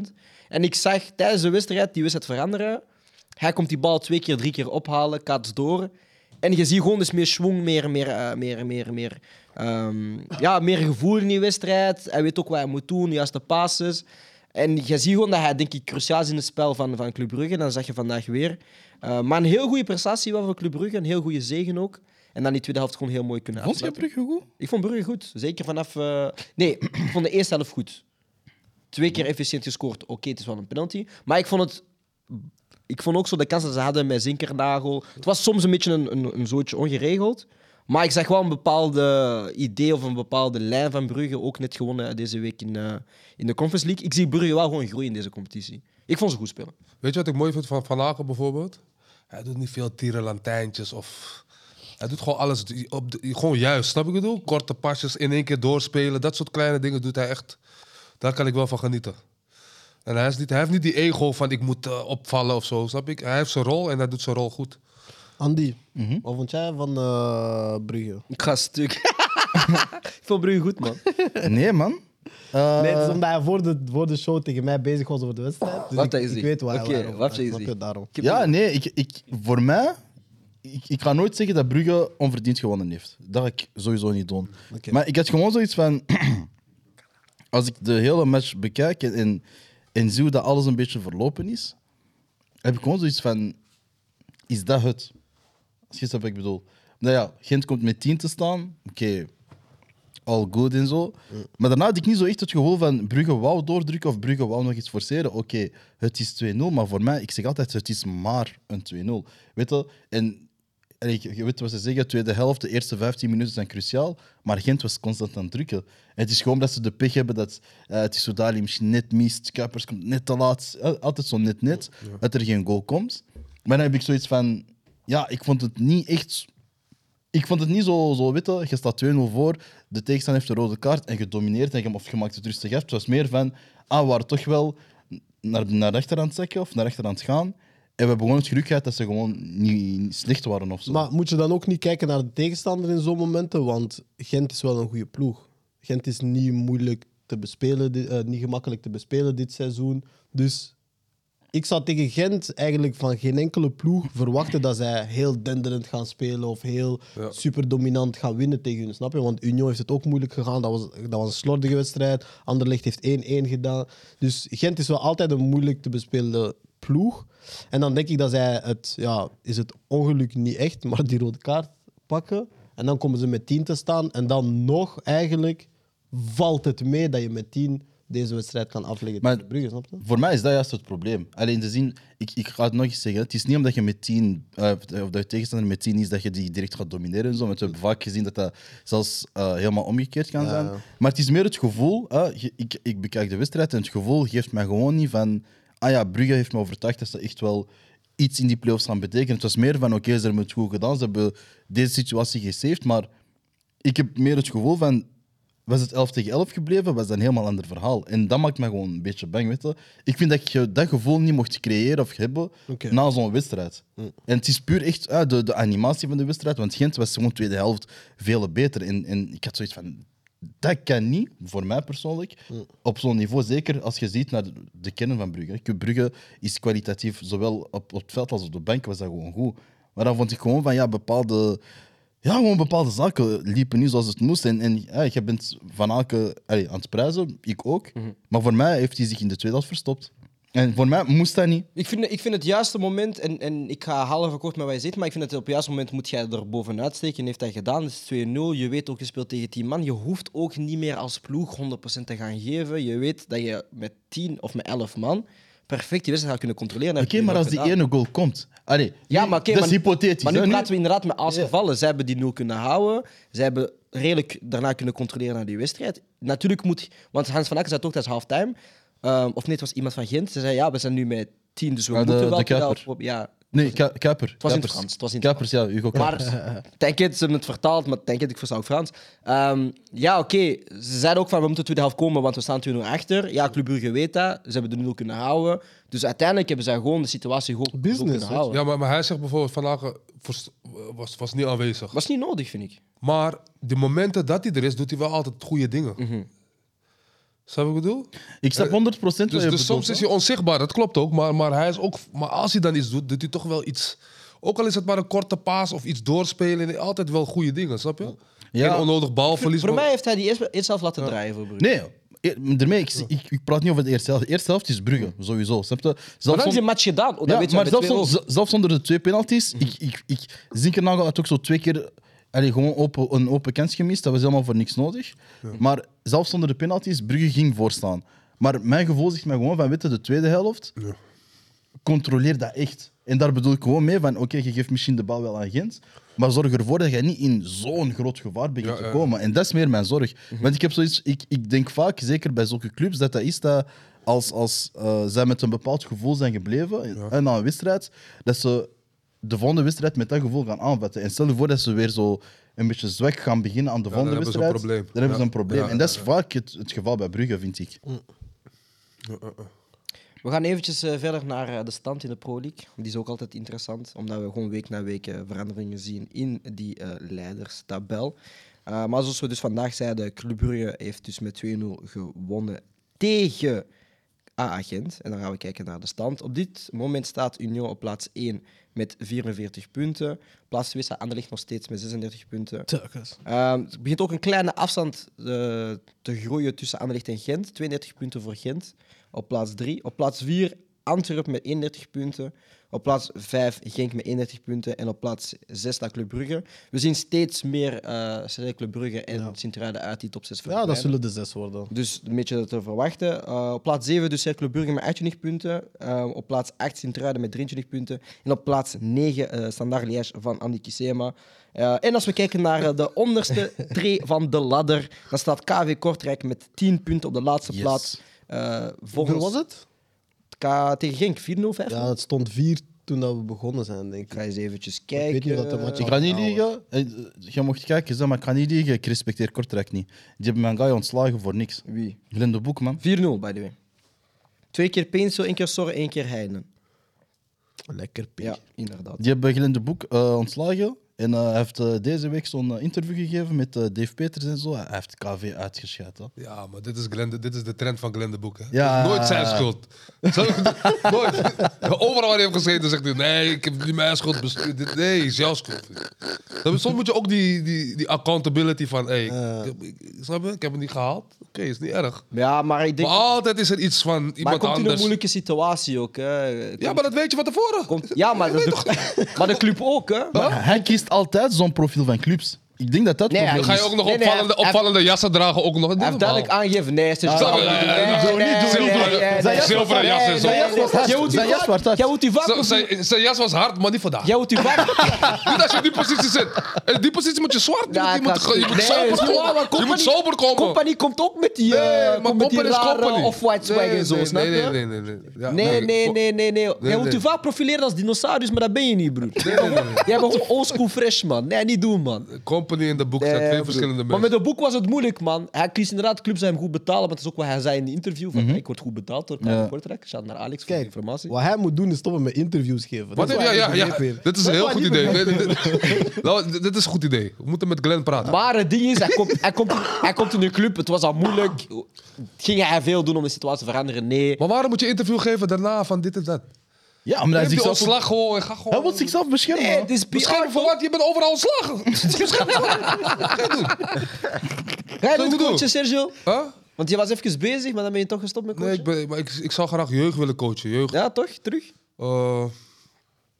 A: En ik zag tijdens de wedstrijd die wedstrijd veranderen. Hij komt die bal twee keer, drie keer ophalen, kaats door. En je ziet gewoon dus meer schwung, meer, meer, eh, meer, meer, meer, ehm, ja, meer gevoel in die wedstrijd. Hij weet ook wat hij moet doen, de juiste passes. En je ziet gewoon dat hij, denk ik, cruciaal is in het spel van, van Club Brugge. Dat zag je vandaag weer. Eh, maar een heel goede prestatie wel voor Club Brugge, een heel goede zegen ook. En dan die tweede helft gewoon heel mooi kunnen
D: Vond je
A: afsluiten.
D: Brugge goed?
A: Ik vond Brugge goed. Zeker vanaf. eh, Nee, ik vond de eerste helft goed. Twee keer efficiënt gescoord. Oké, het is wel een penalty. Maar ik vond het. Ik vond ook zo de kansen die ze hadden met Zinkernagel. Het was soms een beetje een, een, een zootje ongeregeld. Maar ik zag wel een bepaalde idee of een bepaalde lijn van Brugge. Ook net gewonnen deze week in, eh, in de Conference League. Ik zie Brugge wel gewoon groeien in deze competitie. Ik vond ze goed spelen.
C: Weet je wat ik mooi vind van Van Aken bijvoorbeeld? Hij doet niet veel tierenlantijntjes of... Hij doet gewoon alles die- op de- gewoon juist, snap ik het bedoel? Korte pasjes, in één keer doorspelen. Dat soort kleine dingen doet hij echt. Daar kan ik wel van genieten. En hij, is niet, hij heeft niet die ego van ik moet eh, opvallen of zo, snap ik? Hij heeft zijn rol en hij doet zijn rol goed.
B: Andy,
A: Mhm.
B: wat vond jij van eh, Brugge?
A: Ik ga stuk. ik vond Brugge goed, man.
D: Nee, man. Eh,
B: Nee, het is omdat hij voor de, voor de show tegen mij bezig was over de wedstrijd. Dus
A: Wat
B: ik,
A: hij
B: ik
A: zegt.
B: weet waar hij
A: Oké,
B: waarover
A: wat
B: gaat.
A: hij
B: Snap je?
A: zegt.
B: daarom.
A: Ik heb
D: ja, nee, ik, ik, voor mij, ik, ik ga nooit zeggen dat Brugge onverdiend gewonnen heeft. Dat ga ik sowieso niet doen.
B: Oké.
D: Maar ik had gewoon zoiets van. als ik de hele match bekijk en, en zie hoe dat alles een beetje verlopen is. heb ik gewoon zoiets van: is dat het? Als je snapt wat ik bedoel. Nou ja, Gent komt met 10 te staan. Oké, all good en zo. Maar daarna had ik niet zo echt het gevoel van Brugge wou doordrukken of Brugge wou nog iets forceren. Oké, het is 2-0, maar voor mij, ik zeg altijd, het is maar een 2-0. Weet je, en en ik- je weet wat ze zeggen, tweede helft, de eerste 15 minuten zijn cruciaal, maar Gent was constant aan het drukken. Het is gewoon dat ze de pech hebben dat eh het is Soudali misschien net mist, Kuipers komt net te laat, eh, altijd zo net net, dat er geen goal komt. Maar dan heb ik zoiets van, ja, ik vond het niet echt ik vond het niet zo, zo weet je, je staat 2-0 voor, de tegenstander heeft een rode kaart en gedomineerd en je, of je maakt het rustig af. Het was meer van, ah, we waren toch wel naar, naar rechter aan het zakken of naar rechter aan het gaan. En we hebben gewoon het geluk gehad dat ze gewoon niet, niet slecht waren of zo.
B: Maar moet je dan ook niet kijken naar de tegenstander in zo'n momenten? Want Gent is wel een goede ploeg. Gent is niet moeilijk te bespelen, di- eh, niet gemakkelijk te bespelen dit seizoen. Dus ik zou tegen Gent eigenlijk van geen enkele ploeg verwachten dat zij heel denderend gaan spelen of heel
C: Ja.
B: super dominant gaan winnen tegen hun. Snap je? Want Union heeft het ook moeilijk gegaan. Dat was, dat was een slordige wedstrijd. Anderlecht heeft 1-1 gedaan. Dus Gent is wel altijd een moeilijk te bespelen ploeg. En dan denk ik dat zij het, ja, is het ongeluk niet echt, maar die rode kaart pakken. En dan komen ze met 10 te staan. En dan nog eigenlijk valt het mee dat je met 10 deze wedstrijd kan afleggen
D: Maar-
B: tegen Brugge, snap je?
D: Voor mij is dat juist het probleem. Alleen te zien, ik, ik ga het nog eens zeggen, het is niet omdat je met 10, eh, of dat je tegenstander met 10 is, dat je die direct gaat domineren en zo. Want we hebben vaak gezien dat dat zelfs eh, helemaal omgekeerd kan zijn. Maar het is meer het gevoel, eh, je- ik, ik bekijk de wedstrijd en het gevoel geeft mij gewoon niet van, ah ja, Brugge heeft me overtuigd dat ze echt wel iets in die playoffs gaan betekenen. Het was meer van, oké, ze hebben het goed gedaan, ze hebben deze situatie gesaved, maar ik heb meer het gevoel van. Was het 11 tegen 11 gebleven, was dat een helemaal ander verhaal. En dat maakt me gewoon een beetje bang, weet je. Ik vind dat je dat gevoel niet mocht creëren of hebben
B: Oké.
D: na zo'n wedstrijd. En het is puur echt uit de, de animatie van de wedstrijd, want Gent was gewoon tweede helft veel beter. En, en ik had zoiets van, dat kan niet, voor mij persoonlijk, op zo'n niveau. Zeker als je ziet naar de, de kennen van Brugge. Ik vind Brugge is kwalitatief, zowel op, op het veld als op de bank was dat gewoon goed. Maar dan vond ik gewoon van, ja, bepaalde... Ja, gewoon bepaalde zaken liepen niet zoals het moest. En, en ja, je bent van elke allee, aan het prijzen, ik ook.
A: Mhm.
D: Maar voor mij heeft hij zich in de tweede helft verstopt. En voor mij moest dat niet.
A: Ik vind, ik vind het juiste moment, en, en ik ga half akkoord met wat je zegt, maar ik vind dat op het juiste moment moet jij er bovenuit steken. En heeft hij gedaan, het is 2-0. Je weet ook, je speelt tegen 10 man. Je hoeft ook niet meer als ploeg 100% te gaan geven. Je weet dat je met 10 of met 11 man perfect die wedstrijd gaat kunnen controleren. Dat
D: Oké,
A: heb je
D: maar
A: ook
D: als die
A: gedaan.
D: ene goal komt. Allee,
A: Ja,
D: nu-
A: maar oké,
D: dat is
A: maar-
D: hypothetisch.
A: Maar nu
D: hè, nu?
A: praten we inderdaad met als gevallen. Zij hebben die nul kunnen houden. Zij hebben redelijk daarna kunnen controleren naar die wedstrijd. Natuurlijk moet... Want Hans van Akker zei toch, dat is halftime. Ehm, of nee, het was iemand van Gent. Ze zei, ja, we zijn nu met tien, dus we
D: Ah, de-
A: moeten
D: de
A: wel...
D: Kuiper.
A: kunnen helpen. ja,
D: Nee, Ka- Kuiper.
A: het was in het
D: Kuipers.
A: Frans. Het was in het
D: Kuipers, ja, Hugo Kuipers.
A: maar denk het, ze hebben het vertaald, maar denk het, ik versta ook Frans. Ehm, ja, oké, ze zeiden ook van we moeten tweede helft komen, want we staan 2-0 achter. Ja, Club Brugge weet dat, ze hebben de 0 kunnen houden. Dus uiteindelijk hebben zij gewoon de situatie goed, goed
B: Business,
A: kunnen
B: hè?
A: houden.
C: Ja, maar, maar hij zegt bijvoorbeeld vandaag eh, vers- was, was niet aanwezig.
A: Was niet nodig, vind ik.
C: Maar de momenten dat hij er is, doet hij wel altijd goede dingen. Snap je wat ik bedoel?
D: Ik
A: Eh,
D: snap 100% wat je
C: Dus,
D: bedoelt,
C: dus soms
D: hè.
C: is hij onzichtbaar, dat klopt ook. Maar, maar, hij is ook. maar als hij dan iets doet, doet hij toch wel iets. Ook al is het maar een korte paas of iets doorspelen. en Altijd wel goede dingen, snap je?
D: Ja.
C: Geen onnodig balverlies.
A: Voor
C: maar-
A: mij heeft hij die eerst, eerst zelf laten draaien voor Brugge.
D: Nee, e- daarmee, ik, ik, ik praat niet over de eerste helft. De eerste helft is Brugge, sowieso. Snap je?
A: Maar
D: Zelfs
A: dan
D: zon-
A: is die match gedaan. Oh, dat
D: Ja,
A: weet je
D: maar
A: met Mhm.
D: zelfs,
A: 2-0.
D: zon- z- zelfs zonder de twee penalties, ik, ik, ik, Zinkernagel had ook zo twee keer allee, gewoon open, een open kans gemist. Dat was helemaal voor niks nodig. Maar zelfs zonder de penalties, Brugge ging voorstaan. Maar mijn gevoel zegt mij gewoon van, weet je, de tweede helft, controleer dat echt. En daar bedoel ik gewoon mee van, oké, je geeft misschien de bal wel aan Gent, maar zorg ervoor dat je niet in zo'n groot gevaar begint
C: Ja,
D: te
C: ja. Mhm.
D: komen. En dat is meer mijn zorg. Want ik heb zoiets, ik, ik denk vaak, zeker bij zulke clubs, dat dat is dat als, als eh, zij met een bepaald gevoel zijn gebleven en na een wedstrijd, dat ze de volgende wedstrijd met dat gevoel gaan aanvatten. En stel je voor dat ze weer zo een beetje zwak gaan beginnen aan de volgende
C: hebben ze een
D: wedstrijd.
C: probleem.
D: Dan hebben ze
C: Ja.
D: een probleem.
C: Ja,
D: en dat is vaak het, het geval bij Brugge, vind ik.
A: We gaan eventjes eh, verder naar eh, de stand in de Pro League. Die is ook altijd interessant, omdat we gewoon week na week eh, veranderingen zien in die eh, leiderstabel. Eh, maar zoals we dus vandaag zeiden, Club Brugge heeft dus met 2-0 gewonnen tegen A-agent. En dan gaan we kijken naar de stand. Op dit moment staat Union op plaats 1 met 44 punten. Plaats 2 staat Anderlecht nog steeds met 36 punten. Ehm er begint ook een kleine afstand eh, te groeien tussen Anderlecht en Gent. 32 punten voor Gent op plaats 3. Op plaats 4 Antwerpen met 31 punten. Op plaats 5 Genk met 31 punten. En op plaats 6 staat Club Brugge. We zien steeds meer eh CD Club Brugge en Sint-Truiden uit die top 6
B: Ja, dat zullen de zes worden.
A: Dus een beetje te verwachten. Eh, op plaats 7 dus Cercle Brugge met 28 punten. Eh, op plaats 8 Sint-Truiden met 23 punten. En op plaats 9 eh Standard Liège van Andy Kissema. Eh, en als we kijken naar eh, de onderste tree van de ladder, dan staat KV Kortrijk met 10 punten op de laatste
D: Yes.
A: plaats. Eh volgens
B: Hoeveel was het?
A: K tegen Genk 4-0, 5
B: Ja, het stond vier toen dat we begonnen zijn, denk
A: Ik
B: ik.
A: ga eens eventjes kijken.
B: niet of dat de match-
D: Ik ga niet liegen. Eh, Je mocht kijken, zeg, maar ik ga niet liegen. Ik respecteer Kortrijk niet. Die hebben mijn guy ontslagen voor niks.
A: Wie?
D: Glenn de Boek, man.
A: 4-0, by the way. Twee keer Peensel, één keer Sorre, één keer Heinen.
B: Lekker pik.
A: Ja, inderdaad.
D: Die hebben Glenn de Boek eh, ontslagen. En eh, hij heeft eh, deze week zo'n eh, interview gegeven met eh, Dave Peters en zo. Hij heeft KV uitgeschat. hè.
C: Ja, maar dit is, Glenn, de- dit is de trend van Glenn de Boek. Hè.
D: Ja.
C: Het is Nooit zijn schuld. Zo- Nooit. Overal waar hij heeft gezeten zegt hij: nee, ik heb niet mijn schuld. bes- dit- Nee, is jouw schuld. Dan, soms moet je ook die, die, die accountability van: hey, ik heb- ik- snap je? Ik heb het niet gehaald. Oké, is niet erg.
A: Ja, maar ik denk...
C: Maar altijd is er iets van iemand
A: Maar hij komt in een
C: anders.
A: moeilijke situatie ook. Hè. Komt-
C: Ja, maar dat weet je van tevoren.
A: komt, ja, maar, dat is de, maar de club ook, hè?
D: Maar hij kiest altijd zo'n profiel van clubs. Ik denk dat dat
A: Nee,
D: profiel
C: Dan ga je
D: is.
C: ook nog
A: Nee, nee,
C: opvallende,
A: hij-
C: opvallende jassen dragen. Ook nog.
A: Hij heeft duidelijk aangegeven, nee, ze
C: Snap je? Eh, Doe niet, doe niet. Zijn jas was- zijn jas was
A: Jij moet
D: Zijn
A: je
D: jas was
A: vaak-
D: hard.
A: jij moet je vaak...
C: Zo-
A: op die-
C: zijn- Zijn jas was hard, maar niet vandaag.
A: Jij moet je vaak...
C: Niet als je in die positie zit. In die positie moet je zwart. Je
A: Ja,
C: moet- je moet,
A: klasse.
C: je moet
A: Nee,
C: sober
A: is goed,
C: komen.
A: maar
C: je
A: company-
C: moet sober komen.
A: Company komt ook met die, eh,
C: Nee, maar
A: komt met die
C: company is
A: rare
C: company.
A: off-white swag
C: Nee,
A: en zo,
C: nee,
A: snap je?
C: nee, Nee, nee, nee. nee. Ja,
A: Nee, nee,
C: Ko-
A: nee, nee, nee. Jij moet je
C: nee.
A: vaak profileren als dinosaurus, maar dat ben je niet, broer. Jij bent gewoon oldschool fresh, man. Nee, niet doen, man.
C: Company en de boek zijn
A: Nee,
C: twee
A: broer.
C: verschillende
A: Maar met
C: mensen.
A: de boek was het moeilijk, man. Hij kiest inderdaad clubs die hem goed betalen. Maar dat is ook wat hij zei in de interview. Van, Ik word goed betaald door KV
D: Ja.
A: Kortrijk. Shout naar Alex voor
B: Kijk,
A: de informatie.
B: wat hij moet doen is stoppen met interviews geven.
C: Wat
B: Dat
C: heb
B: is
C: ja,
B: wat
C: ja,
B: hij
C: ja.
B: niet begreep weer.
C: Dit is een heel goed idee. Nee, dit- dit- Nou, dit- Dit is een goed idee. We moeten met Glenn praten.
A: Maar het ding is, hij komt, hij, komt in, hij komt in een club. Het was al moeilijk. Ging hij veel doen om de situatie te veranderen? Nee.
C: Maar waarom moet je interview geven daarna van dit en dat?
D: Ja,
C: Neem
D: omdat hij
C: die
D: zichzelf...
C: ontslag gewoon en ga gewoon...
D: Hij wil zichzelf beschermen.
A: Nee, dit is PR.
C: Beschermen voor wat? Je bent overal ontslagen. Beschermen voor wat? Ga je doen?
A: Ga je
C: Zo
A: dit
C: doen.
A: coachen, Sergio?
C: Huh?
A: Want je was even bezig, maar dan ben je toch gestopt met
C: Nee,
A: coachen?
C: ik, ben, maar ik, ik zou graag jeugd willen coachen. Jeugd.
A: Ja, toch? Terug?
C: Eh,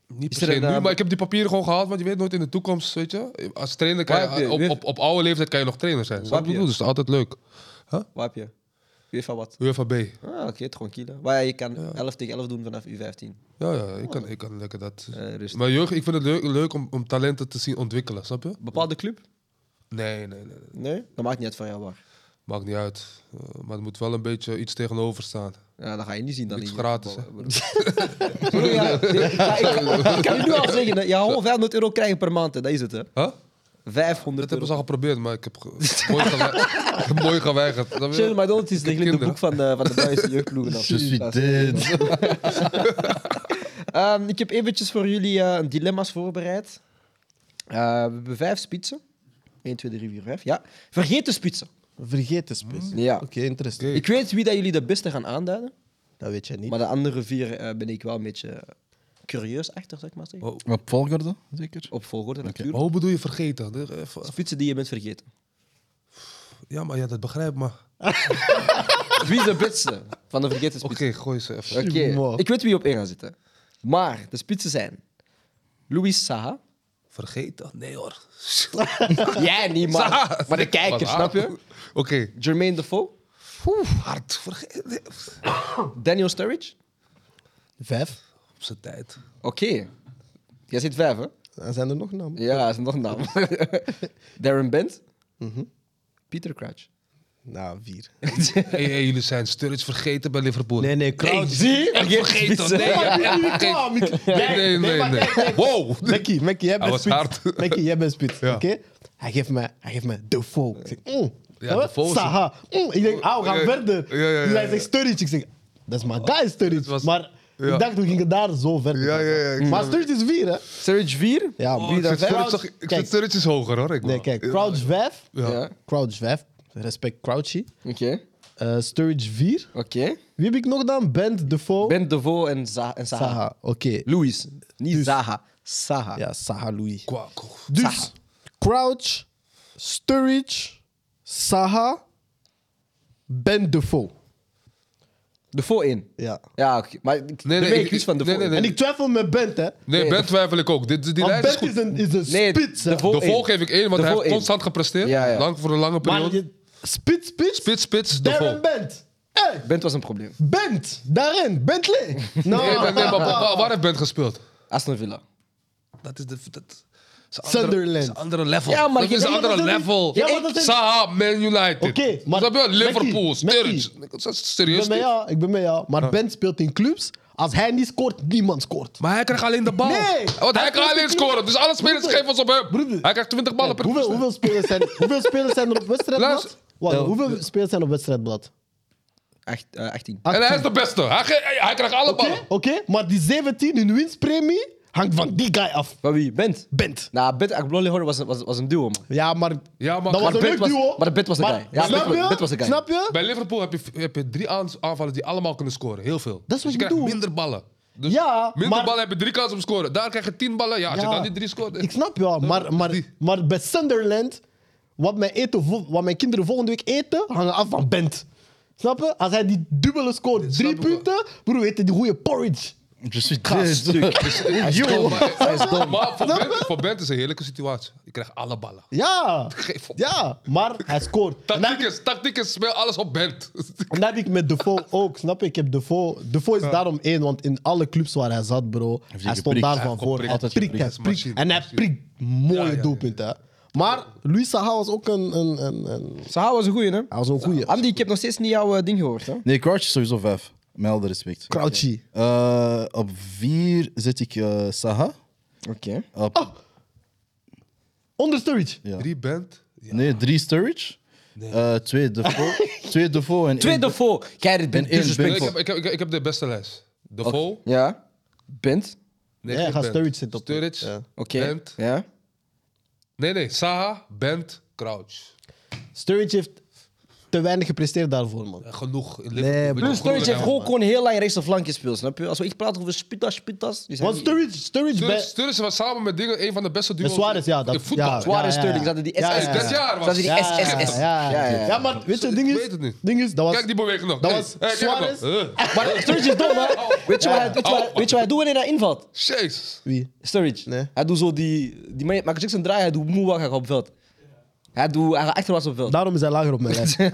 C: niet
A: Is
C: per
A: er
C: se
A: een,
C: nu,
A: eh,
C: maar ik heb die papieren gewoon gehaald, want je weet nooit in de toekomst, weet je. Als trainer kan
A: Waar heb je-
C: je, op,
A: weer-
C: op, op oude leeftijd kan je nog trainer zijn. Snap je
A: Waar
C: wat ik
A: heb je-
C: bedoel? Dus altijd leuk.
A: Waar heb je? UEFA wat?
C: UEFA B.
A: Ah, oké, het gewoon kielen. Maar ja, je kan 11 tegen 11 doen vanaf U15.
C: Ja, ja, ik kan, ik kan lekker dat.
A: Eh, rustig.
C: maar jeugd, ik vind het leuk, leuk om, om talenten te zien ontwikkelen, snap je?
A: Bepaalde club?
C: Nee, nee, nee. nee.
A: Nee? Dat maakt niet uit van jou waar.
C: Maakt niet uit. Eh, maar er moet wel een beetje iets tegenover staan.
A: Ja, dat ga je niet zien dan.
C: Niks
A: in je
C: gratis,
A: voetbal. Broer, ja, nee, ik, ga- ik ga- ik kan je nu al zeggen, hè. je gaat gewoon 500 euro krijgen per maand. hè. Dat is het, hè.
C: Huh? Dat
A: 500
C: hebben
A: euro.
C: ze al geprobeerd, maar ik heb ge- mooi, gewe- mooi geweigerd. Snap je?
A: Shane McDonald is de in de
C: Kinderen.
A: boek van de, van de Belgische jeugdploegen. af.
D: Je suis
A: Dat is-
D: dead.
A: Ehm, ik heb eventjes voor jullie eh, dilemma's voorbereid. Eh, we hebben vijf spitsen. 1, 2, 3, 4, 5. Ja. Vergeet de spitsen.
B: Vergeet de spits.
A: Ja.
B: Oké, interessant.
C: Mm. Oké.
A: Ik weet wie dat jullie de beste gaan aanduiden.
B: Dat weet jij niet.
A: Maar de andere vier eh, ben ik wel een beetje curieus achter, zeg maar. zeggen.
C: Oh.
D: Op volgorde, zeker?
A: Op volgorde natuurlijk.
C: Maar hoe bedoel je vergeten? De- eh, v-
A: Spitsen die je bent vergeten.
C: Ja, maar ja, dat begrijp ik, maar...
A: Wie is de beste van de vergeten
C: Oké,
A: spitsen?
C: gooi ze even.
A: Oké,
B: Superman.
A: ik weet wie op één gaat zitten. Maar de spitsen zijn... Louis Saha.
C: Vergeet dat? Nee hoor.
A: Jij niet, maar,
C: Saha.
A: maar de kijker,
C: Wat
A: snap je?
C: hard. Oké.
A: Jermaine Defoe.
C: Hard. Vergeet nee,
A: Daniel Sturridge.
B: Vijf.
C: Op zijn tijd.
A: Oké. Jij zit vijf, hè?
B: Dan zijn er nog namen.
A: Ja, dat is nog een naam. Darren Bent. Mhm. Peter Crouch.
B: Nou, vier.
C: hey, hey, jullie zijn Sturridge vergeten bij Liverpool.
B: Nee, nee, Kraut.
A: Zie?
C: Echt vergeten. Nee, ja, ja, vergeet- nee, nee, nee. Wow.
B: Mekkie, Mekkie, jij bent
C: Hij was
B: spits.
C: hard.
B: Mekkie, jij bent spits,
C: Ja.
B: oké? Hij geeft mij, hij geeft mij Defoe. Ik zeg, mm.
C: Ja,
B: Snap je?
C: Defoe is-
B: Saha. Mm. Ik denk, ah, we gaan
C: Ja, ja,
B: verder.
C: ja, ja,
B: Dus hij
C: ja. Oh,
B: zegt Sturridge. Ik zeg, dat is mijn guy, Sturridge.
C: was-
B: maar
C: ja.
B: ik dacht, we gingen daar zo verder.
C: Ja, ja, ja, ik
B: Maar
C: snap
B: Sturridge is vier, hè?
A: Sturridge 4.
B: Ja,
C: Oh,
B: wie
C: ik
B: dan
C: zet
B: verder?
C: Sturridge toch- ik
B: Kijk.
C: zet Sturridge is hoger hoor. Ik
B: Nee,
C: wel.
B: kijk, Crouch 5.
C: Ja.
A: Ja.
B: Crouch 5. Respect Crouchy.
A: Oké.
B: Eh, Sturridge 4.
A: Oké.
B: Wie heb ik nog dan? Bent, Defoe,
A: Bent Defoe en, Za- en Saha.
B: Saha. Oké.
A: Louis. Niet Zaha. Saha.
B: Ja, Saha Louis.
C: Kwa- kwa-
B: Dus
A: Saha.
B: Crouch, Sturridge, Saha, Ben Defoe.
A: De voor in.
B: Ja.
A: Ja, oké, maar ik,
C: Nee,
A: de
C: nee,
A: week
C: ik-
A: is van de
C: nee,
A: voor
C: nee,
A: in.
B: En ik twijfel met Bent, hè.
C: Nee, Ben twijfel ik ook. Dit, die
B: Want
C: lijst is
B: Bent
C: goed.
B: is een, is een
A: Nee,
B: spits, hè.
A: de voor
C: De vol
A: in.
C: geef ik één, want
A: De
C: hij
A: vol
C: heeft
A: één.
C: constant gepresteerd.
A: Ja, ja.
C: Lang, voor een lange
B: Maar
C: periode.
B: je, spits, spits,
C: Spits, spits, de
B: Darren
C: vol.
B: Bent. Hey,
A: Bent was een probleem.
B: Bent, daarin, Bentley. Nou,
C: Nee, maar, nee, maar waar, waar heeft Ben gespeeld?
A: Aston Villa.
C: Dat is de... Dat is een
B: Sunderland.
C: is een andere level.
A: Ja, maar
C: dat
A: je-
C: is een
A: ja, maar
C: andere
B: dat is-
C: level.
B: ja, maar dat is-
C: Saha, Man United.
B: Oké, maar-
C: Snap je? Liverpool,
B: Messi, Messi.
C: Sturridge. Dat is Serieus
B: Ik ben met
C: dit?
B: jou, ik ben met jou. Maar Bent speelt in clubs. Als hij niet scoort, niemand scoort.
C: Maar hij krijgt alleen de bal.
B: Nee,
C: Want hij,
B: hij
C: kan alleen
B: krijgt de
C: scoren. Dus alle spelers
B: Broeder,
C: geven ons op hem.
B: broeder.
C: Hij krijgt 20 ballen per
B: hoeveel,
C: wedstrijd.
B: hoeveel, spelers zijn, hoeveel spelers zijn er op wedstrijdblad?
C: Luister.
B: Wacht, hoeveel spelers zijn op wedstrijdblad?
A: Echt, eh, 18.
C: En hij is de beste. Hij, ge- hij krijgt alle
B: Oké,
C: ballen.
B: oké, maar die 17 in winstpremie hangt van die guy af.
A: Van wie? Bent?
B: Bent.
A: Nou, Bent Agbloli Horror was, was, was een duo, man.
B: Ja, maar
C: Ja,
B: dat was
C: maar
A: Maar
B: Nou, een
A: Bent
B: leuk
A: was-
B: duo.
A: maar Bent was de guy. Ja,
B: snap
A: Bent was-
B: je?
A: Bent was de guy.
B: Snap je?
C: Bij Liverpool heb je, heb je drie aans- aanvallen die allemaal kunnen scoren. Heel veel.
B: Dat is
C: Dus
B: wat ik
C: je krijgt
B: bedoel.
C: minder ballen. Dus
B: Ja,
C: minder
B: maar-
C: ballen heb je drie kansen om te scoren. Daar krijg je tien ballen. Ja, als
B: Ja.
C: je dan die drie scoort.
B: Ik snap ja, maar, maar, maar bij Sunderland, wat mijn, eten, vol- wat mijn kinderen volgende week eten, hangen af van Bent. Snap je? Als hij die dubbele scoort, drie
C: snap ik wel.
B: punten, broer, we eten die goede porridge.
D: Je suis dead.
C: Hij is dom, maar- Maar voor Bent, voor Bent is een heerlijke situatie. Je krijgt alle ballen.
B: Ja,
C: Geef op.
B: ja, maar hij scoort. En dan,
C: Tactiek is, tactiek is, speel alles op Bent.
B: en dat heb ik met Defoe ook, snap je? Ik heb Defoe. Defoe is daarom één, want in alle clubs waar hij zat, bro, hij stond
D: geprikt.
B: daar
D: Hij
B: van voor. Hij
C: geprikt.
B: prikt,
C: Altijd
B: hij
C: geprikt.
B: prikt. En hij
C: Machine.
B: prikt mooie
C: Ja, ja, ja.
B: doelpunten. hè. Maar Luis Saha was ook een... een, een, een
A: Saha was een goeie, hè?
B: hij was een goeie.
A: Andy, ik heb nog steeds niet jouw eh, ding gehoord, hè?
D: Nee, Crouch is sowieso vijf. Met alle respect.
B: Crouchy.
D: Eh, op vier zet ik eh, Saha.
A: Oké.
D: Op,
A: Ah,
B: Onder Sturridge.
D: ja.
C: Drie Bent. Ja.
D: Nee, drie Sturridge. Eh, twee Defoe. twee Defoe en
A: Tweede
D: één-
A: voor. Kijk, dit bent dus
D: één
C: Nee,
A: disrespectful.
C: ik, heb, ik, heb, ik heb- ik heb de beste lijst. De Vol.
A: Ja. Bent.
C: Nee,
B: Ja,
C: geen
B: ga
C: Bent.
B: Sturridge zitten op-
C: Sturridge.
B: ja.
A: Oké.
C: Bent.
A: Ja.
C: Nee, nee. Saha, Bent, Crouch.
B: Sturridge heeft te weinig gepresteerd daarvoor, man.
C: Eh, Genoeg. In
B: Nee,
C: Liverpool.
B: Bruce
A: Sturridge heeft
C: Sturridge-
A: gewoon, gewoon heel lang rechts de flank gespeeld, snap je? Als we echt praten over spitas, spitas... die zijn
B: Want
A: niet-
B: Sturridge, Sturridge bij...
C: Sturridge was samen met dingen een van de beste
B: Met
C: duo's
B: Suarez, ja. Dat,
C: in voetbal.
B: ja,
A: Zwaar en
B: ja, ja,
A: Sterling,
B: ja.
A: zaten die SS.
B: Ja, ja, ja.
C: Dat jaar was-
A: Zaten die
B: Ja, ja,
A: SSS.
B: Ja, ja, ja. Ja, maar weet je, het ding
C: Ik
B: is,
C: weet het niet.
B: ding is, dat was...
C: Kijk die beweging nog.
B: Dat
C: Nee.
B: was
C: Hey, kijk nog.
B: Suarez.
C: Huh.
A: Maar Sturridge is dom, hè? Weet je wat hij- weet je wat hij-
C: Oh.
A: weet je wat hij doet wanneer hij invalt?
C: Jezus.
B: Wie?
A: Sturridge.
B: Nee.
A: Hij doet zo die... die man- Michael Jackson draai, hij doet moe hij gaat op veld. Hij, doet, hij gaat achterwaarts op veld.
B: Daarom is hij lager op mijn lijst. Nee,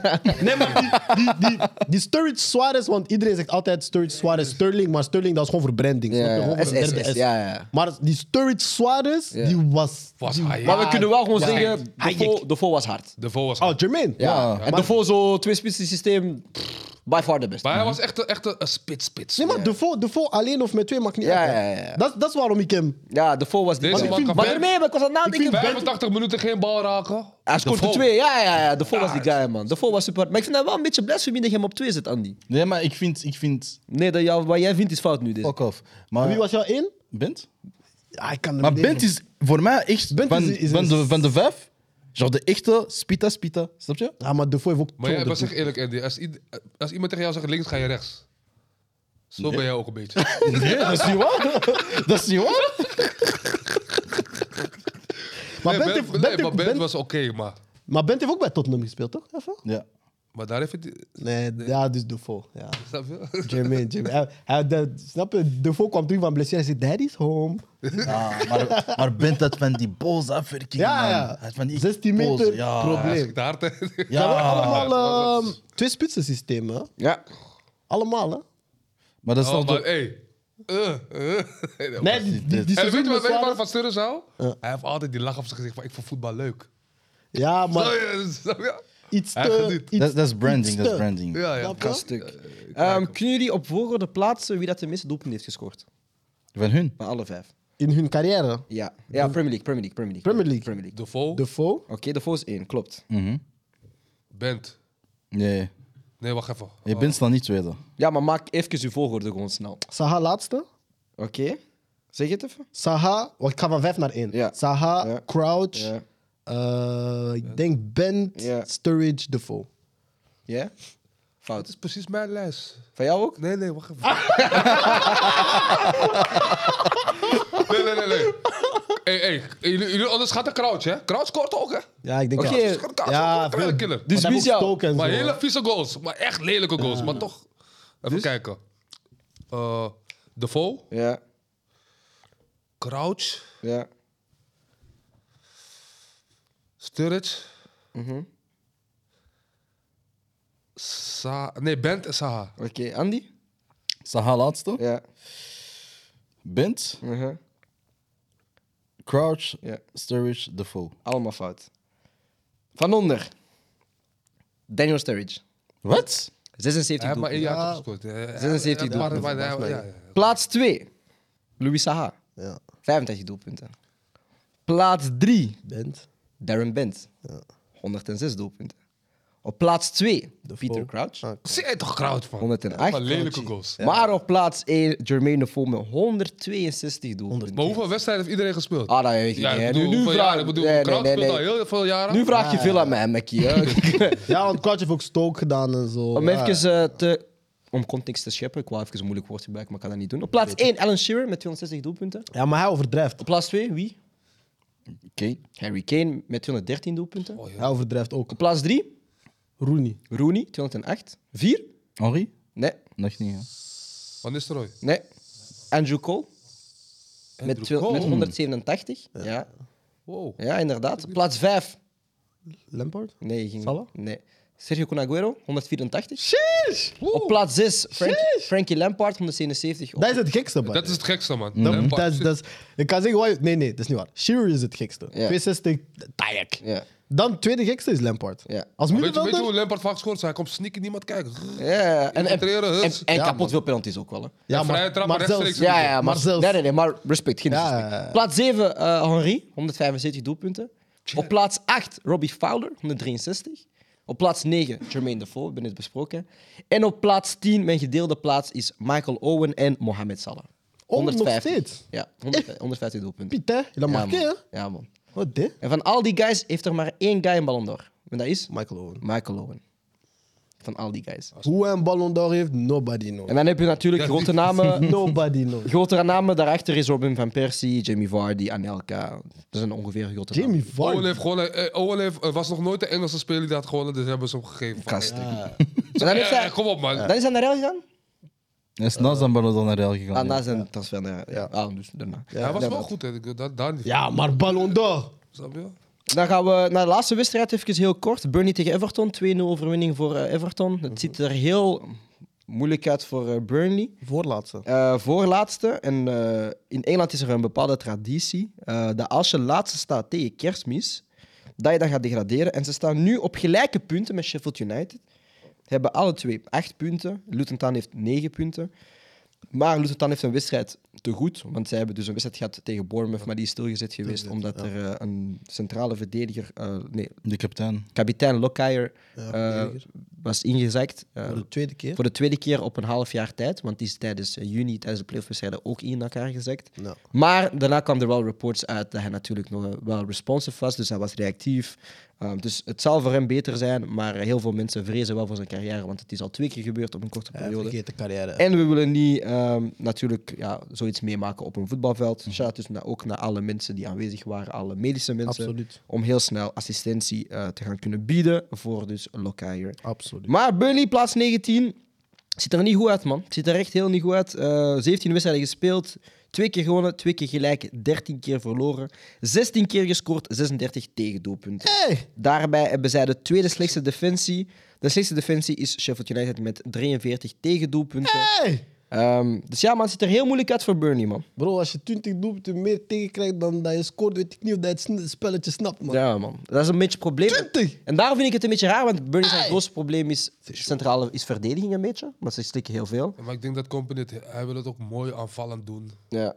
B: maar die, die, die, die Sturridge Suarez, want iedereen zegt altijd Sturridge Suarez, Sterling, maar Sterling dat is gewoon voor branding.
A: Ja,
B: snap je?
A: ja,
B: Gewoon voor een
A: SS,
B: derde S.
A: ja, ja.
B: Maar die Sturridge Suarez,
A: Ja.
B: die was...
C: Was
B: die-
C: hij, ja.
A: Maar we kunnen wel gewoon
B: Ja.
A: zeggen,
B: Hij-
A: Defoe- Defoe was hard.
C: De Vol was
B: Oh, Jermaine.
A: Ja. En Defoe zo twee-spitsen systeem, pff, by far the best.
C: Maar hij was echt een, echt een, een spits-spits.
B: Mhm. Nee, maar Defoe, Defoe alleen of met twee maakt niet
A: Ja,
B: uit. hè.
A: ja, ja, ja.
B: Dat, dat is waarom ik hem...
A: Ja, Defoe was die.
C: Deze man kan
A: maar
C: ver-
A: daarmee, maar ik was aan het nadenken.
B: vind-
C: 85 minuten geen bal raken.
A: Hij scoorde
C: Defoe.
A: twee, ja, ja, ja. Defoe was die guy, man. Defoe was super. Maar ik vind dat wel een beetje blasphemy dat je hem op twee zet, Andy.
D: Nee, maar ik vind, ik vind
A: Nee, dat jou, wat jij vindt is fout nu. Deze.
D: fuck off. Maar
B: Wie was jouw één?
D: Bent?
B: Ja, ik kan hem
D: Maar
B: niet
D: Bent is voor mij echt
B: Bent
D: van,
B: is- is
D: van,
B: een-
D: de, van de vijf, genre de echte spita spita, snap je?
B: Ja, maar Defoe heeft ook
C: Maar,
B: twee
C: jij, maar
B: onderpunten.
C: zeg eerlijk, Andy. Als, ied- als iemand tegen jou zegt links, ga je rechts. Zo ben jij ook een beetje.
D: Nee, dat is niet waar. Dat is niet waar.
B: Maar
C: Nee,
B: Bent
C: Ben-
B: heeft-
C: nee,
B: Bent
C: maar
B: heeft-
C: Bent
B: Bent-
C: was oké, maar...
B: maar Bent heeft ook bij Tottenham gespeeld, toch? Even?
D: Ja.
C: Maar daar heeft hij... die-
B: Nee, ja, dus Defoe. Ja.
C: Snap je?
B: Jermaine, Jermaine. Hij, hij, Ah, de, snap je? Defoe kwam terug van blessure en zei, daddy's home.
D: Ja, Ah, maar, maar Bent had van die boze afwerkingen,
B: Ja,
D: man.
B: ja.
D: Hij had Van die
B: 16
D: boze,
B: meter,
D: ja.
C: Hij
B: probleem.
C: schiet daar tegen.
D: Ja.
B: Dat waren
C: Ja,
B: allemaal
C: dat
B: ehm,
C: is-
B: twee spitsen systemen. hè?
A: Ja.
B: Allemaal, hè?
D: Maar dat is
C: Oh,
D: toch
C: maar
D: de-
C: hey. Eh, eh. Nee, dat
B: Nee, die, die, die,
C: En weet
B: seizoen met
C: je wat weet je wat
B: Suarez-
C: van Sturridge hou?
B: Ja.
C: Hij heeft altijd die lach op zijn gezicht van ik vind voetbal leuk. Oh,
B: Ja, maar
C: Snap je?
B: iets
C: Hij
B: te...
C: geniet.
B: iets-
D: dat, dat is branding,
B: iets
D: dat is
B: te-
D: branding.
C: Ja, ja. Eh,
B: Snap je?
A: Stuk. Ehm, kunnen jullie op volgorde plaatsen wie dat de meeste doelpunten heeft gescoord?
D: Van hun.
A: Van alle vijf.
B: In hun carrière.
A: Ja.
C: Hm.
A: Ja, Premier League, Premier League, Premier League.
B: Premier League.
A: Premier League.
C: De Vol,
B: Defoe.
A: Oké, Defoe is één, klopt.
C: Bent.
D: Nee,
C: Nee, wacht even.
B: Oh.
D: je bent dan niet tweede.
A: Ja, maar maak even uw volgorde gewoon snel.
B: Saha laatste.
A: Oké. Zeg het even.
B: Saha, want ik ga van vijf naar één.
A: Ja.
B: Saha,
A: Ja.
B: Crouch,
A: Ja.
B: eh, ik denk Bent,
A: Ja.
B: Sturridge, Defoe.
A: Ja?
C: Het
A: Fout.
C: is precies mijn les.
A: Van jou ook?
C: Nee, nee, wacht even. nee, nee, nee, nee. Hey, hey, jullie, jullie onderschatten Crouch, hè? Crouch scoort ook, hè?
B: Ja, ik denk
A: Oké.
B: ja.
C: Crouch
B: Ja,
C: ook een
B: veel-
C: killer.
A: Dus
B: Maar
A: wie is
B: dat heeft ook
A: jou?
B: stoken en
C: Maar
B: zo.
C: hele vieze goals. Maar echt lelijke goals. Maar toch, Even kijken. Eh Defoe,
A: Ja,
C: Crouch,
A: ja.
C: Sturridge.
A: Mhm.
C: Sa nee, Bent en Saha.
A: Oké, Andy?
D: Saha laatste.
A: Ja.
D: Bent,
A: mhm.
D: Crouch,
A: Ja.
D: Sturridge, Defoe.
A: Allemaal fout. Van onder. Daniel Sturridge.
D: Wat?
A: 76
C: Hij heeft maar één
A: doelpunten.
C: jaar gescoord. Ja, ja,
A: 76
C: ja, maar-
A: doelpunten,
C: maar-
A: volgens
C: ja,
A: mij.
C: ja, ja.
A: Plaats 2. Louis Saha.
B: Ja.
A: 35 doelpunten. Plaats 3.
B: Bent.
A: Darren Bent. 106 doelpunten. Op plaats 2. Peter Crouch.
C: Zie je toch Crouch, man?
A: 108.
C: Van lelijke goals.
A: Maar op plaats 1, Jermaine Defoe met 162 doelpunten.
C: Maar hoeveel wedstrijden heeft iedereen gespeeld?
A: Ah, dat weet ik
C: ja,
A: niet.
C: ik
A: hè.
C: bedoel,
A: Nu, nu,
C: hoeveel
A: vraag...
C: jaren? Ik bedoel,
A: nee, nee,
C: Crouch
A: nee,
C: speelt
A: nee.
C: al heel veel jaren.
A: nu vraag je veel aan mij, Mackie. hè.
B: Ja, want Coach heeft ook Stoke gedaan en zo.
A: Om
B: ja.
A: even eh, te... Om context te scheppen, ik wou even een moeilijk woord gebruiken, maar ik kan dat niet doen. Op plaats 1, Alan Shearer met 260 doelpunten.
B: Ja, maar hij overdrijft.
A: Op plaats 2, wie?
D: Oké.
A: Harry Kane met 213 doelpunten.
C: Oh,
A: Op
B: Hij overdrijft ook.
A: plaats 3,
B: Rooney.
A: Rooney, 208. 4?
D: Henri?
A: Nee,
D: Nog niet, hè?
C: Van Nistelrooy.
A: nee. Andrew Cole, met,
C: Andrew
A: twee-
C: Cole.
A: met 187. Ja, ja.
C: Wow.
A: inderdaad. Plaats 5,
B: Lampard?
A: nee, ging
B: Salah?
A: Nee. Sergio Conaguero, 184. Op plaats 6, Frankie Lampard, 177. Op-
B: Dat is het gekste, man.
C: Dat is het gekste, man.
A: Mm.
B: Dat-
C: Lampard.
B: dat is- dat is- ik kan zeggen, why, nee, nee, dat is niet waar. Shearer is het gekste. 62, Tajak.
A: Ja.
B: Dan het tweede gekste is Lampard.
A: Ja.
B: Als
C: Weet je, weet je hoe
B: middenvelder...
C: Lampard vaak scoort? Hij komt sneaken, niemand kijken.
A: Ja, en, en,
C: Infiltreren,
A: en,
C: huts.
A: en
B: Ja,
A: kapot
B: man.
A: veel penalties ook wel. Hè.
B: Ja,
C: en vrije trap,
B: maar zelfs...
C: rechtstreeks.
A: Ja, ja, maar,
B: Maar zelfs-
A: Nee, nee, nee, maar respect. Geen
B: Ja,
A: disrespect.
B: ja, ja.
A: Plaats 7, eh Henri, 175 doelpunten. Op plaats 8, Robbie Fowler, 163. Op plaats 9, Jermaine Defoe, ik ben het besproken. En op plaats 10, mijn gedeelde plaats, is Michael Owen en Mohamed Salah.
B: Oh, nog steeds?
A: Ja, 150, 150 doelpunten.
B: Piet, hè? Je laat
A: ja,
B: maar
A: man.
B: hè?
A: ja, man.
B: Wat dit?
A: En van al die guys heeft er maar één guy een ballon d'Or. En dat is
B: Michael Owen.
A: Michael Owen. Van al die guys.
B: Hoe hij een ballon d'or heeft, nobody knows.
A: En dan heb je natuurlijk grote namen.
B: Nobody knows.
A: Grotere namen daarachter is Robin van Persie, Jamie Vardy, Anelka. Dat zijn ongeveer grote namen.
B: Jamie
C: Owen,
B: Vardy.
C: heeft gewoon, eh, Owen heeft, eh, was nog nooit de Engelse speler die dat gewonnen, dus hebben ze hem gegeven. Van,
A: Kast.
C: eh,
A: En dan, heeft
C: eh,
A: hij,
C: kom op, man.
A: dan is hij naar Real gegaan?
D: Hij is naast dan Barroso naar Real gegaan.
A: Ah,
D: ja.
A: na zijn transfer naar ja. Ah, dus daarna.
C: hij was wel
A: Inderdaad.
C: goed, hè. Ik- Dat, daar niet.
B: Ja, maar ballon d'or.
C: Snap je?
A: Dan gaan we naar de laatste wedstrijd, even heel kort. Burnley tegen Everton, 2-0 overwinning voor eh, Everton. Het ziet er heel moeilijk uit voor eh, Burnley.
B: Voorlaatste.
A: Eh, voorlaatste. En eh, in Engeland is er een bepaalde traditie eh, dat als je laatste staat tegen kerstmis, dat je dan gaat degraderen. En ze staan nu op gelijke punten met Sheffield United. Hebben alle twee acht punten. Luton Town heeft negen punten. Maar Luton Town heeft een wedstrijd te goed. Want zij hebben dus een wedstrijd gehad tegen Bournemouth, maar die is stilgezet geweest omdat er eh, een centrale verdediger, eh, nee,
D: De kapitein.
A: kapitein Lockyer, eh,
B: verdediger.
A: was ingezakt. eh,
B: Voor de tweede keer.
A: voor de tweede keer op een half jaar tijd, want die is tijdens eh, juni, tijdens de playoff-wedstrijden ook in elkaar gezakt.
B: Ja.
A: Maar daarna kwamen er wel reports uit dat hij natuurlijk nog eh, wel responsive was, dus hij was reactief. Um, dus het zal voor hem beter zijn, maar eh, heel veel mensen vrezen wel voor zijn carrière, want het is al twee keer gebeurd op een korte
B: Hij
A: periode.
B: vergeet de carrière.
A: En we willen niet ehm, natuurlijk ja, zoiets meemaken op een
B: Mhm.
A: voetbalveld. Shout dus na- ook naar alle mensen die aanwezig waren, alle medische mensen.
B: Absoluut.
A: Om heel snel assistentie eh, te gaan kunnen bieden voor dus Lockyer.
B: Absoluut.
A: Maar Burnley, plaats 19, ziet er niet goed uit, man. Ziet er echt heel niet goed uit. Eh, 17 wedstrijden gespeeld, twee keer gewonnen, twee keer gelijk, 13 keer verloren, 16 keer gescoord, 36 tegendoelpunten.
B: Hey!
A: Daarbij hebben zij de tweede slechtste defensie. De slechtste defensie is Sheffield United met 43 tegendoelpunten.
B: Hey!
A: Ehm, dus ja, man, het ziet er heel moeilijk uit voor Burnley, man.
B: Bro, als je 20 doelpunten meer tegenkrijgt dan dat je scoort, weet ik niet of dat je het sn- spelletje snapt, man.
A: Ja, man. Dat is een beetje het probleem.
B: 20!
A: En daarom vind ik het een beetje raar, want Burnley zijn grootste probleem is centrale is verdediging een beetje. Maar ze slikken heel veel.
C: Maar ik denk dat Company, het- hij wil het ook mooi aanvallend doen.
A: Ja.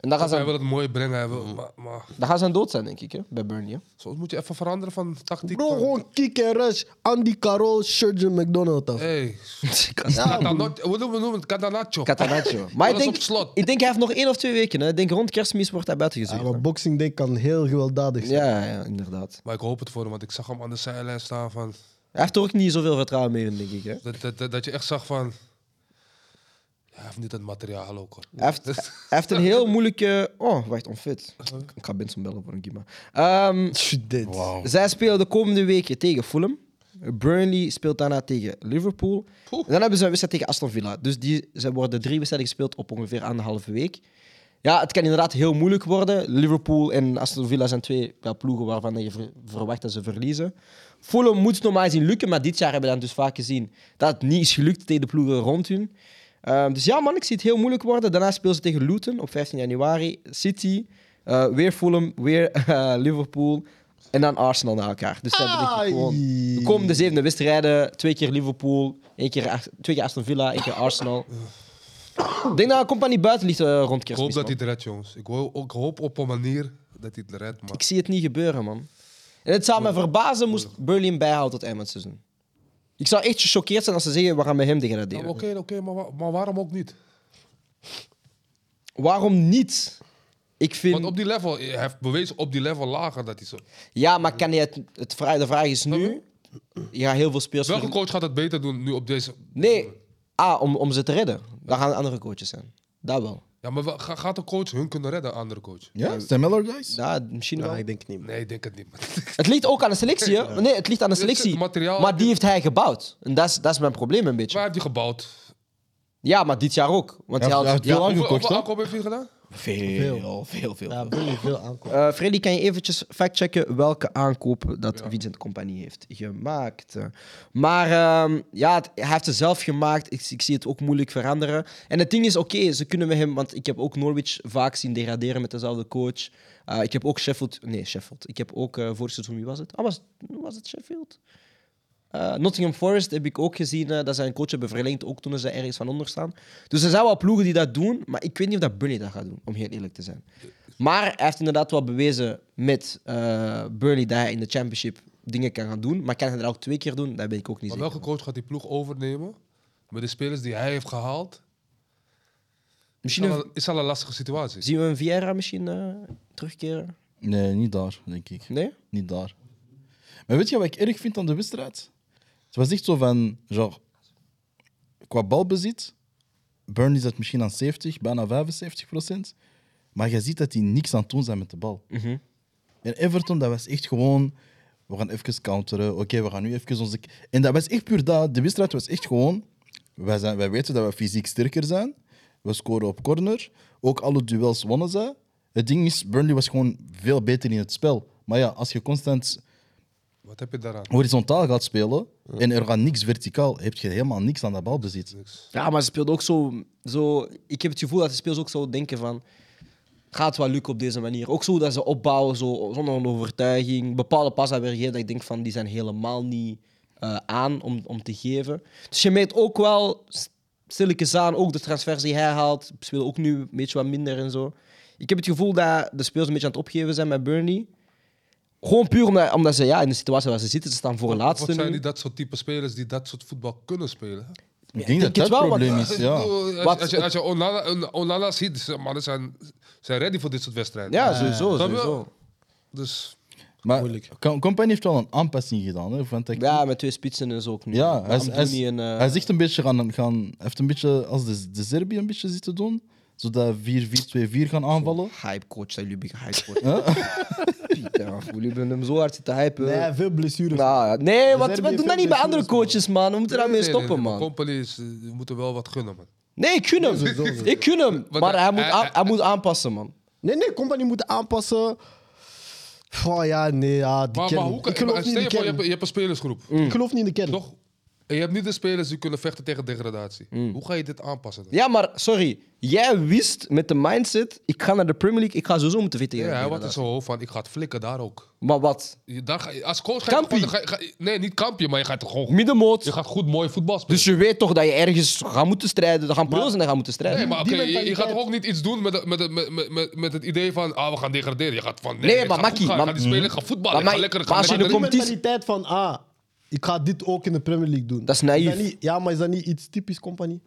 A: En daar gaan ze
C: Hij wil het mooi brengen. Hij
A: Mm.
C: wil, maar, maar
A: Dan gaan ze aan dood zijn, denk ik, hè, bij Burnley. Hè.
C: soms moet je even veranderen van tactiek.
B: Bro,
C: van-
B: gewoon kick en rush. Andy Carroll, Surgeon McDonald. af.
C: Hey,
A: Ja.
C: Catanaccio. Hoe noemen we het? Catanaccio.
A: Catanaccio. Maar ik
C: Alles
A: denk,
C: op slot.
A: ik denk, hij heeft nog één of twee weken. Hè. Ik denk rond kerstmis wordt hij buiten
B: Ja,
A: gezien.
B: maar Boxing Day kan heel gewelddadig zijn.
A: ja, ja, inderdaad.
C: Maar ik hoop het voor hem, want ik zag hem aan de zijlijn staan. Van,
A: Hij heeft er ook niet zoveel vertrouwen meer in, denk ik. Hè.
C: dat, dat, dat, dat je echt zag van... Hij heeft niet het materiaal ook. Hoor.
A: Hij, heeft, hij heeft een heel moeilijke... Oh, wacht, onfit. Ik ga Benson bellen voor een Gima. Ehm,
B: Shit, dit.
A: zij spelen de komende weken tegen Fulham. Burnley speelt daarna tegen Liverpool. En dan hebben ze een wedstrijd tegen Aston Villa. Dus die, ze worden drie wedstrijden gespeeld op ongeveer anderhalve week. Ja, het kan inderdaad heel moeilijk worden. Liverpool en Aston Villa zijn twee ja, ploegen waarvan je ver- verwacht dat ze verliezen. Fulham moet normaal gezien lukken, maar dit jaar hebben we dan dus vaak gezien dat het niet is gelukt tegen de ploegen rond hun. Ehm, dus ja, man, ik zie het heel moeilijk worden. Daarna spelen ze tegen Luton op 15 januari. City, eh, weer Fulham, weer eh, Liverpool. En dan Arsenal na elkaar. Dus dat denk ik gewoon. De komende zevende wedstrijden: twee keer Liverpool, één keer, Ast- twee keer Aston Villa, één keer Arsenal. Ik denk dat compagnie buiten ligt eh, rond
C: Ik
A: kerstmis.
C: hoop dat
A: man.
C: hij het redt, jongens. Ik hoop, ik hoop op een manier dat hij het redt, man.
A: Ik zie het niet gebeuren, man. En het zou me verbazen moest Burnley hem bijhouden tot eind van het seizoen. Ik zou echt gechoqueerd zijn als ze zeggen, we gaan met hem
C: Ja,
A: degraderen.
C: maar Oké, oké, maar, wa- maar waarom ook niet?
A: Waarom niet? Ik vind...
C: Want op die level, hij heeft bewezen op die level lager dat hij zo...
A: Ja, maar kan hij het... het vra- de vraag is nu... Ja, heel veel speels...
C: Welke
A: ver-
C: coach gaat het beter doen nu op deze...
A: Nee. Ah, om, om ze te redden. Daar gaan andere coaches zijn. Dat wel.
C: Ja, maar wel- ga- gaat de coach hun kunnen redden, andere coach?
D: Ja, Sam Allardyce?
A: Ja, misschien wel.
B: Ja, ik denk het niet.
C: Nee, ik denk het niet. man.
A: Het ligt ook aan de selectie, hè? Nee, het ligt aan de
C: Dit is
A: selectie.
C: materiaal-
A: Maar die heeft hij gebouwd. En dat is, dat is mijn probleem een beetje.
C: Waar heeft hij gebouwd?
A: Ja, maar dit jaar ook. Want hij
D: Ja,
A: had...
D: ja,
A: ja,
D: ja.
C: Hoeveel,
D: Aangekocht,
C: hoeveel
D: hè?
C: aankoop heeft hij gedaan?
D: Veel, veel, veel.
B: Ja, Burnley veel aankomen.
A: Eh, Freddy, kan je eventjes factchecken welke aankopen dat Vincent Compagnie heeft gemaakt? Eh, Maar ehm, ja, het- hij heeft ze zelf gemaakt. Ik, ik zie het ook moeilijk veranderen. En het ding is, oké, ze kunnen met hem... Want ik heb ook Norwich vaak zien degraderen met dezelfde coach. Eh, ik heb ook Sheffield... Nee, Sheffield. Ik heb ook eh vorig seizoen... Wie was het? Ah, was, het- was het Sheffield? Eh, Nottingham Forest heb ik ook gezien eh, dat zij een coach hebben verlengd, ook toen ze ergens van onder staan. Dus er zijn wel ploegen die dat doen, maar ik weet niet of dat Burnley dat gaat doen, om heel eerlijk te zijn. Maar hij heeft inderdaad wel bewezen met eh, Burnley dat hij in de Championship dingen kan gaan doen. Maar kan hij dat ook twee keer doen? Dat weet ik ook niet
C: Maar
A: zeker.
C: welke coach gaat die ploeg overnemen? Met de spelers die hij heeft gehaald? Is
A: Misschien
C: al
A: een-
C: een, is al een lastige situatie.
A: zien we een Vieira misschien eh, terugkeren?
D: Nee, niet daar, denk ik.
A: Nee?
D: Niet daar. Maar weet je wat ik erg vind aan de wedstrijd? Het was echt zo van, genre, qua balbezit, Burnley zat misschien aan 70, bijna 75 procent. Maar je ziet dat die niks aan het doen zijn met de bal. En Everton, dat was echt gewoon, we gaan even counteren, oké, we gaan nu even onze... En dat was echt puur dat, de wedstrijd was echt gewoon, wij, zijn, wij weten dat we fysiek sterker zijn, we scoren op corner, ook alle duels wonnen ze. Het ding is, Burnley was gewoon veel beter in het spel. Maar ja, als je constant
C: Wat heb je daaraan?
D: horizontaal gaat spelen en er gaat niks verticaal, heb je helemaal niks aan dat balbezit.
A: Ja, maar ze speelt ook zo, zo... Ik heb het gevoel dat de speels ook zo denken van... Gaat wel lukken op deze manier. Ook zo dat ze opbouwen zo, zonder een overtuiging. Bepaalde passen weer geven dat ik denk van... Die zijn helemaal niet eh, aan om, om te geven. Dus je merkt ook wel... Stilletjes aan, ook de transfers die hij haalt. Spelen ook nu een beetje wat minder en zo. Ik heb het gevoel dat de speels een beetje aan het opgeven zijn met Burnley. Gewoon puur omdat, omdat ze ja, in de situatie waar ze zitten, ze staan voor laatste
C: Wat zijn
A: nu.
C: die dat soort type spelers die dat soort voetbal kunnen spelen? hè?
D: Ik denk
A: het
D: dat dat
A: wel,
D: het
A: want-
D: probleem is, ja.
C: Als, je-
A: Wat-
C: als je, als je Onana, On- Onana ziet, ze- mannen zijn, zijn ready voor dit soort wedstrijden.
A: Ja, sowieso,
C: Snap je?
A: sowieso.
C: Dus
D: Maar Com- Company heeft wel een aanpassing gedaan. Hè, van tactiek.
A: Ja, met twee spitsen en zo ook nu.
D: Ja, hij, is- hij, is-
A: Anthony en, eh,
D: hij is echt een beetje gaan, gaan heeft een beetje als de, de Serbië een beetje zitten doen, zodat 4-4-2-4 gaan aanvallen.
A: hype coach, dat jullie gehyped worden. Pieter, af, jullie hebben hem zo hard zitten hypen.
B: Nee, veel blessures.
A: Nou, ja. nee, wat,
B: zijn
A: we
B: hier
A: doen dat
B: veel
A: niet bij andere
B: blessures, man.
A: coaches, man. We moeten daarmee stoppen,
C: maar
A: man.
C: Company is, eh, die moeten wel wat gunnen, man.
A: Nee, ik gun hem.
B: Sowieso, sowieso.
A: Ik gun hem.
C: Want
A: Maar
C: hij-
A: hij moet,
C: hij-
A: aan-
C: hij-
A: hij moet aanpassen, man.
B: Nee, nee, compagnie moet aanpassen. Oh ja, nee, ja, die
C: Maar,
B: kern.
C: maar hoe kan,
B: ik geloof niet
C: stel
B: in de
C: je voor, je
B: kern.
C: hebt, je hebt een spelersgroep.
A: Mm.
B: Ik geloof niet in de kern.
C: Toch? En je hebt niet de spelers die kunnen vechten tegen degradatie.
A: Mm.
C: Hoe ga je dit aanpassen? dan?
A: Ja, maar sorry. Jij wist met de mindset, ik ga naar de Premier League, ik ga sowieso moeten weten.
C: Ja, hij had in zijn hoofd van, ik ga het flikken daar ook.
A: Maar wat?
C: Je- Daar ga je, als coach ga je,
A: Kampie.
C: toch gewoon- ga je- Nee, niet kampje, maar je gaat toch gewoon... Je
A: Middenmoot.
C: gaat goed mooi voetbal spelen.
A: Dus je weet toch dat je ergens gaat moeten strijden. Er gaan pro's en er gaan moeten
C: Nee,
A: strijden.
C: maar oké,
B: Die
C: je, je gaat
B: mentaliteit-
C: toch ook niet iets doen met, met, met, met, met, met het idee van ah, we gaan degraderen. Je gaat van nee,
A: Nee, maar
C: ik ga goed
A: Makkie,
C: gaan, ik
A: maar-
C: ga die spelen, ik ga voetballen,
A: Maar Makkie,
C: ik ga lekker, ik
A: maar
C: ga
A: als je
C: lekker
A: de
B: Die
A: competitie-
B: mentaliteit van, ah, ik ga dit ook in de Premier League doen.
A: Dat is naïef.
B: niet, ja, maar is dat niet iets typisch compagnie?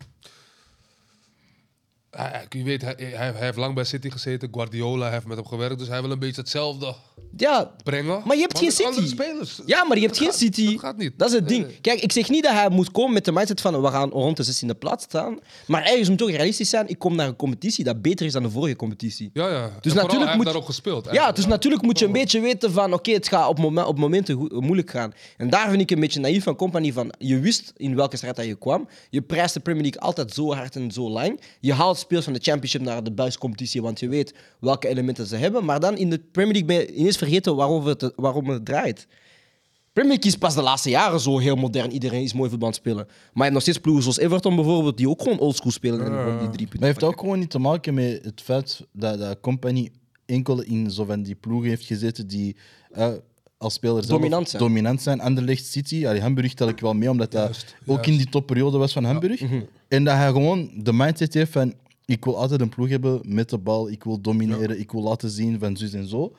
C: Ah, Hij- hij- Je weet, hij, hij, hij heeft lang bij City gezeten, Guardiola heeft met hem gewerkt, dus hij wil een beetje hetzelfde.
A: Ja,
C: brengen.
A: Maar je hebt geen
C: met andere
A: City.
C: spelers.
A: ja maar je hebt
C: Dat
A: geen
C: gaat-
A: City.
C: dat gaat niet.
A: Dat is het
C: Nee,
A: ding.
C: nee.
A: Kijk, ik zeg niet dat hij moet komen met de mindset van we gaan rond de 16e plaats staan. Maar ergens moet toch realistisch zijn. Ik kom naar een competitie dat beter is dan de vorige competitie.
C: Ja, ja.
A: Dus
C: En vooral,
A: natuurlijk
C: hij heeft
A: moet-
C: daarop gespeeld.
A: Ja,
C: eigenlijk.
A: dus natuurlijk moet je een beetje weten van, oké, het gaat op, momen- op momenten goed- moeilijk gaan. En daar vind ik een beetje naïef van Company van, je wist in welke straat dat je kwam. Je prijst de Premier League altijd zo hard en zo lang. Je haalt speels van de Championship naar de buiscompetitie, want je weet welke elementen ze hebben. Maar dan in de Premier League ben je ineens vergeten waarover het, waarom het draait. Premier League is pas de laatste jaren zo heel modern. Iedereen is mooi voetbal aan het spelen. Maar je hebt nog steeds ploegen zoals Everton bijvoorbeeld, die ook gewoon oldschool spelen en gewoon die drie punten
D: Maar heeft
A: pakken.
D: ook gewoon niet te maken met het feit dat, dat Company enkel in zo van die ploegen heeft gezeten die eh, als speler zelf
A: Dominant zijn.
D: dominant zijn. Anderlecht City, allee, Hamburg tel ik wel mee, omdat dat
C: Juist,
D: ook in die topperiode was van Hamburg.
A: mhm.
D: En dat hij gewoon de mindset heeft van ik wil altijd een ploeg hebben met de bal, ik wil domineren, ik wil laten zien van zus en zo.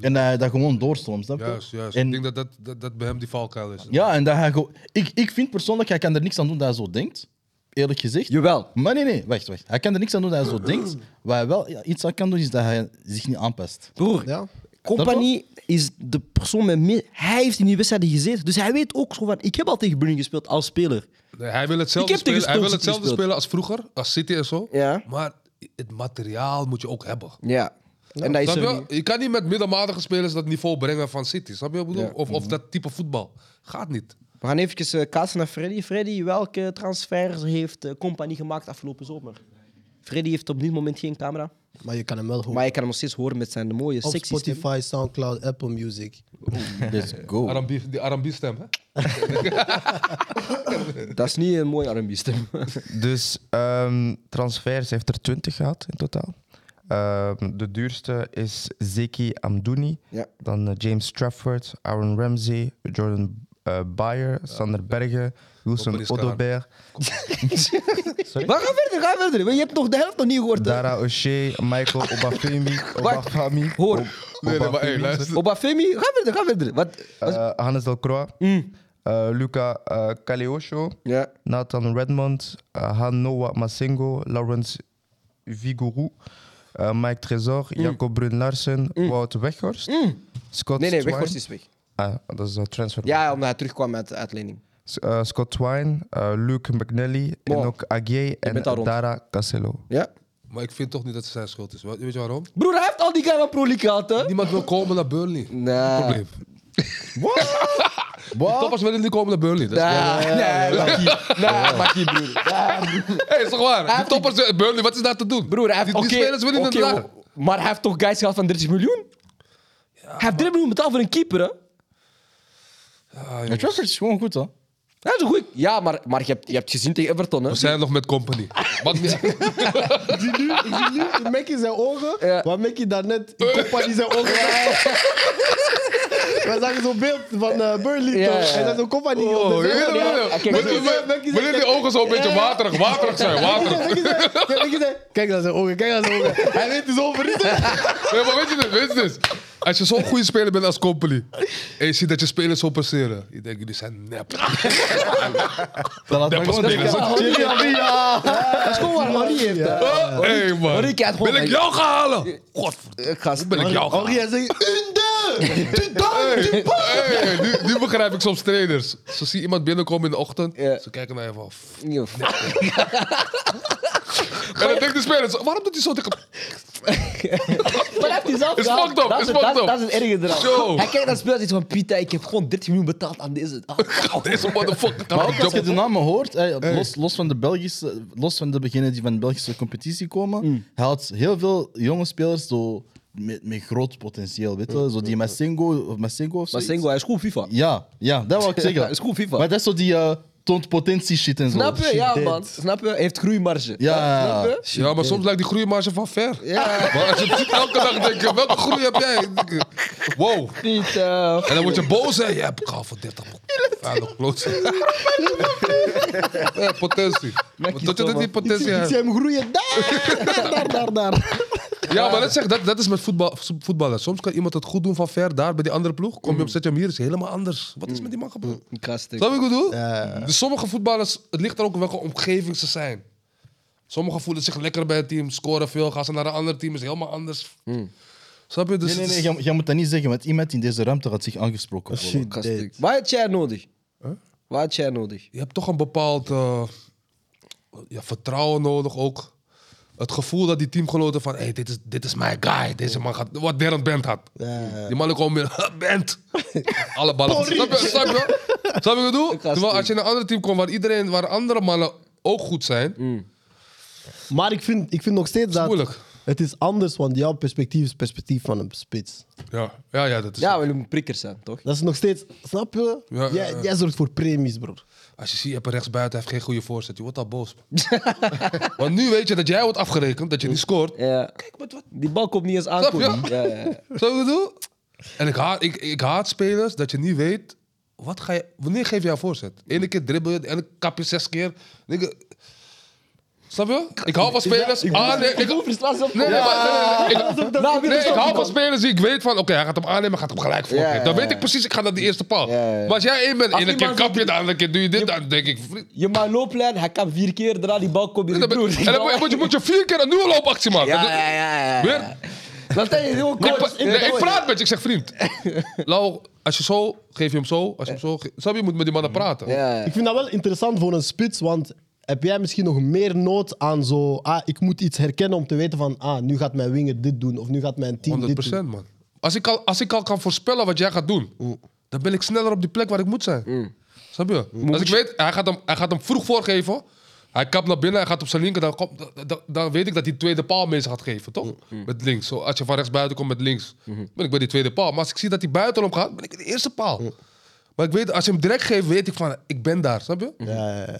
D: En dat hij dat gewoon doorstroomt, snap je?
C: Juist, juist.
D: En-
C: Ik denk dat dat, dat, dat bij hem die valkuil is.
D: Ja, en dat hij gewoon... Ik, ik vind persoonlijk, hij kan er niks aan doen dat hij zo denkt. Eerlijk gezegd.
A: Jawel.
D: Maar nee, nee, wacht, wacht. Hij kan er niks aan doen dat hij zo denkt. Waar hij wel iets aan kan doen, is dat hij zich niet aanpast.
A: Broer,
B: Ja.
A: Company is de persoon met meer. Hij heeft in die wedstrijden gezeten. Dus hij weet ook zo van. Ik heb al tegen Bruning gespeeld als speler.
C: Nee, hij wil
A: Ik
C: hetzelfde,
A: heb tegen
C: spelen. Hij wil
A: Stoke City
C: hetzelfde
A: gespeeld.
C: spelen als vroeger, als City en zo.
A: Ja.
C: Maar het materiaal moet je ook hebben.
A: Ja. En dat is
C: Snap
A: er
C: je?
A: niet.
C: je kan niet met middelmatige spelers dat niveau brengen van City. Snap je wat ik bedoel?
A: Ja. Mhm.
C: Of, of dat type voetbal. Gaat niet.
A: We gaan even kaatsen naar Freddy. Freddy, welke transfers heeft eh, Company gemaakt afgelopen zomer? Freddy heeft op dit moment geen camera.
B: Maar je kan hem wel
A: Maar
B: horen.
A: je kan hem nog steeds horen met zijn mooie
B: Op
A: sexy stem.
B: Spotify, Soundcloud, Apple Music.
D: Let's Dus go.
C: R&B die R&B-stem, hè?
A: Dat is niet een mooie R&B stem.
G: Dus ehm, transfers heeft er 20 gehad in totaal. Ehm, de duurste is Zeki Amdouni.
A: Ja.
G: Dan eh, James Trafford, Aaron Ramsey, Jordan eh Bayer, Sander Bergen, Wilson
C: Boris Karel.
G: Odobert,
A: Maar ga verder, ga verder. want Je hebt nog de helft nog niet gehoord. hè.
G: Dara O'Shea, Michael Obafemi, Obafami,
A: Hoor.
C: Nee, nee, maar hey, luister.
A: Obafemi, ga verder, ga verder. Wat?
G: eh, Hannes Delcroix, eh, Luca eh Caleosho,
A: Mm. Ja.
G: Nathan Redmond, uh, Hanoa Masengo, Lawrence Vigourou, eh, Mike Trezor,
A: Mm.
G: Jacob Brun Larsen, Wout Weghorst, Scott
A: Nee, nee,
G: Twine.
A: Weghorst is weg.
G: Ah, dat is een transfer.
A: Ja, omdat hij terugkwam uit de uitlening.
G: S- eh, Scott Twine, eh, Luke McNally,
A: Oh.
G: Enoch Aguier en
A: bent al rond.
G: Dara Casello.
A: Ja.
C: Maar ik vind toch niet dat het zijn schuld is. Weet weet je waarom?
A: Broer, hij heeft al die guy van Pro League gehad, hè?
C: Niemand wil komen naar Burnley.
A: Nee.
C: Probleem. Wat? Toppers willen niet komen naar Burnley. Dat is gewoon-
A: Nee, nee, makkie. Nee, makkie, broer.
C: Hey, is toch waar?
A: heeft
C: Die toppers, eh, Burnley, wat is daar te doen?
A: Broer, hij heeft...
C: die, die
A: oké,
C: spelers willen
A: oké,
C: het daar.
A: ho- Maar hij heeft toch guys gehad van 30 miljoen? hij heeft 30 miljoen betaald voor een keeper, hè?
C: Ah,
D: Ja, Trafford is gewoon goed, hoor.
A: Dat is een goeie... Ja, maar, maar je, hebt, je hebt gezien tegen Everton, hè?
C: We zijn nog met company. Maakt niet uit.
B: Ik zie nu, ik zie nu in Mackie zijn ogen,
A: Ja.
B: waar Mackie daarnet in compagnie zijn ogen We zagen zo'n beeld van eh Burnley,
A: Ja,
B: toch?
A: ja.
B: Hij zag zo'n compagnie.
C: Oh,
B: op de
C: je weet
B: zee.
C: het
A: ja,
C: wel.
A: kijk,
C: Moet
A: Mackie
C: die-
B: zei- Mackie
C: moet die ogen zo een beetje waterig, waterig zijn. Waterig.
B: Mackie zei- ja, Mackie zei, Kijk naar zijn ogen, kijk naar zijn ogen. Hij weet het zo verrieten.
C: Nee, maar weet je dit, weet je dit? Als je zo'n goede speler bent als company en je ziet dat je spelers zo passeren, je denkt, jullie zijn nep.
D: Dat laat
C: Neppe spelers.
A: Dat is gewoon waar Henri heeft, hè?
C: Hey man,
A: Henri kijkt gewoon...
C: wil ik jou gaan halen? Godverdomme,
A: Eh, Gast.
C: wil ik jou gaan
B: Henri,
C: halen?
B: hij zegt, unde!
C: Hey, hey, nu, nu begrijp ik soms trainers. Ze zien iemand binnenkomen in de ochtend,
A: Ja.
C: ze kijken naar je van... "F-."
A: Nee, f-
C: En dan denkt de speler, waarom doet hij zo tegen...
A: Maar hij heeft die zelf
C: Is
A: gehaald.
C: fucked up,
A: Dat
C: is
A: het-
C: fucked
A: dat-
C: up.
A: Dat is het erge eraan.
C: Zo.
A: Hij kijkt naar spelers en zegt van... Pieter, ik heb gewoon 30 miljoen betaald aan deze... Ah,
C: Deze motherfucker kan
D: Maar
C: maar
D: ook als je de namen hoort, eh, los, los van de Belgische, los van de beginnen die van de Belgische competitie komen, hij had heel veel jonge spelers zo met, met groot potentieel, weet je? Zo die Massengo of Massengo of zo.
A: Maar Sengo, hij is goed FIFA.
D: Ja, ja, dat wil ik
A: Hij
D: zeggen.
A: is goed FIFA.
D: Maar dat is zo die eh, toont potentie shit en zo.
A: Snap je?
D: Shit
A: Ja,
D: dead.
A: man. Snap je? Hij heeft groeimarge.
D: Ja.
A: Snap je?
C: Ja, maar soms lijkt die groeimarge van ver.
A: Ja,
C: Maar als je het ziet elke dag, denk je, welke groei heb jij? Dan denk je, Wow.
A: niet. eh,
C: En dan word je boos, hè? Je hebt ik ga voor 30 Vuile klootzak. Ja, potentie. Maar Tot je dat die potentie
B: Ik
C: hebt.
B: zie hem groeien daar, daar, daar, daar.
C: Ja, maar dat, zeg, dat, dat is met voetbal, voetballen. Soms kan iemand het goed doen van ver, daar bij die andere ploeg. Kom je op, zet je hem hier, is helemaal anders. Wat is met die man gebeurd?
A: Krastig.
C: Snap je wat ik bedoel? Dus sommige voetballers, het ligt er ook in welke omgeving ze zijn. Sommigen voelen zich lekker bij het team, scoren veel, gaan ze naar een ander team, is helemaal anders. Snap je? Dus
D: Hmm. Nee, nee,
C: het
D: nee,
C: is-
D: jij, jij moet dat niet zeggen, want iemand in deze ruimte had zich aangesproken. voelen.
B: Shit,
A: Gast,
B: dit.
A: Wat had jij nodig? Wat had jij nodig?
C: je hebt toch een bepaald eh, ja, vertrouwen nodig ook. Het gevoel dat die teamgenoten van, hey, dit is, dit is my guy. Deze man gaat, wat Darren Bent had. Die mannen komen binnen, Bent. Alle ballen. Snap je, snap je? Snap je wat ik bedoel? Terwijl als je in een ander team komt waar iedereen, waar andere mannen ook goed zijn,
D: Hmm.
B: Maar ik vind, ik vind nog steeds dat
C: moeilijk.
B: het is anders, want jouw perspectief is perspectief van een spits.
C: Ja, ja, ja dat is
A: Ja, we moeten prikkers zijn, toch?
B: Dat is nog steeds, snap je?
C: Ja,
B: jij,
C: ja, ja.
B: jij zorgt voor premies, broer.
C: Als je ziet, je hebt een rechtsbuiten, heeft geen goede voorzet. Je wordt al boos. Want nu weet je dat jij wordt afgerekend, dat je niet scoort.
A: Ja. Kijk, wat, Die bal komt niet eens aankomen.
C: Snap je?
A: Ja, ja, ja.
C: Zo ik bedoel? En ik haat, ik, ik haat spelers dat je niet weet. Wat ga je, wanneer geef je een voorzet? Ene keer dribbelen, en ik kap je zes keer. En ik- snap je? Ik hou van spelers. aannemen. Ik, nee, nee, maar- nee, nee, nee, ik- nee, ik hou van spelers die ik weet van. Oké, hij gaat hem aannemen, gaat hem gelijk voor.
A: Ja, ja,
C: Dan weet
A: ja.
C: ik precies, ik ga naar die eerste paal.
A: Ja, ja, ja.
C: Maar als jij één bent,
A: Als
C: ene keer
A: iemand
C: kap je, de andere keer doe je dit, dan denk ik. vriend,
A: Je maakt looplijn, hij kan vier keer, daarna die bal komt in de
C: dan ben-
A: broer.
C: En dan moet je- moet je, moet je vier keer een nieuwe loopactie maken.
A: Ja,
C: Dat-
A: ja, ja. ja, ja.
C: Weer-
A: Dat zijn je heel
C: Ik,
A: coach.
C: pa- nee, ik praat met je, ik zeg vriend. Lau, als je zo, geef je hem zo. Als je hem zo, ge- snap je, je moet met die mannen praten.
A: Ja, ja.
B: Ik vind dat wel interessant voor een spits, want heb jij misschien nog meer nood aan zo... Ah, ik moet iets herkennen om te weten van... Ah, nu gaat mijn winger dit doen, of nu gaat mijn team
C: 100
B: dit doen.
C: man. Als ik, al, als ik al kan voorspellen wat jij gaat doen, dan ben ik sneller op die plek waar ik moet zijn. Snap je? Als ik weet, hij gaat, hem, hij gaat hem vroeg voorgeven. Hij kapt naar binnen, hij gaat op zijn linker. Dan, komt- dan- dan, dan weet ik dat hij tweede paal mee gaat geven, toch? Met links. Zo, als je van rechts buiten komt met links, ben ik bij die tweede paal. Maar als ik zie dat hij buitenom gaat, ben ik in de eerste paal. Maar ik weet, als je hem direct geeft, weet ik van, ik ben daar, snap je?
B: Ja, ja, ja.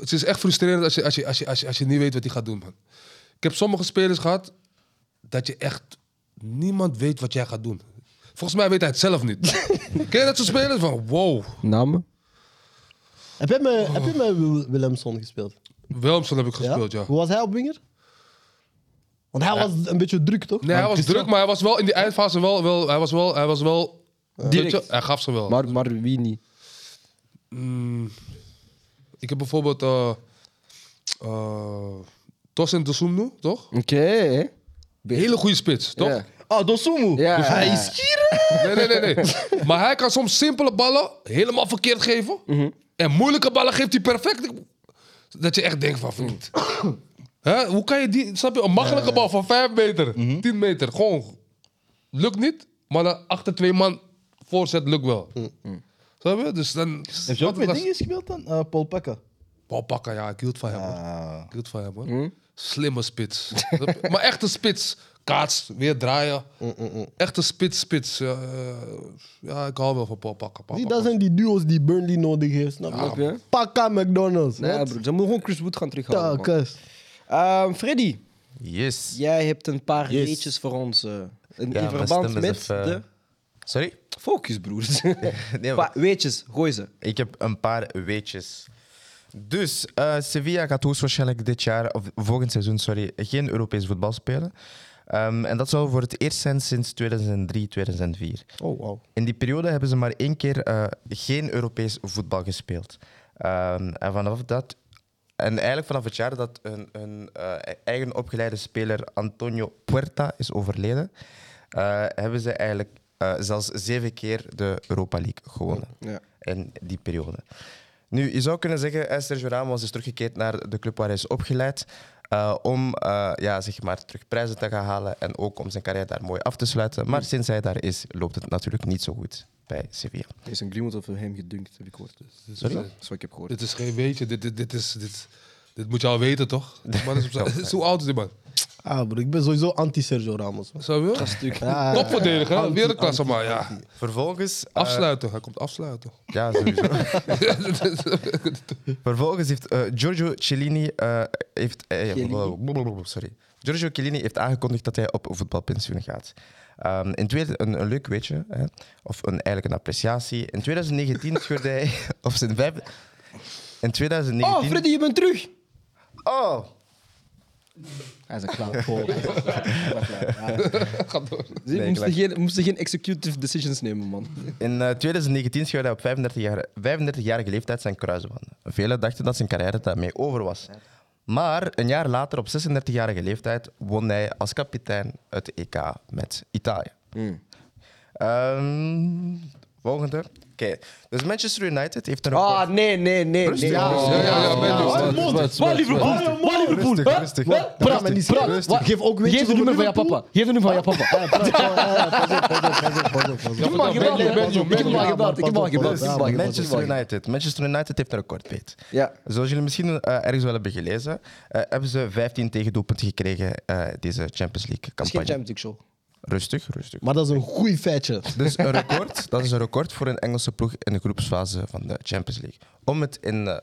C: Het is echt frustrerend als je, als je, als je, als je, als je niet weet wat hij gaat doen, man. Ik heb sommige spelers gehad dat je echt niemand weet wat jij gaat doen. Volgens mij weet hij het zelf niet. Ken je dat soort spelers van wow.
A: Namen?
B: Heb jij met, heb jij met Wil- Willemson gespeeld?
C: Wilmson heb ik gespeeld, ja.
B: Hoe was hij op winger? Want hij was een beetje druk, toch?
C: Nee, hij was druk, maar hij was wel in die eindfase wel, wel hij was wel, hij was wel, weet je, hij gaf ze wel.
A: Maar, maar wie niet?
C: Mm, ik heb bijvoorbeeld eh eh Tosin Dosunmu, toch?
A: Oké.
C: Hele goede spits, toch?
A: Ja.
D: Ah, Dosumu.
A: Ja.
D: Dus hij is gierig.
C: Nee, nee, nee, nee. Maar hij kan soms simpele ballen helemaal verkeerd geven.
D: Mhm.
C: En moeilijke ballen geeft hij perfect. Dat je echt denkt van, vriend. Hè? Hoe kan je die, snap je, een makkelijke bal van 5 meter,
D: Mhm.
C: 10 meter, gewoon lukt niet. Maar dan achter twee man voorzet lukt wel. Snap je? Dus dan...
D: Mhm. Heb je ook met
C: was-
D: dingen gespeeld dan? Eh, Paul Pekka.
C: Paul Bakker, ja, ik hield van hem. hoor.
D: Ah.
C: Ik hield van hem, hoor.
B: Hm?
C: Slimme spits. Snap je? maar echte spits. Kaats, weer draaien.
B: Hm,
C: Echte spits, spits. Ja, eh, ja, ik hou wel van Paul Bakker. Paul
B: Zie,
C: Bakker.
B: dat zijn die duo's die Burnley nodig heeft, snap
A: Snap
B: je?
A: je?
B: Pakka McDonald's.
A: Nee,
B: wat?
A: broer. Ze moeten gewoon Chris Wood gaan terughalen. man.
B: Takkes.
A: Ehm, Freddy,
G: Yes.
A: jij hebt een paar
B: Yes.
A: weetjes voor ons. eh, in,
G: Ja,
A: in
G: mijn
A: verband
G: stem
A: met
G: is even- eh,
A: de...
G: Sorry?
A: Focus, broer.
G: Nee,
A: Pa- weetjes, gooi ze.
G: Ik heb een paar weetjes. Dus eh, Sevilla gaat hoogstwaarschijnlijk dit jaar, of volgend seizoen, sorry, geen Europees voetbal spelen. Ehm, en dat zal voor het eerst zijn sinds 2003, 2004.
B: Oh, wow.
G: In die periode hebben ze maar één keer eh, geen Europees voetbal gespeeld. Ehm, en vanaf dat. En eigenlijk vanaf het jaar dat hun, hun eh, eigen opgeleide speler Antonio Puerta is overleden, eh, hebben ze eigenlijk eh, zelfs zeven keer de Europa League gewonnen.
A: Ja.
G: In die periode. Nu, je zou kunnen zeggen, eh, Sergio Ramos is teruggekeerd naar de club waar hij is opgeleid. eh, om eh, ja, zeg maar, terug prijzen te gaan halen en ook om zijn carrière daar mooi af te sluiten. Maar sinds hij daar is, loopt het natuurlijk niet zo goed bij Sevilla.
A: Er is een Greenwood over hem gedunkt, heb ik gehoord. dus- eh,
G: Sorry?
A: Dat is wat ik heb gehoord.
C: Dit is geen weetje, dit, dit, dit, is, dit, dit moet je al weten, toch? Die man is op zijn- hoe oud is die man?
B: Ah, broer, ik ben sowieso anti-Sergio Ramos. man.
C: Zou je wel?
A: Stuk.
B: Ja,
C: Topverdediger, hè?
B: anti-
C: wereldklasse, maar ja.
G: Vervolgens. eh,
C: Afsluiten, hij komt afsluiten.
G: ja, sowieso. Vervolgens heeft eh, Giorgio Cellini. eh, heeft, eh, blablabla, sorry. Giorgio Cellini heeft aangekondigd dat hij op voetbalpensioen gaat. Ehm, in tweede, een, een leuk weetje, hè, of een, eigenlijk een appreciatie. In 2019 scheurde hij op zijn vijf. In 2019.
A: Oh, Freddy, je bent terug!
G: Oh!
A: Hij is een klaar.
C: Ga door.
A: Ze
G: Nee,
A: moesten
G: gelijk.
A: geen, moesten geen executive decisions nemen, man.
G: In eh, 2019 scheurde hij op 35 jaar, 35-jarige leeftijd zijn kruisband. Velen dachten dat zijn carrière daarmee over was. Maar een jaar later, op 36-jarige leeftijd, won hij als kapitein het EK met Italië.
A: Hmm.
G: Ehm, volgende. Oké, dus Manchester United heeft een record...
A: Ah, nee, nee, nee.
G: Rustig,
A: nee.
G: rustig.
C: Ja, ja, ja, ben dus.
B: Wat,
D: Wat, wat,
A: Wat
D: wat,
A: Liverpool?
D: wat?
A: Wat Wat Liverpool?
G: Rustig,
A: Hè?
G: rustig.
A: Wat?
G: Ja,
A: Praat,
B: maar niet
A: praat.
B: rustig.
A: Wat?
B: Geef ook
A: Geef
B: weetjes
A: de nummer van
B: over
A: je papa.
B: Liverpool.
A: Geef de nummer van je papa.
B: Pas op, pas op, pas op, pas op, pas op.
A: Ik heb hem al gebeld. Ik heb hem al gebeld. Ik heb hem al gebeld. Ik heb hem al gebeld. Ik heb hem
G: Manchester
A: al gebeld.
G: United. Manchester United heeft een record, Pete.
A: Ja.
G: Zoals jullie misschien eh, ergens wel hebben gelezen, eh, hebben ze 15 tegendoelpunten gekregen eh, deze Champions League
A: Dat is geen
G: campagne.
A: Champions League show.
G: Rustig, rustig.
B: Maar dat is een goed feitje.
G: Dus een record, dat is een record voor een Engelse ploeg in de groepsfase van de Champions League. Om het in eh,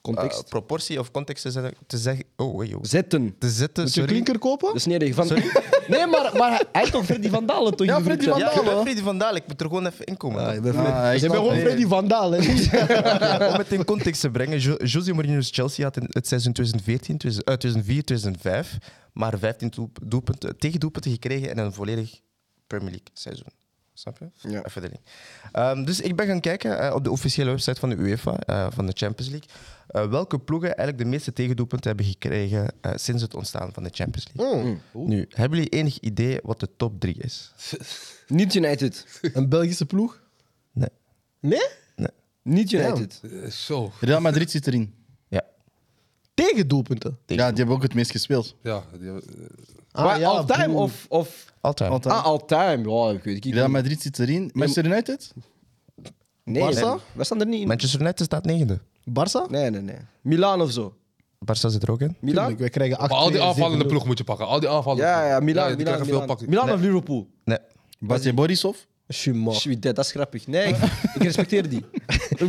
A: Context.
G: eh, proportie of context te zetten, te zeggen, oh, wait, oh.
A: Zetten.
G: te zetten,
B: Moet je
G: sorry.
B: klinker kopen?
A: Dat is nederig van... Nee, maar, maar hij heeft toch Freddy van Dalen toch?
B: Ja,
A: in de
B: Freddy
A: groep
B: van
G: Ja,
A: gezet?
G: ik ben Freddy van Dalen, ik moet er gewoon even inkomen.
B: Ah, ik ben
D: Ah,
B: Fred-
D: ik
B: Ik ben
D: snap
B: gewoon
D: het.
B: Freddy van Daal. hè.
G: Om het in context te brengen, Jo- José Mourinho's Chelsea had in het seizoen 2014, 2000 eh, 2004, 2005 maar 15 doelp- doelpunten, tegendoelpunten gekregen in een volledig Premier League seizoen. Snap je?
A: Ja.
G: Even de link. Ehm, dus ik ben gaan kijken eh, op de officiële website van de UEFA, eh, van de Champions League, eh, welke ploegen eigenlijk de meeste tegendoelpunten hebben gekregen eh, sinds het ontstaan van de Champions League. Nu, hebben jullie enig idee wat de top 3 is?
A: Niet United.
B: Een Belgische ploeg?
G: Nee.
B: Nee?
A: Niet United.
C: Eh, Zo,
D: Real Madrid zit erin.
G: Ja.
B: Tegen doelpunten.
D: Ja, die hebben ook het meest gespeeld.
C: ja. die hebben-
A: Maar
B: Ah, ja,
A: all-time
B: broer.
A: of, of...
G: Altijd.
D: Altijd.
A: Ah, all-time. Ja, ik weet het
D: Real
A: niet.
D: Madrid zit erin. Manchester United?
A: Nee,
B: Barca?
A: we staan er niet in.
G: Manchester United staat negende.
B: Barça?
A: Nee, nee, nee. Milaan of zo.
G: Barca zit er ook in.
A: Milaan?
B: Tuurlijk, wij krijgen acht,
C: Maar al die
B: twee,
C: aanvallende
B: zeven
C: ploeg moet je pakken. Al die aanvallende
A: Ja, ja,
C: ploegen.
A: Milaan.
C: die
A: Milaan,
C: krijgen veel
A: Milaan.
C: pakken.
A: Milaan of Liverpool?
G: Nee.
D: Basje Borisov?
B: Schumacher.
A: Shit, dat is grappig. Nee, ik, ik respecteer die.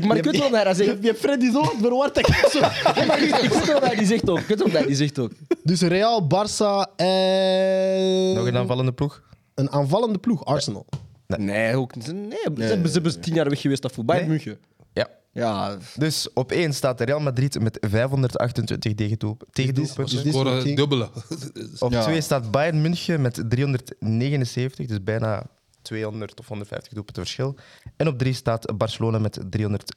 A: Maar ik weet wel dat hij zegt.
B: Je hebt Freddy zo verward. dat ik zo-
A: Nee, maar ik ik weet wel dat hij die zegt ook. Ik weet wel dat hij die zegt ook.
B: Dus Real, Barça en...
G: Nog een aanvallende ploeg?
B: Een aanvallende ploeg, Arsenal.
A: Nee, ook niet. Nee, ze hebben, ze hebben tien jaar weg geweest dat voetbal. Bayern München.
G: Ja.
A: Ja,
G: Dus op één staat Real Madrid met 528 tegendoel- tegendoelpunten.
B: dit is
C: Scoren
B: wat ik-
C: dubbele.
G: Op
D: Ja.
G: twee staat Bayern München met 379, dus bijna 200 of 150 doelpunten verschil. En op drie staat Barcelona met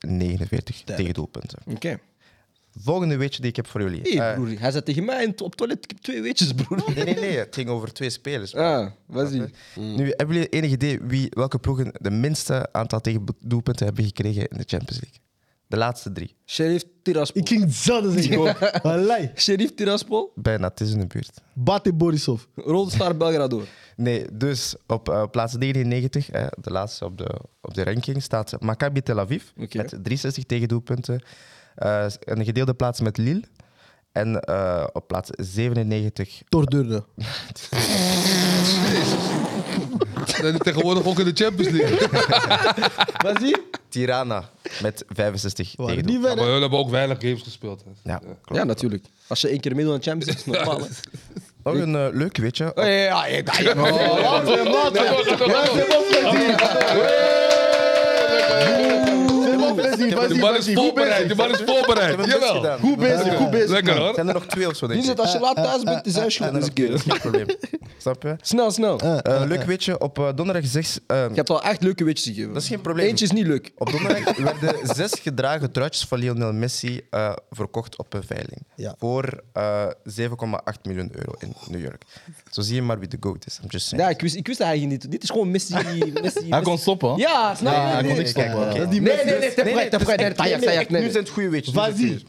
G: 349 tegendoelpunten.
A: oké.
B: Eh.
G: Volgende weetje die ik heb voor jullie.
A: Hey,
G: Eh,
A: broer, hij zat tegen mij in- op het toilet. Ik heb twee weetjes, broer.
G: nee, nee, nee, het ging over twee spelers. Eh,
A: Ah, wat is die?
G: Nu, hebben jullie enig idee wie, welke ploegen de minste aantal tegendoelpunten hebben gekregen in de Champions League? De laatste drie.
A: Sheriff Tiraspol.
B: Ik ging hetzelfde zeggen. hoor. Allee.
A: Sheriff Tiraspol,
G: Bijna, het is in de buurt.
B: Bate Borisov.
A: Rode Star Belgrado.
G: Nee, dus op eh, plaats 99, hè, de laatste op de, op de ranking, staat Maccabi Tel Aviv
A: Oké.
G: met 63 tegendoelpunten. Eh een gedeelde plaats met Lille. En eh, op plaats 97...
B: Tordurne.
C: En tegenwoordig ook in de Champions League.
A: Wat is die?
G: Tirana met 65
B: Waar die
G: tegendoelpunten.
C: Ja, maar hun hebben ook weinig games gespeeld. hè.
G: Ja,
A: Ja,
G: klopt.
A: natuurlijk. Als je één keer meedoet aan de Champions League, is het normaal. hè.
G: Nog een eh, leuk weetje.
A: Oh, ja, ja, ja, ja.
C: Oh, De man is voorbereid. De man is
G: Ik heb
C: voorbereid.
G: mijn best
C: Jawel.
G: gedaan.
D: bezig, goed bezig.
C: Lekker
G: Ja.
C: hoor.
G: Zijn er nog twee of zo, denk
A: Die
G: ik?
A: zit als je laat thuis bent, is
G: Zijn
A: uitgeschot.
G: er
A: Dus
G: nog
A: ik
G: twee, dat
A: keer.
G: is geen probleem. Snap je?
A: Snel, snel.
G: Eh, leuk weetje. Op eh, donderdag 6... eh,
A: Je hebt wel echt leuke weetjes gegeven.
G: Dat is geen probleem.
A: Eentje is niet leuk.
G: Op donderdag werden zes gedragen truitjes van Lionel Messi eh, verkocht op een veiling.
B: Ja.
G: Voor eh, 7,8 miljoen euro in New York. Zo zie je maar wie de goat is. I'm just saying.
A: Ja, ik wist, ik wist dat hij ging niet. Dit is gewoon Messi. Messi
D: Hij kon
A: Messi.
D: stoppen. hè?
A: Ja, snap je?
D: Ja,
A: Nee,
D: hij kon
A: nee.
D: niks stoppen.
G: Kijk, oké.
D: hè.
A: Nee, nee, nee, te
G: Nee,
A: vrij,
G: nee,
A: te
G: dus
A: vrij.
G: echt-
A: Nee, Ajax,
G: nee,
A: Ajax,
G: echt,
A: nee,
G: Nu
A: nee.
G: zijn het goede weetjes. nu zijn het
B: Vas-y.
G: goeie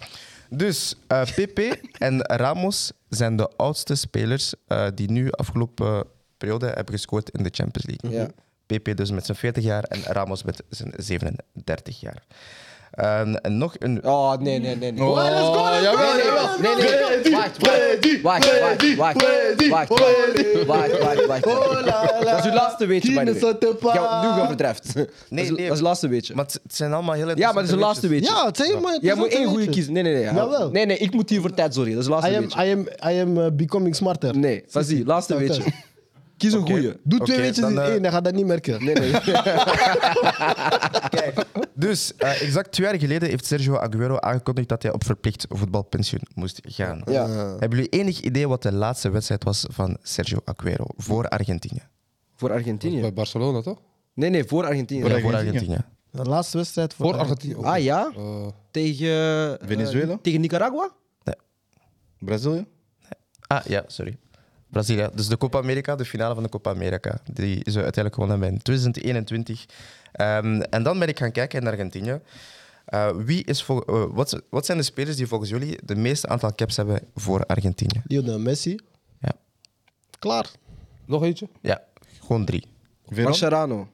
G: weetjes. Dus eh, Pepe en Ramos zijn de oudste spelers eh, die nu afgelopen periode hebben gescoord in de Champions League.
A: Ja.
G: Pepe dus met zijn 40 jaar en Ramos met zijn 37 jaar. Ehm, en nog een
A: Oh, nee, nee, nee. nee.
D: Oh, jawel, jawel.
A: Nee, nee, nee. Wacht, wacht, wacht, wacht, wacht, wacht, wacht, wacht, wacht, wacht. Dat is uw laatste weetje, by the way. Je hebt nu overdrijft. Nee,
G: Nee,
A: Dat
G: nee.
A: is het laatste weetje.
G: Maar het het zijn allemaal heel
A: Ja, maar dat is het laatste
G: weetjes.
A: weetje.
B: Ja, het zijn maar... het
A: Jij
B: is
A: moet
B: altijd
A: één goede
B: eentje.
A: kiezen. Nee, nee, nee. hou-
B: Jawel.
A: Nee, nee, ik moet hier voor tijd zorgen. Dat is het
B: I
A: laatste
B: am,
A: weetje.
B: I am, I am eh, becoming smarter.
A: Nee, Fazi, laatste
B: Oké.
A: weetje. Kies een goeie.
B: Doe
G: Oké,
B: twee weetjes
G: dan,
B: in
G: eh,
B: één, dan gaat dat niet merken.
A: Nee, nee.
G: Dus eh, exact twee jaar geleden heeft Sergio Aguero aangekondigd dat hij op verplicht voetbalpensioen moest gaan.
A: Ja.
G: Hebben jullie enig idee wat de laatste wedstrijd was van Sergio Aguero voor Argentinië?
A: Voor Argentinië.
C: Bij Barcelona toch?
A: Nee, nee, voor Argentinië.
G: Ja, voor
D: Argentinië.
G: Argentinië.
B: De laatste wedstrijd voor...
C: Oh, Ah. Voor Argentinië. ook.
A: Ah ja?
C: Eh,
A: Tegen. eh,
D: Venezuela?
A: tegen Nicaragua?
G: Nee.
D: Brazilië?
G: Ah, ja, sorry. Brazilië. Dus de Copa America, de finale van de Copa America. Die ze uiteindelijk gewonnen hebben in 2021. Ehm, en dan ben ik gaan kijken in Argentinië. Eh, wie is vol- eh, wat, wat zijn de spelers die volgens jullie de meeste aantal caps hebben voor Argentinië?
B: Lionel Messi.
G: Ja.
B: Klaar.
C: Nog eentje?
G: ja, gewoon drie.
D: Veron?
A: Mascherano.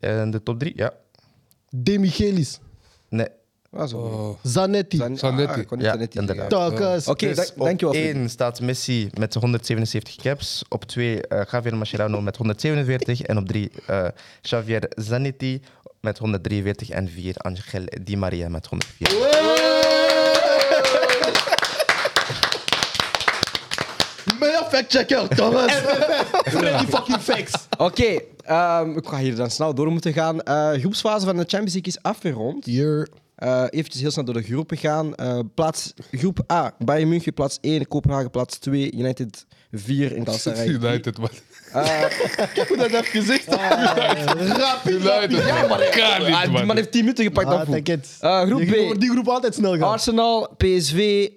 G: En Eh, de top drie? Ja.
B: De Michelis.
G: Nee.
A: Ah, zo.
C: Oh,
B: Zanetti.
A: Zan-
C: Zanetti.
A: ah, ik kon niet
G: Ja,
A: Zanetti
G: inderdaad.
A: zeggen.
B: Takas.
A: Oké,
G: Dus
A: dank-
G: op
A: dankjewel. Filip.
G: één staat Messi met 177 caps. Op twee eh, Javier Mascherano met 147. en op drie eh Javier Zanetti met 143. En vier Angel Di Maria met 104.
D: Meilleur fact-checker, Thomas!
B: Freddy fucking facts.
A: Oké, ehm, ik ga hier dan snel door moeten gaan. Eh groepsfase van de Champions League is afgerond.
B: Hier.
A: Eh eventjes heel snel door de groepen gaan. Eh, plaats, groep A, Bayern München plaats 1, Kopenhagen plaats 2, United 4 en Galatasaray.
C: United, man. Ah.
D: Hoe dat heb gezegd?
C: United, man.
A: Ah,
C: Kan
A: die
C: niet,
A: man
C: man.
A: heeft 10 minuten gepakt.
B: Ah,
A: afvoer.
B: denk het.
A: Eh, groep
B: die,
A: B.
B: groep- wordt die groep altijd snel gaan.
A: Arsenal, PSV,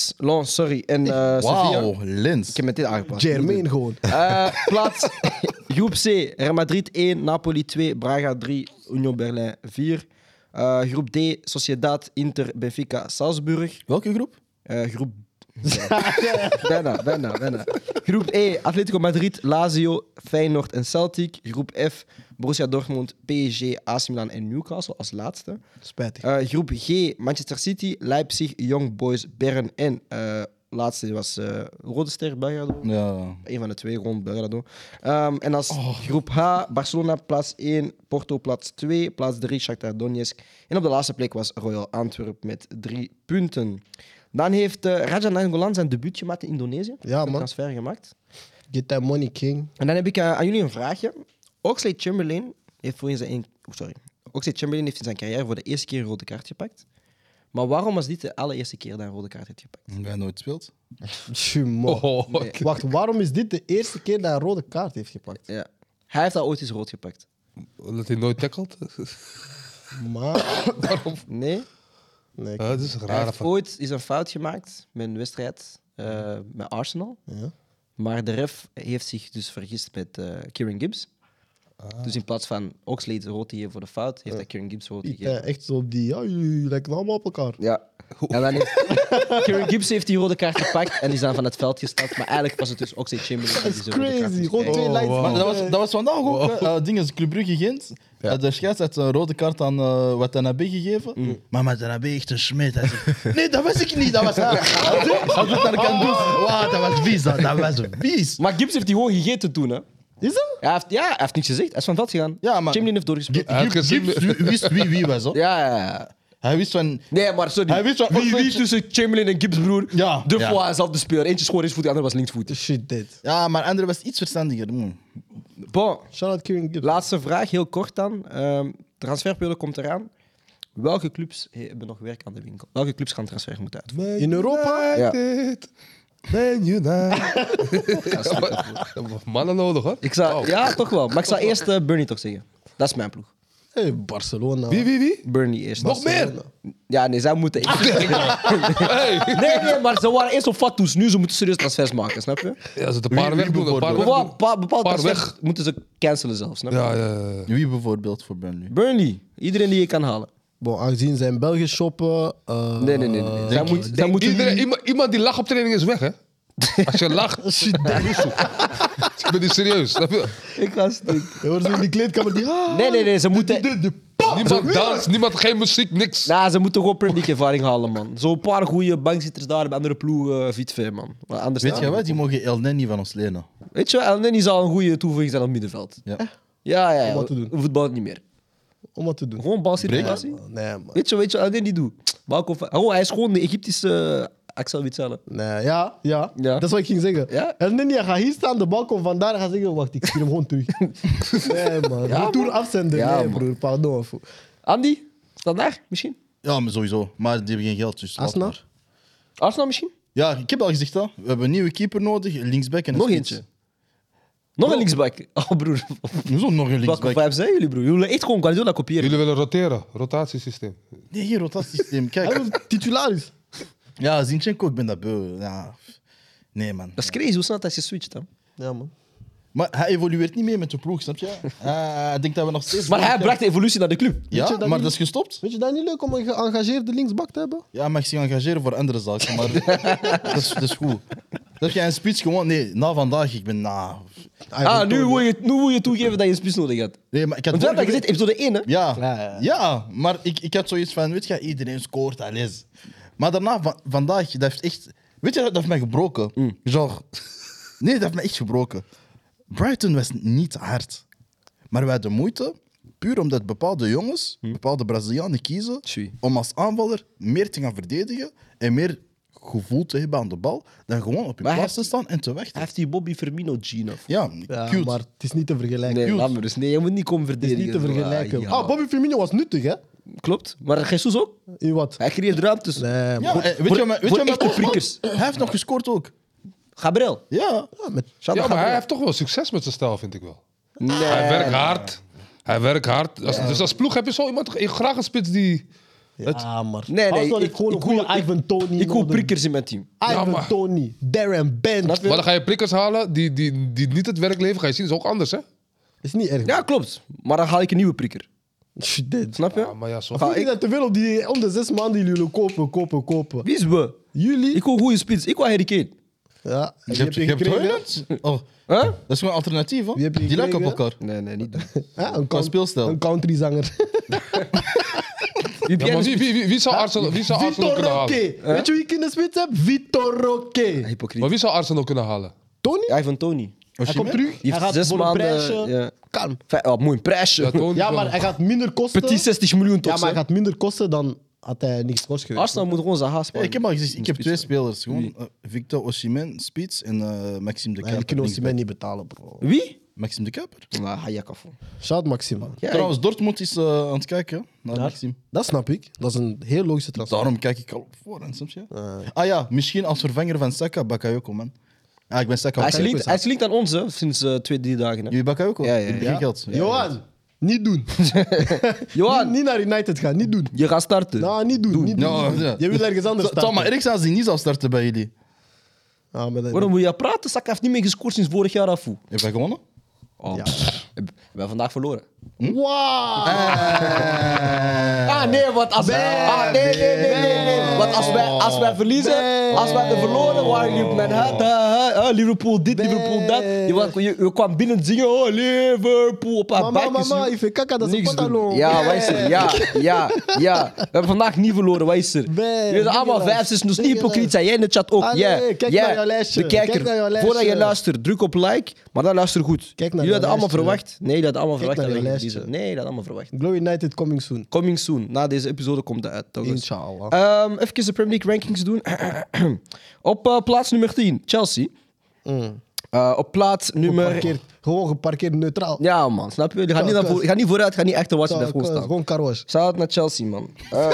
A: Lens, Lens, sorry, en eh Sevilla.
D: Wauw, Lens.
A: Ik heb met dit aangepast.
B: Jermaine gewoon.
A: Eh, plaats groep C, Real Madrid 1, Napoli 2, Braga 3, Union Berlin 4. Eh, groep D, Sociedad, Inter, Benfica, Salzburg.
D: Welke groep?
A: Eh, groep. bijna, bijna, bijna. Groep E, Atletico Madrid, Lazio, Feyenoord en Celtic. Groep F, Borussia Dortmund, PSG, AC Milan en Newcastle als laatste.
B: Spijtig.
A: Eh, groep G, Manchester City, Leipzig, Young Boys, Bern en eh, laatste was eh, Rode Ster, Belgrado.
D: Ja.
A: Een van de twee rond Belgrado. Ehm, en als
B: Oh.
A: groep H, Barcelona plaats 1, Porto plaats 2, plaats 3, Shakhtar Donetsk. En op de laatste plek was Royal Antwerp met drie punten. Dan heeft eh, Raja Nangolan zijn debuut gemaakt in Indonesië.
B: Ja,
A: Een
B: man.
A: transfer gemaakt.
B: Get that money, king.
A: En dan heb ik eh, aan jullie een vraagje. Oxlade Chamberlain heeft voor in zijn... oh, sorry. Oxlade Chamberlain heeft in zijn carrière voor de eerste keer een rode kaart gepakt. Maar waarom was dit de allereerste keer dat hij een rode kaart heeft gepakt?
D: Heb jij nooit speelt.
B: Tjumo.
C: Oh,
B: Wacht, waarom is dit de eerste keer dat hij een rode kaart heeft gepakt?
A: Ja. Hij heeft al ooit eens rood gepakt.
C: Dat hij nooit tackelt?
B: Maar...
A: Nee?
B: Nee,
C: Ja, dat is een
A: Hij
C: rare
A: heeft
C: van.
A: ooit is een fout gemaakt met een wedstrijd eh, met Arsenal.
B: Ja.
A: Maar de ref heeft zich dus vergist met eh Kieran Gibbs. Dus in plaats van Oxlade rood te geven voor de fout, heeft hij Kieran Gibbs rood
B: ik,
A: gegeven.
B: Ah. eh, echt zo op die... Ja, jullie lijken allemaal op elkaar.
A: Ja. En dan heeft Kieran Gibbs heeft die rode kaart gepakt en is dan van het veld gestapt. Maar eigenlijk was het dus Oxlade Chamberlain die
B: Dat is
A: zijn rode kaart
B: crazy.
A: heeft
B: Gewoon
A: gekregen.
B: twee lijns.
D: Maar dat was, dat was vandaag ook eh, eh, dingen, Club Brugge Gent. Eh, de scheids had een rode kaart aan eh Watanabe gegeven. Maar Watanabe echt een smet. Hij zegt, nee, dat was ik niet, dat was haar. Hij doet- Hij doet naar de kant dus. Wauw, dat was vies, dat, dat was vies.
A: Maar Gibbs heeft die gewoon gegeten toen, hè?
B: Is dat?
A: Hij heeft, ja, hij heeft niks gezegd. Hij is van het veld gegaan.
D: Ja, maar-
A: Chamberlain heeft doorgespeeld.
C: Hij had
D: Gibbs-
C: gezien-
D: Gibbs wi- wist wie wie was. Hoor.
A: Ja, ja, ja.
D: Hij wist van...
A: Nee, maar Oh, sorry.
D: Hij wist wat
A: wie,
D: Oxlade-
A: wie tussen Chamberlain en Gibbs, broer?
D: Ja.
A: De
D: Ja.
A: ja. Dus, was zelf de speler. Eentje schoor voet, de andere was linksvoet.
B: Shit, dit.
D: Ja, maar andere was iets verstandiger. Mm.
A: Bon,
B: Shout-out Kieran Gibbs.
A: laatste vraag, heel kort dan. Ehm transferperiode komt eraan. Welke clubs hebben nog werk aan de winkel? Welke clubs gaan transfer moeten uitvoeren?
B: In Europa?
A: Ja.
C: Man United. Mannen nodig, hoor.
A: Ik zou, Ja, toch wel. Maar ik zou eerst eh, Burnley toch zeggen. Dat is mijn ploeg.
B: Hey, Barcelona.
C: Wie, wie, wie?
A: Burnley eerst.
C: Nog meer?
A: Ja, nee, zij moeten eerst. nee, nee, maar ze waren eerst op fatsoes. Nu ze moeten serieus transfers maken, snap je?
C: Ja, ze het een paar weg doen. Een paar weg
A: Bepaal-
C: doen.
A: bepaal- Bepaalde
C: Paar
A: transfers
C: weg.
A: moeten ze cancelen zelf, snap je?
C: Ja, ja, ja.
D: Wie bijvoorbeeld voor Burnley?
A: Burnley, iedereen die je kan halen.
B: Bon, aangezien zijn België shoppen... eh,
A: Nee, nee, nee. nee. Zij, moet, zij moeten
C: Iedereen- iemand, iemand die lacht op training is weg, hè? Als je lacht, shit, Ik ben niet serieus. snap je?
A: Ik ga stuk.
B: Je wordt eh, zo in die kleedkamer die... Ah,
A: Nee, nee, nee, ze moeten...
C: Niemand dans, niemand, geen muziek, niks.
A: Nou, ze moeten gewoon Premier League ervaring halen, man. Zo'n paar goede bankzitters daar bij andere ploegen, fit ver, man. Maar anders
D: Weet je wat? Die mogen El Nenny van ons lenen.
A: Weet je wel, El Neni zal een goede toevoeging zijn op het middenveld.
D: Ja.
A: Ja, ja, ja.
B: Om wat te doen.
A: Voetbal niet meer.
B: Om wat te doen.
A: Gewoon balcirculatie.
B: Nee, man.
A: Weet je, weet je, El Neni doet. Balkov- Oh, hij is gewoon de Egyptische eh, Axel Witsel.
B: Nee, ja, ja,
A: Ja.
B: Dat is wat ik ging zeggen.
A: Ja.
B: En Nini gaat hier staan, de bal komt vandaar en gaat zeggen: Wacht, ik stuur hem gewoon terug. nee, man. Ja, Retour afzenden.
A: Ja,
B: nee,
A: man.
B: broer, pardon. foe.
A: Andy, standaard misschien?
D: Ja, maar sowieso. Maar die hebben geen geld, dus laat
B: Arsenal?
D: maar.
A: Arsenal misschien?
D: Ja, ik heb al gezegd dat. We hebben een nieuwe keeper nodig, linksback en een
A: Nog
D: spits.
A: eentje. Nog een linksback. Oh, broer.
D: Hoezo nog een
A: Welke
D: linksback?
A: vibe zijn jullie, broer? Jullie willen echt gewoon Guardiola kopiëren.
C: Jullie willen roteren, rotatiesysteem.
D: Nee, hier, rotatiesysteem. Kijk.
B: Hij is titularis.
D: Ah, Ja, Zinchenko, ik ben dat beu. Ja. Nee, man.
A: Dat is crazy hoe snel dat is geswitcht, hè.
B: Ja, man.
D: Maar hij evolueert niet mee met de ploeg, snap je? Eh, Hij denkt dat we nog steeds...
A: Maar hij bracht de evolutie naar de club.
D: Ja,
B: Weet je
D: maar
B: dat
D: dat
B: niet?
D: is gestopt.
B: Vind je dat niet leuk om een geëngageerde linksbak te hebben?
D: Ja, mag zich engageren voor andere zaken, maar dat, is, dat is goed. Dat jij een speech gewoon... Nee, na vandaag, ik ben na...
A: Ah, nu moet, je, nu moet je toegeven dat je een spits nodig had.
D: Nee, maar ik had
A: Want we hebben
D: vorige
A: gezegd, episode 1, hè.
D: week- Ja,
B: Ja,
D: ja,
B: ja.
D: maar ik, ik had zoiets van, weet je, iedereen scoort, alles. Maar daarna, va- vandaag, dat heeft echt... Weet je, dat heeft mij gebroken.
A: Mm.
D: Genre... Nee, dat heeft mij echt gebroken. Brighton was niet hard. Maar wij de moeite, puur omdat bepaalde jongens, bepaalde Brazilianen kiezen
A: Mm. Tjie.
D: om als aanvaller meer te gaan verdedigen en meer gevoel te hebben aan de bal, dan gewoon op je
A: Maar hij-
D: plaats te staan en te
A: Hij
D: wachten.
A: heeft die Bobby Firmino Gene of...
D: Ja,
B: Ja,
D: cute.
B: maar het is niet te vergelijken.
A: Nee,
B: Cute.
A: laat maar dus. Nee, je moet niet komen
B: Het is
A: verdedigen.
B: niet te vergelijken.
A: Ah, ja.
B: Ah, Bobby Firmino was nuttig, hè?
A: Klopt. Maar Jesus ook.
B: In wat?
A: Hij creëert ruimtes.
B: Nee,
D: Ja,
B: man.
D: eh, weet
A: voor-
D: je, maar, weet
A: voor
D: je, maar-
A: echte freakers.
D: Hij heeft nog gescoord ook.
A: Gabriel.
D: Ja.
B: Ja, met
A: Shout out
C: Ja, maar hij
A: Gabriel.
C: heeft toch wel succes met zijn stijl, vind ik wel.
A: Nee.
C: Hij werkt hard. Hij werkt hard. Als- Dus als ploeg heb je zo iemand, ik- graag een spits die...
B: Ja, maar.
A: Nee, nee,
B: Als dan
A: ik-
B: ik gewoon
A: ik
B: een goede
A: wil- ik-
B: Ivan Tony.
A: Ik hoor
B: nodig.
A: prikkers in mijn team.
C: Ja,
B: Ivan
C: maar-
B: Tony, Darren Bent.
A: Dat
B: Dat
A: wil-
C: Maar dan ga je prikkers halen die, die, die niet het werk leveren. Ga je zien, is ook anders, hè?
B: is niet erg.
A: Ja, klopt. Maar dan haal ik een nieuwe prikker.
B: Shit, dit.
A: Snap je?
C: Ja, maar ja, zo.
B: Of vind je dat te veel op die om de zes maanden die jullie kopen, kopen, kopen?
A: Wie is we?
B: Jullie?
A: Ik wil goede spits. Ik wil Harry Kane.
B: Ja.
D: Je hebt, je hebt
B: gekregen?
D: Hoylund? Oh,
A: Huh?
D: dat is gewoon een alternatief, hè?
B: Wie heb je
D: Oh, Die lijken op
B: gekregen?
D: elkaar.
A: Nee, nee, niet dat.
B: Ja, een,
D: Qua
B: count-
D: speelstijl.
B: een countryzanger.
A: Wie
C: Ja, maar wie, wie, wie, wie zou Arsenal, wie zou Arsenal
B: Vitor
C: kunnen
B: Roque.
C: halen?
B: Weet je wie ik in de spits heb? Vitor Roque.
C: Maar
A: Hypocriet.
C: wie zou Arsenal kunnen halen?
B: Tony?
A: Ja, van Tony.
B: Hij komt
A: Die
B: terug. hij
A: heeft
B: gaat
A: zes
B: voor een
A: maanden...
B: prijsje.
A: Ja.
B: Kan.
A: Enfin, oh, mooi, een prijsje.
C: Ja, Tony
B: Ja,
C: wel.
B: maar hij gaat minder kosten.
A: Petit 60 miljoen
B: ja,
A: toch?
B: maar hij gaat minder kosten dan had hij niks kost geweest.
A: Arsenal moet gewoon zijn haast
D: Ja, ik heb al gezegd, ik heb twee spelers. Gewoon eh, Victor Osimhen, Spits en eh, Maxime de
A: Ah,
B: Nee, we
D: Kuiper.
B: kunnen ons
D: linksback.
B: niet betalen, bro.
A: Wie?
D: Maxime de Kuiper.
A: Nou, Hayek af.
B: Shout Maxim. man.
A: Ja,
D: Trouwens, Dortmund is eh, aan het kijken hè, naar Maxime.
B: Dat snap ik. Dat is een heel logische transfer.
D: Daarom kijk ik al op voorhand, snap je? Ah ja, misschien als vervanger van Saka, Bakayoko, man. Ah, ik ben Saka.
A: Hij is
D: Bakayoko
A: gelinkt-
D: is
A: hij
D: aan-
A: is gelinkt aan ons hè, sinds eh, twee, drie dagen. Hè.
D: Jullie Bakayoko?
A: Ja, ja,
D: Ik heb
A: ja.
D: geen geld. Ja,
B: Johan, niet doen.
A: Johan,
B: Niet naar United gaan, niet doen.
A: je gaat starten.
B: Nou, niet doen. Niet doen.
D: Ja,
B: niet doen.
D: ja.
B: Je wil ergens anders staan.
D: Tom, maar Eriksen als die niet zou starten bij jullie.
B: Ah, maar dat-
A: Waarom wil je praten? Saka heeft niet meer gescoord sinds vorig jaar af.
D: Heb jij gewonnen?
A: Oh, We hebben vandaag verloren.
B: Wauw.
A: Ah nee, want als wij... Ah nee, nee, nee, nee, nee. Want als wij, als wij verliezen, als wij de verloren waren, jullie met hè, da, hè, hè, Liverpool dit, Liverpool dat. Je, wa- je, je kwam binnen zingen, oh Liverpool, op haar
B: Mama,
A: bakjes.
B: mama,
A: joh.
B: je fait kaka, dat is een
A: Niks
B: pantalon. Eh,
A: doen. Ja, wat is er? Ja, ja, ja. We hebben vandaag niet verloren, wat is er?
B: Ben,
A: Jullie zijn allemaal
B: Nederlands,
A: vijf, zes, dus niet
B: Nederlands.
A: hypocriet zijn. Jij in de chat ook.
B: Allee,
A: Ja,
B: Ah, kijk
A: ja.
B: naar jouw lijstje.
A: De kijker,
B: Kijk naar jouw
A: voordat je
B: lijstje.
A: luistert, druk op like, maar dan luister goed.
B: Kijk naar
A: jullie hadden allemaal
B: jouw lijstje.
A: verwacht. Nee, jullie hadden allemaal
B: Kijk
A: verwacht dat
B: naar
A: jullie
B: jouw
A: verliezen. Nee,
B: lijstje.
A: jullie hadden allemaal verwacht.
B: Glow United coming soon.
A: Coming soon. Na deze episode komt dat uit. toch?
B: Inshallah.
A: Ehm, even de Premier League rankings doen. op eh, plaats nummer 10, Chelsea. Eh, op plaats nummer...
B: Geparkeerd, gewoon geparkeerd neutraal.
A: Ja, man, snap je? Je gaat, niet naar voor, je gaat niet vooruit, je gaat niet echt te watchen.
B: Zo,
A: Blijf eh, gewoon staan.
B: Gewoon karos.
A: Shout out naar Chelsea, man. Eh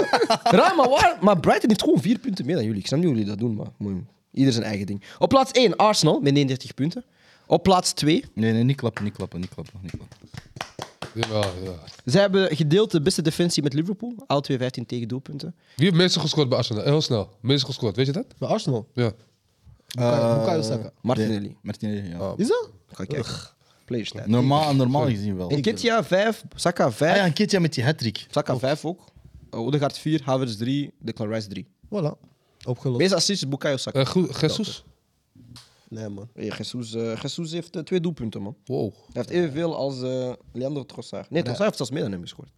A: raar, maar waar? Maar Brighton heeft gewoon vier punten meer dan jullie. Ik snap niet hoe jullie dat doen, maar mooi. Ieder zijn eigen ding. Op plaats 1, Arsenal met 39 punten. Op plaats 2,
D: Nee, nee, niet klappen, niet klappen, niet klappen. Niet klappen.
C: Ja, ja.
A: zij hebben gedeeld de beste defensie met Liverpool. Al 2-15 tegen doelpunten.
C: Wie heeft meeste gescoord bij Arsenal? Heel snel. Meeste gescoord, weet je dat?
B: Bij Arsenal.
C: Ja.
B: Bukayo Bukayo
A: Eh,
B: Saka.
A: Martinelli. Oh.
D: Martinelli, ja.
B: Is dat?
A: Ga kijken. Players tijd.
D: Normaal, normaal gezien wel.
A: En Kitja 5, Saka 5.
D: Ah ja, een keertje met die hat-trick.
A: Saka 5 ook. Uh, Odegaard 4, Havertz 3, Declan Rice 3.
B: Voilà. Opgelost.
A: Meest assist is Bukayo Saka.
C: Eh, Goe- Jesus?
B: Nee, man.
A: Hey, Jesus, eh, Jesus heeft eh, twee doelpunten, man.
C: Wow.
A: Hij heeft evenveel als eh Leandro Trossard. Nee, Trossard heeft zelfs meer dan hem gescoord.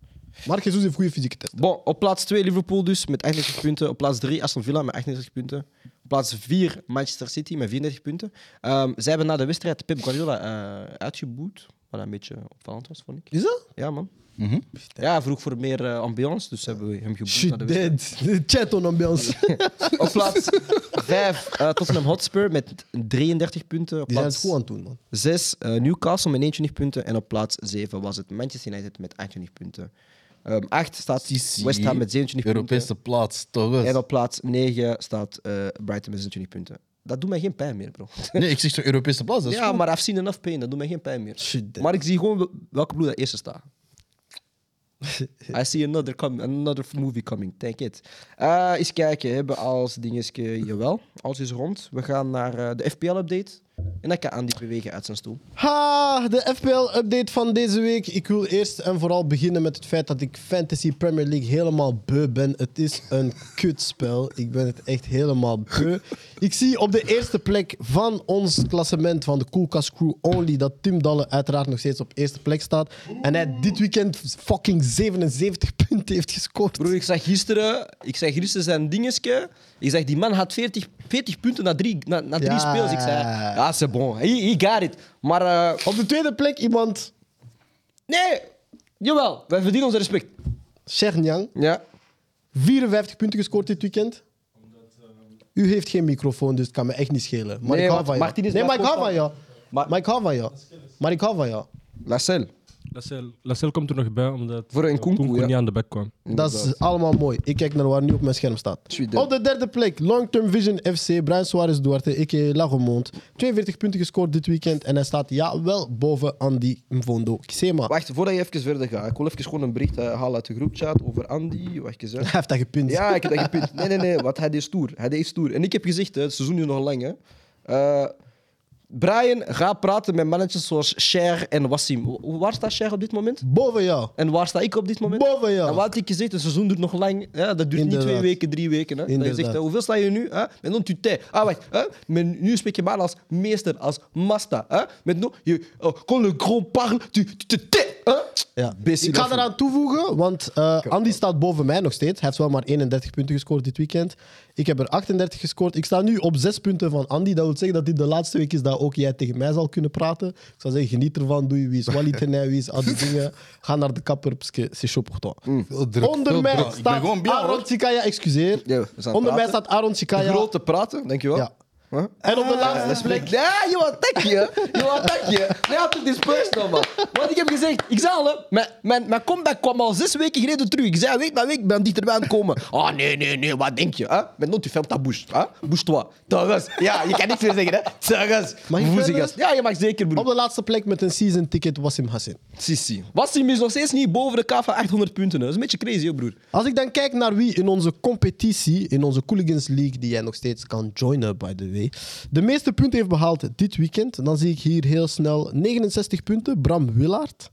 B: Maar Jesus heeft goede fysieke test.
A: Bon, op plaats 2 Liverpool dus met 38 punten. Op plaats 3 Aston Villa met 38 punten. Op plaats 4 Manchester City met 34 punten. Ehm, zij hebben na de wedstrijd Pep Guardiola eh, uitgeboet. Wat een beetje opvallend was, vond ik.
B: Is dat?
A: Ja, man. Ja, hij vroeg voor meer eh, ambiance, dus hebben we hem geboet na
B: Shit,
A: de wedstrijd.
B: dead. Chat on ambiance.
A: Op plaats 5 eh, Tottenham Hotspur met 33 punten. Op
B: Die zijn het
A: plaats
B: goed aan het doen, man.
A: 6 Newcastle met 21 punten. En op plaats 7 was het Manchester United met 28 punten. 8 staat
D: Sissi,
A: West Ham met 27
D: Europese plaats, toch?
A: punten. En
D: eens.
A: op plaats 9 staat eh, Brighton met 26 punten. Dat doet mij geen pijn meer, bro.
D: Nee, ik zeg toch Europese plaats, dat is
A: Ja,
D: goed.
A: maar I've seen enough pain. Dat doet mij geen pijn meer.
B: Shit, dead.
A: Maar ik zie gewoon wel- welke bloed dat eerste staat. I see another, com- another movie coming. Take it. Eh eens kijken. We hebben als dingetje... Jawel, alles is rond. We gaan naar eh, de FPL-update. En dan kan Andy bewegen uit zijn stoel.
B: Ha, de FPL-update van deze week. Ik wil eerst en vooral beginnen met het feit dat ik Fantasy Premier League helemaal beu ben. Het is een kutspel. Ik ben het echt helemaal beu. Ik zie op de eerste plek van ons klassement van de Coolcast Crew Only dat Tim Dalle uiteraard nog steeds op eerste plek staat. En hij dit weekend fucking 77 punten heeft gescoord.
A: Broer, ik zag gisteren, ik zag gisteren zijn dingetje. Ik zeg, die man had 40, 40 punten na drie, na, na drie
B: Ja.
A: speels. Ik zei, ja, c'est bon. He, he got it. Maar, eh,
B: Op de tweede plek iemand,
A: nee, jawel, wij verdienen ons respect.
B: Shernyang.
A: Ja.
B: 54 punten gescoord dit weekend. U heeft geen microfoon, dus het kan me echt niet schelen. Maar
A: ehm, Nee,
B: ik hou
A: maar
B: van
A: Martin
B: jou.
A: is
B: Nee, maar ik hou van
A: blijft
B: jou.
A: Maar-
B: Maar ik hou van jou. Maar ik hou van jou.
A: Lacelle.
H: Lassel, Lassel komt er nog bij omdat
A: Voor een
H: eh,
A: Kunku, ja.
H: niet aan de bek kwam.
B: Dat is allemaal mooi. Ik kijk naar waar nu op mijn scherm staat.
A: Tweede.
B: Op de derde plek, Long Term Vision FC, Brian Suarez Duarte, a.k.a. Lagomond. 42 punten gescoord dit weekend en hij staat jawel boven Andy Mvondo Kisema. Hij
A: Wacht, voordat je even verder gaat, ik wil even gewoon een bericht eh, halen uit de groepchat over Andy. Wacht eens, hè.
B: heeft dat gepunt.
A: Ja, ik heb dat gepunt. Nee, nee, nee, want hij deed stoer. Hij deed stoer. En ik heb gezegd, hè, het seizoen is nog lang, hè. Eh, Brian, ga praten met mannetjes zoals Cher en Wassim. Wa- Waar staat Cher op dit moment?
B: Boven jou.
A: En waar sta ik op dit moment?
B: Boven jou.
A: En wat had ik gezegd, het seizoen duurt nog lang. Ja, dat duurt
B: Inderdaad.
A: niet twee weken, drie weken. Hè. Dat je zegt,
B: Inderdaad.
A: hè, hoeveel sta je nu? Hè? Met een tuté. Ah, wacht. Hè? Met, nu spreek je maar als meester, als master. Hè? Met no, je, oh, kon le grand parle, tu tu te tais, Hè?
B: Ja.
A: Bessie
B: ik ga
A: Lafoe.
B: eraan toevoegen, want eh, Andy staat boven mij nog steeds. Hij heeft wel maar 31 punten gescoord dit weekend. Ik heb er 38 gescoord. Ik sta nu op 6 punten van Andy. Dat wil zeggen dat dit de laatste week is dat ook jij tegen mij zal kunnen praten. Ik zou zeggen, geniet ervan. Doe je wie is Walid en hij, wie is al die dingen. Ga naar de kapper, parce que c'est chaud pour toi.
C: Veel druk.
B: Onder mij
D: druk. Ik ben
B: staat
D: gewoon blauw,
B: Aaron
D: hoor.
B: Sikaya, excuseer.
A: Ja, we zijn aan
B: Onder mij
A: praten.
B: staat Aaron
A: De
B: Sikaya.
A: grote praten, dankjewel.
B: Ja.
A: Huh?
B: En op de
A: Eh,
B: laatste plek...
A: Ja, je attack je. Je attack je. Nee, had het is personal, man. Want ik heb gezegd, ik zei al, hè, mijn, mijn, mijn comeback kwam al zes weken geleden terug. Ik zei, week na week ben ik dichterbij aan het komen. Oh, nee, nee, nee, wat denk je? Hè? Met non, tu fermes ta bouche. Hè? Bouche-toi. Terras. Ja, je kan niks meer zeggen, hè. Terras.
B: Mag ik verder?
A: Woezigas. Ja, je mag zeker,
B: Op
A: broer.
B: de laatste plek met een season ticket Wassim Hassin.
A: Sissi. Wassim is nog steeds niet boven de K van 800 punten. hè. Dat is een beetje crazy, hè, broer.
B: Als ik dan kijk naar wie in onze competitie, in onze Cooligans League, die jij nog steeds kan joinen, by the way, de meeste punten heeft behaald dit weekend, dan zie ik hier heel snel 69 punten. Bram Willaert,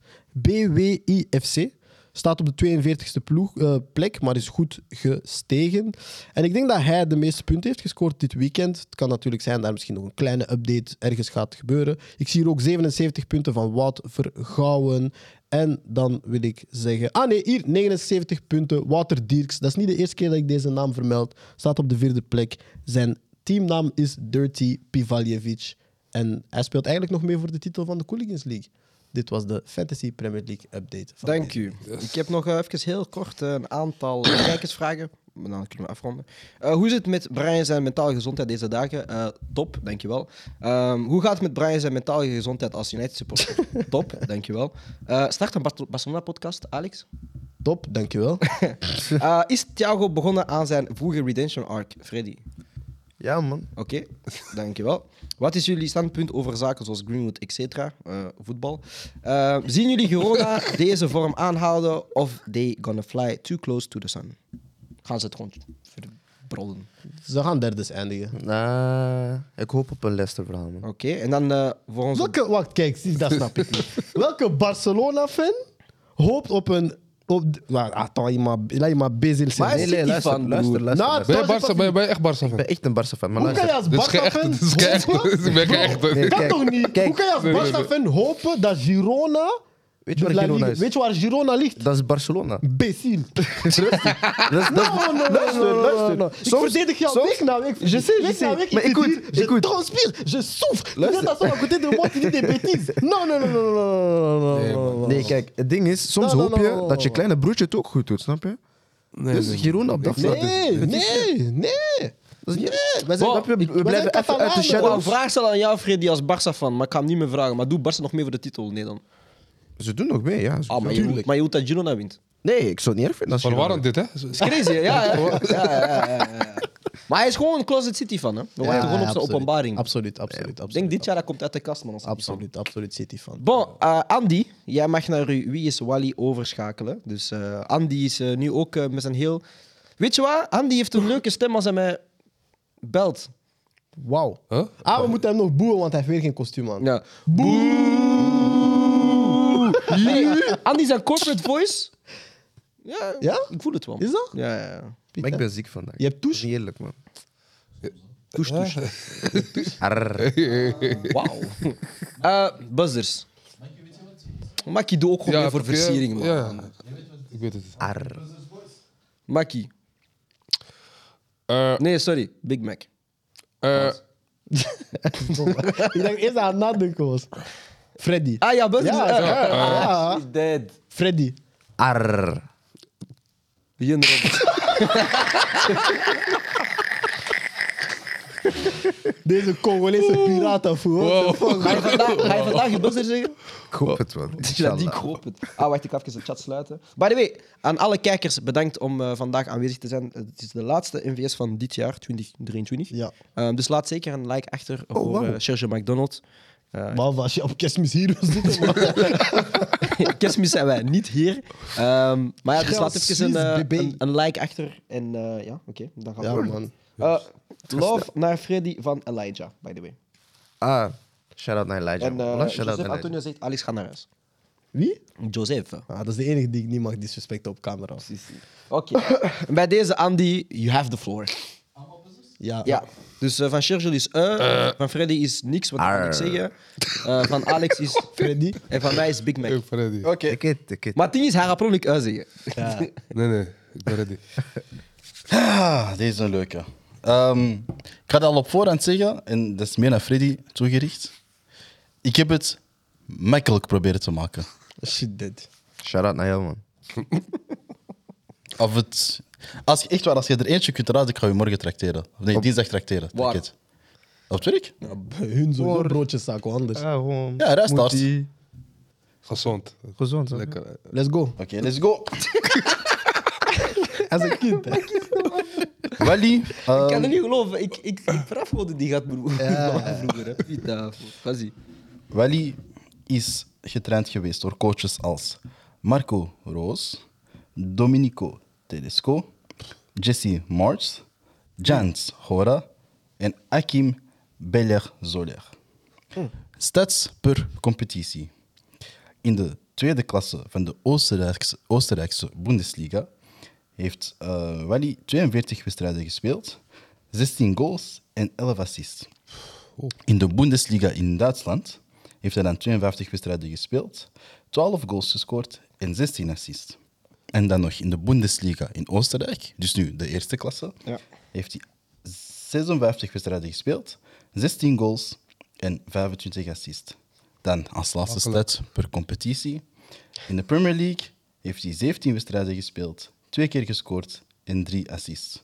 B: BWIFC, staat op de 42e ploeg, eh, plek, maar is goed gestegen. En ik denk dat hij de meeste punten heeft gescoord dit weekend. Het kan natuurlijk zijn dat er misschien nog een kleine update ergens gaat gebeuren. Ik zie hier ook 77 punten van Wout Vergouwen. En dan wil ik zeggen. Ah nee, hier 79 punten. Wouter Dierks. Dat is niet de eerste keer dat ik deze naam vermeld. Staat op de vierde plek. Zijn teamnaam is Dirty Pivaljevic. En hij speelt eigenlijk nog mee voor de titel van de Cooligans League. Dit was de Fantasy Premier League update. van
A: Dank
B: deze
A: u. Ik heb nog eh, even heel kort eh, een aantal kijkersvragen. Maar Dan kunnen we afronden. Eh, hoe is het met Brian zijn mentale gezondheid deze dagen? Eh, top, dankjewel. Ehm hoe gaat het met Brian zijn mentale gezondheid als United supporter? top, dankjewel. Eh start een Bar- Barcelona-podcast, Alex.
B: Top, dankjewel.
A: Eh, is Thiago begonnen aan zijn vroege redemption arc, Freddy?
G: Ja, man.
A: Oké, dankjewel. Wat is jullie standpunt over zaken zoals Greenwood, et cetera, eh, voetbal? Eh, zien jullie Girona deze vorm aanhouden of they gonna fly too close to the sun? Gaan ze het gewoon verbrollen.
B: Ze gaan derde eindigen.
G: Nou, ik hoop op een Leicester-verhaal, man.
A: Oké, en dan eh, voor onze...
B: Welke, wacht, kijk, zie, dat snap ik niet. Welke Barcelona-fan hoopt op een. Op, d- maar, attends, je maar, laat je maar bezig zijn.
A: Maar hij zit
G: Nee, nee,
A: die
G: luister,
A: van,
G: luister,
A: broer.
G: luister.
B: Nou,
G: luister.
C: Ben je,
B: Dat is wat-
C: Barca, ben, je- ben je echt Barca
G: Ik
C: fan?
G: ben echt een Barca-fan, maar
B: Hoe kan je
G: luister.
B: als
C: Dit is geen echt.
B: Barca-fan
C: Dit is geen echt.
B: hopen?
C: Dit is geen echt.
G: Nee,
B: Dat
G: kijk,
B: toch niet?
G: kijk.
B: Hoe kan je als
C: Nee, nee,
B: Barca-fan hopen dat Girona...
G: Weet je waar
B: de La
G: Girona
B: Liga-
G: is?
B: Weet je waar Girona ligt?
G: Dat is Barcelona.
B: Becil.
G: Dat is, dat is-
B: No, no, no,
G: luister,
B: no, no,
G: luister.
B: no. Ik
G: Soms-
B: verdedig jou
G: soms-
B: week na week.
G: Je sais, je
B: Week
G: sais.
B: na week,
G: Maar
B: ik zit
G: écoute,
B: hier, je
G: écoute.
B: transpire, je souffre. Vous
G: Luister.
B: êtes assis à côté de moi, tu dis des bêtises. Non, non, non, non, non, non,
C: Nee,
B: non,
C: man.
B: non, non.
G: Nee, kijk, het ding is,
B: No,
G: soms
B: no,
G: hoop je
B: no.
G: dat je kleine broertje het ook goed doet, snap je? dus Girona op dat vlak.
B: Nee, nee, nee.
G: Dat is niet-
B: Wij zijn-
G: Snap je? We,
B: zijn
G: blijven even uit de
B: Catalanen.
A: Ik wou een
G: shadows.
A: vraag stellen aan jou, Freddy, als Barça-fan, maar ik kan hem niet meer vragen. Maar doe Barça nog mee voor de titel? Nee dan.
G: Ze doen nog mee, ja. ze-
A: Ah, maar je, wil- maar je wilt dat Girona wint.
G: Nee, ik zou het niet erg vinden als Girona-
C: Verwarrend dit, hè?
A: Dat is crazy, hè? ja. ja, ja, ja, ja, ja. Maar hij is gewoon een closet city van, hè? We wachten gewoon op zijn
B: absoluut.
A: openbaring.
B: Absoluut, absoluut.
A: Ik
B: absoluut
A: denk dit jaar dat komt uit de kast, man. als City fan.
B: Absoluut, absoluut City fan.
A: Bon, eh, Andy, jij mag naar uw Wie is Wally overschakelen. Dus eh, Andy is eh, nu ook eh, met zijn heel. Weet je wat? Andy heeft een leuke stem als hij mij belt.
B: Wauw.
C: Huh?
B: Ah, we moeten hem nog boeien, want hij heeft weer geen kostuum aan.
A: Ja. Boe! Nee, Andy zijn corporate voice. Ja,
B: Ja?
A: ik voel het wel.
B: Is dat?
A: Ja, ja, ja.
G: Maar ik ben ziek vandaag.
B: Je hebt
G: Dat is
B: touche?
G: niet eerlijk, man.
C: Toes, toes.
G: Arr.
A: Wauw. Eh, buzzers. Makkie doe ook gewoon mee voor versiering, man.
C: Ja, ik weet het.
G: Arr.
A: Makkie.
C: Eh,
A: Nee, sorry. Big Mac.
C: eh,
B: ik denk eerst dat hij aan het nadenken was. Freddy.
A: Ah ja, buzzers.
B: Ja,
A: eh,
B: ja,
A: eh,
B: ja.
A: Is dead.
B: Freddy.
G: Arr.
A: Begin erop.
B: Deze Congolese piratenvoer. What the fuck?
A: Ga je vandaag, ga je vandaag je buzzer zeggen?
G: Ik hoop het wel.
A: Ja, die ik hoop het. Ah, wacht, ik ga even de chat sluiten. By the way, aan alle kijkers bedankt om eh, vandaag aanwezig te zijn. Het is de laatste NVS van dit jaar, 2023.
B: Ja, Oh,
A: Ehm, dus laat zeker een like achter voor eh Serge McDonald.
B: behalve als je op kerstmis hier wil zitten. man.
A: Kerstmis zijn wij niet hier. Ehm, maar ja, dus
B: Schel,
A: laat even een,
B: Swiss
A: eh,
B: bébé.
A: een, een like achter. En eh, ja, oké, dan gaan we
B: Ja,
A: door.
B: man.
A: Eh, love naar Freddy van Elijah, by the way.
G: Ah, shout-out naar Elijah.
A: En eh
G: Voilà, shout-out
A: Joseph
G: naar Elijah.
A: Antonio zegt, Alex, ga naar huis.
B: Wie?
A: Joseph.
B: Ah, dat is de enige die ik niet mag disrespecten op camera.
A: Oké. En Bij deze, Andy, you have the floor.
B: Ja.
A: Ja, dus eh, van Sergio is eh, van Freddy is niks, wat kan ik
G: Arr.
A: zeggen. Eh, van Alex is
B: Freddy.
A: en van mij is Big Mac.
C: ik ben ready.
G: Ik weet, ik weet.
A: Maar het ding is, hij gaat per ongeluk eh zeggen.
C: Nee, nee, ik ben ready.
D: Ah, deze is een leuke. Ehm, ik ga dat al op voorhand zeggen, en dat is meer naar Freddy toegericht. Ik heb het makkelijk proberen te maken.
B: Shit, dit.
G: Shout-out naar jou, man.
D: Of het... Als je, echt waar, als je er eentje kunt raden, ik ga je morgen trakteren. Of nee, dinsdag trakteren.
A: Waar?
D: Ticket. Op het werk?
B: Ja, bij hun sowieso broodjeszak, wel anders.
G: Ja, gewoon.
D: Ja, restaurant.
G: Moet-ie.
C: Gezond.
G: Gezond, hè?
C: Lekker.
B: Let's go.
D: Oké, let's go.
B: Als een kind, hè.
D: Wally. ehm,
A: Ik kan het niet geloven, ik, ik, ik veraf gewoon dat die gaat broer. Ja. vroeger. Hè. Pita, ga zien.
D: Wally is getraind geweest door coaches als Marco Roos, Domenico Tedesco, Jesse March, Jans Hora en Akim Beller-Zoller. Stats per competitie. In de tweede klasse van de Oostenrijkse, Oostenrijkse Bundesliga heeft eh, Wally 42 wedstrijden gespeeld, 16 goals en 11 assists. In de Bundesliga in Duitsland heeft hij dan 52 wedstrijden gespeeld, 12 goals gescoord en 16 assists. En dan nog in de Bundesliga in Oostenrijk, dus nu de eerste klasse, heeft hij 56 wedstrijden gespeeld, 16 goals en 25 assists. Dan als laatste stat per competitie. In de Premier League heeft hij 17 wedstrijden gespeeld, 2 keer gescoord en 3 assists.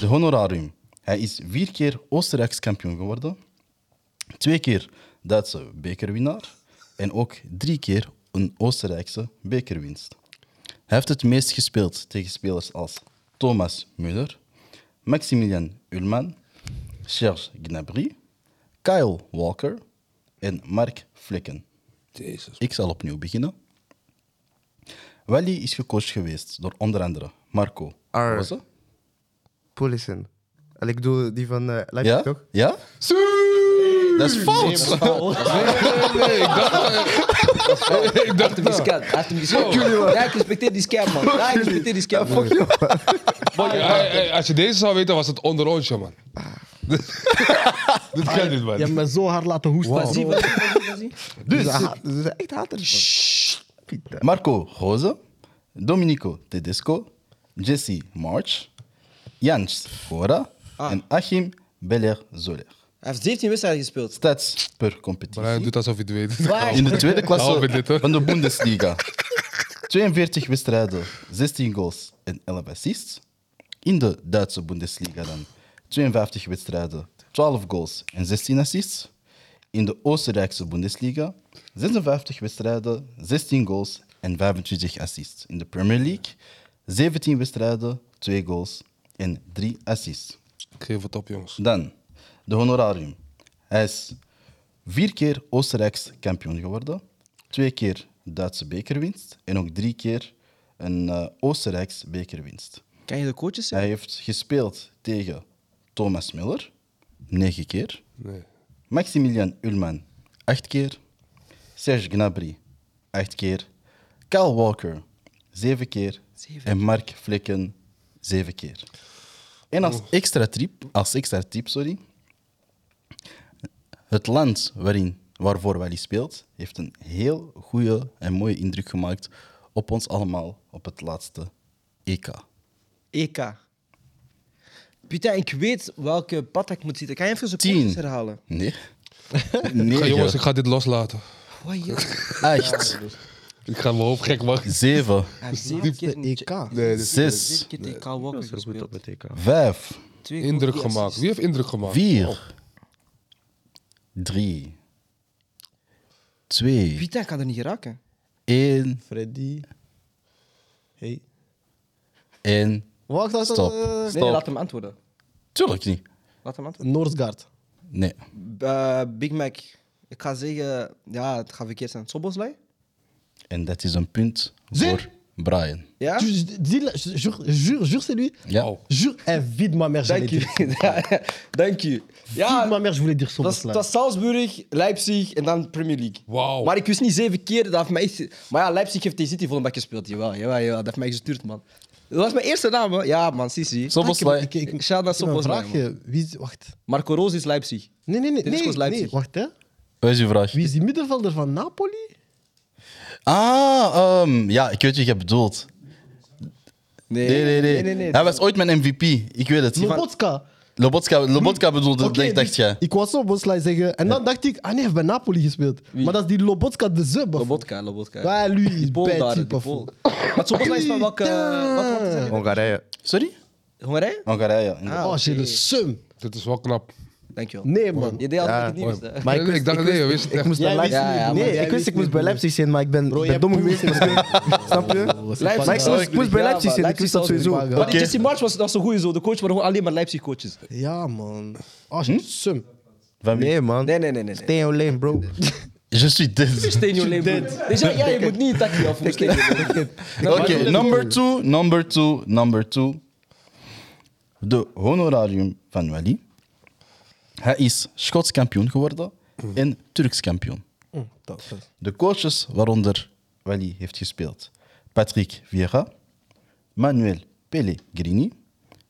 D: De honorarium. Hij is vier keer Oostenrijks kampioen geworden, twee keer Duitse bekerwinnaar en ook drie keer een Oostenrijkse bekerwinst. Hij heeft het meest gespeeld tegen spelers als Thomas Müller, Maximilian Ullmann, Serge Gnabry, Kyle Walker en Mark Flecken. Ik zal opnieuw beginnen. Wally is gecoacht geweest door onder andere Marco
G: Arr.
D: Rose.
G: Poelissen. En ik doe die van eh Leipzig,
D: Ja?
G: toch?
D: Ja? Dat is fout!
A: Hij heeft hem gescand, hij heeft hem gescand. Ja, ik respecteer die scam, man. Ja, ik respecteer die scam. man.
C: Hey, hey, eh, als je deze zou weten, was het onder ons, man. Dit kan niet,
B: Je hebt
C: man.
B: me zo hard laten hoesten.
A: Wat zie, wat zie, wat zie, wat zie?
G: Dus. Ze ha- ze zijn echt haters. Pieter.
D: Marco Roze, Domenico Tedesco, Jesse March, Jans Fora en Achim Beller-Zoller.
A: Hij heeft 17 wedstrijden gespeeld.
D: Stats per competitie.
C: Brian doet alsof hij het weet.
D: In de tweede
C: Hou
D: klasse
C: met dit, hoor.
D: van de Bundesliga. 42 wedstrijden, 16 goals en 11 assists. In de Duitse Bundesliga dan 52 wedstrijden, 12 goals en 16 assists. In de Oostenrijkse Bundesliga 56 wedstrijden, 16 goals en 25 assists. In de Premier League 17 wedstrijden, 2 goals en 3 assists.
C: Ik geef het op, jongens.
D: Dan, de honorarium. Hij is vier keer Oostenrijks kampioen geworden, twee keer Duitse bekerwinst en ook drie keer een eh Oostenrijks bekerwinst.
A: Kan je de coaches zeggen?
D: Hij heeft gespeeld tegen Thomas Miller, negen keer.
C: Nee.
D: Maximilian Ullmann, acht keer. Serge Gnabry, acht keer. Kyle Walker, zeven keer. En Mark Flecken, zeven keer. En als extra tip, als extra tip sorry, het land waarin, waarvoor Wally speelt, heeft een heel goede en mooie indruk gemaakt op ons allemaal op het laatste EK.
A: EK. Putain, E ik weet welke pad ik moet zitten. Kan je even zijn
D: Tien.
A: coaches herhalen?
D: Nee? Nee,
C: Ik ga- jongens,
D: joh.
C: ik ga dit loslaten.
A: Wat, joh?
D: Acht,
C: dus- Ik ga mijn hoofd gek maken.
D: zeven,
A: Hij heeft zeven keer een-
B: EK.
C: Nee, dit is
D: zes,
A: zeven keer tegen Kyle Walker
G: Goed op
A: gespeeld.
G: het EK.
D: vijf,
A: Twee goals,
C: indruk
A: drie
C: gemaakt.
A: assists.
C: Wie heeft indruk gemaakt?
D: vier, drie, twee,
A: Putain, ik kan er niet raken.
D: één
B: Freddy. Hey.
D: en...
B: Wacht, wacht,
D: Stop.
B: wacht.
A: Nee, laat hem antwoorden.
D: Tuurlijk niet.
A: Laat hem antwoorden.
B: Noordgaard.
D: Nee.
A: Eh, Big Mac. Ik ga zeggen... Ja, het gaat verkeerd zijn. Soboslai?
D: En dat is een punt voor Brian.
A: Ja?
B: Tu- dis-le, je- Jure, jure, jure, c'est lui.
D: Ja.
C: Oh.
B: Jure, eh, vide ma mère,
A: Dank
B: j'allais dire.
A: u. Ja, Dank u.
B: Vide ma
A: Ja,
B: mère, je voulais dire
A: dat was,
B: Soboslai.
A: dat was Salzburg, Leipzig en dan Premier League.
C: Wauw.
A: Maar ik wist niet zeven keer. Dat heeft mij echt... Maar ja, Leipzig heeft tegen City volle bak gespeeld. Jawel, jawel, jawel. Dat heeft mij gestuurd, man. Dat was mijn eerste naam, hè. Ja, man, Sissi.
D: Soboslai.
B: Ik- ik- ik-
A: Shout out
B: ik heb een
A: Soboslai,
B: vraagje. Wie is- Wacht.
A: Marco Roos is Leipzig.
B: Nee, nee, nee.
A: Dit is
B: nee,
A: Koos Leipzig.
B: nee, Wacht, hè.
D: Wat is je vraag?
B: Wie is die middenvelder van Napoli?
D: Ah, ehm, ja, ik weet wat je bedoelt. Nee nee nee. Hij was ooit mijn MVP. Ik weet het.
B: Lobotka.
D: Lobotka, Lobotka bedoelde,
B: Oké,
D: denk- dacht
B: dus
D: jij.
B: Ik was Soboslai zeggen. En dan dacht ik, ah nee, hij heeft bij Napoli gespeeld. Maar dat is die Lobotka de Zub. of-
A: Lobotka, Lobotka.
B: Ja, lui is
A: Die Pool
B: bad
A: daar,
B: type,
A: die
B: of-
A: Pool. Maar Soboslai is van welke... Wat, wat is het?
G: Hongarije.
D: Sorry?
A: Hongarije?
D: Hongarije. inderdaad.
A: Ah,
B: Oh, j'ai le seum.
C: Dit is wel knap.
A: Dankjewel.
B: Nee, man.
A: Je deed altijd
G: Ja.
A: het nieuws, hè.
G: Maar
C: Nee, nee, ik dacht, nee, je wist het
G: ik
C: echt.
G: moest bij
B: Jij wist
G: Leipzig.
A: het niet,
G: nee,
B: broer.
G: ik wist ik moest
B: Jij wist
G: bij Leipzig zijn, maar ik ben,
B: jij
G: ben dom
B: poelt.
G: geweest. Snap je? Maar ik moest, ik moest bij
A: Ja,
G: Leipzig zijn,
A: maar
G: ik wist dat
A: Leipzig
G: sowieso.
B: zou-
A: Maar die
D: Oké.
A: Jesse March was, dat was zo goed zo. De coach waren gewoon alleen maar Leipzig coaches.
B: Ja, man. Oh,
A: Hm?
B: j'ai le seum.
D: Van wie?
G: Nee, man.
A: Nee, nee, nee, nee. nee.
G: Stay on lane, bro.
D: Je suis dead.
A: Steen je leven. Dus ja, ja, je moet niet takken af.
D: Oké, nou- number two, number two, number two. De honorarium van Wally. Hij is Schots kampioen geworden en Turks kampioen. De coaches waaronder Wally heeft gespeeld: Patrick Vieira, Manuel Pellegrini,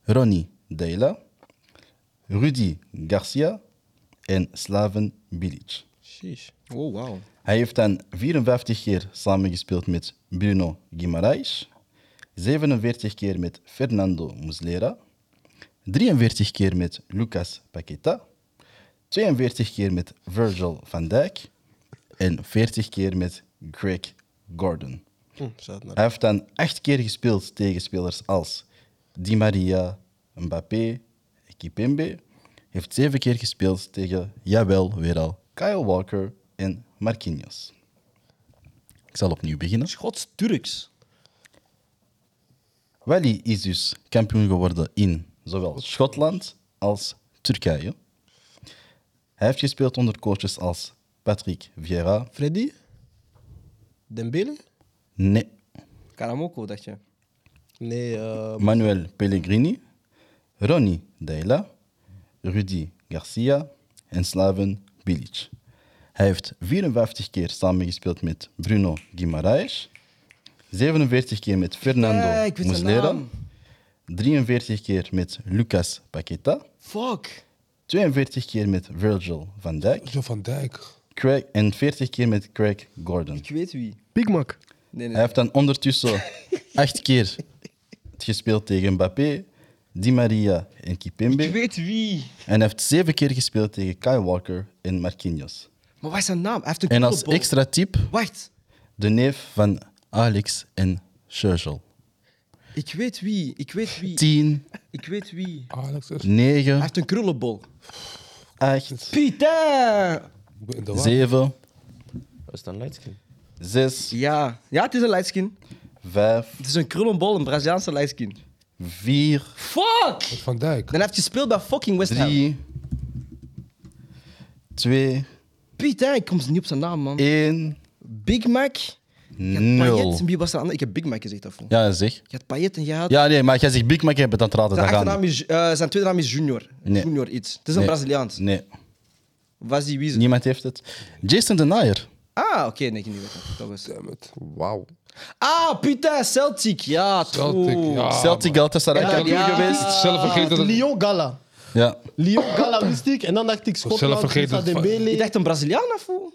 D: Ronnie Deila, Rudy Garcia en Slaven Bilic.
A: Oh, wow.
D: Hij heeft dan 54 keer samengespeeld met Bruno Guimaraes, 47 keer met Fernando Muslera, 43 keer met Lucas Paqueta, 42 keer met Virgil van Dijk en 40 keer met Greg Gordon. Hij heeft dan 8 keer gespeeld tegen spelers als Di Maria, Mbappé, Kipembe. Heeft 7 keer gespeeld tegen, jawel, weer al, Kyle Walker en Marquinhos. Ik zal opnieuw beginnen.
A: Schots-Turks.
D: Wally is dus kampioen geworden in zowel Schotland als Turkije. Hij heeft gespeeld onder coaches als Patrick Vieira.
B: Freddy? Dembele?
D: Nee.
A: Karamoko, dacht je.
B: Nee, eh,
D: Manuel Pellegrini, Ronnie Deila, Rudy Garcia en Slaven Bilic. Hij heeft 54 keer samengespeeld met Bruno Guimaraes, 47 keer met
A: Eh,
D: Fernando
A: ik weet zijn
D: Muslera,
A: naam.
D: 43 keer met Lucas Paqueta,
A: Fuck.
D: 42 keer met Virgil van Dijk
C: Zo van Dijk.
D: Craig, en 40 keer met Craig Gordon.
A: Ik weet wie.
B: Big Mac.
A: Nee,
D: Hij
A: nee.
D: heeft dan ondertussen acht keer gespeeld tegen Mbappé, Di Maria en
A: Ik
D: Kipembe.
A: weet wie.
D: En hij heeft zeven keer gespeeld tegen Kyle Walker en Marquinhos.
A: Maar wat is zijn naam? Hij heeft een
D: En als
A: coole bal.
D: extra tip,
A: Wacht.
D: de neef van Alex en Churchill.
A: Ik weet wie. Ik weet wie.
D: 10,
A: Ik weet wie.
C: Alex is
D: 9,
A: Hij heeft een krullenbol.
D: 8,
A: Putain!
C: ik ben in de war.
D: 7,
G: Dat is dan lightskin.
D: 6,
A: Ja. ja, het is een lightskin.
D: 5,
A: Het is een krullenbol, een Braziliaanse lightskin.
D: vier,
A: Fuck!
C: Van Dijk.
A: Dan heeft je gespeeld bij fucking West Ham.
D: drie, twee,
A: Piet, hè? ik kom niet op zijn naam, man.
D: één,
A: Big Mac. Je had Payet.
D: nul.
A: Wie was de andere? Ik heb Big Mac gezegd daarvoor.
D: Ja, zeg.
A: Je had Payet en je had...
D: Ja, nee, maar jij zegt Big Mac, je hebt het aan het
A: zijn,
D: raden. Dat gaat
A: achternaam is, eh, zijn tweede naam is Junior.
D: Nee.
A: Junior iets. Het is een
D: Nee.
A: Braziliaans.
D: niet. Nee,
A: Was die wie?
D: niemand heeft het. Jason Denier.
A: Ah, oké, nee, ik niet weten. Dat was...
C: Damn it.
G: Wauw.
A: Ah, Pieter, Celtic. Ja,
C: Celtic,
A: true.
C: ja.
D: Celtic Galatasaray.
C: man.
D: Ah, Ja,
C: Ik heb
A: Ja.
C: het zelf vergeten dat het-
B: Ah, Lyon Gala.
D: ja.
B: Lyon Gala wist ik. En dan dacht ik Schotland,
C: vergeten
B: Christa
C: dat-
B: Dembele.
A: Ik dacht een Braziliaan of hoe?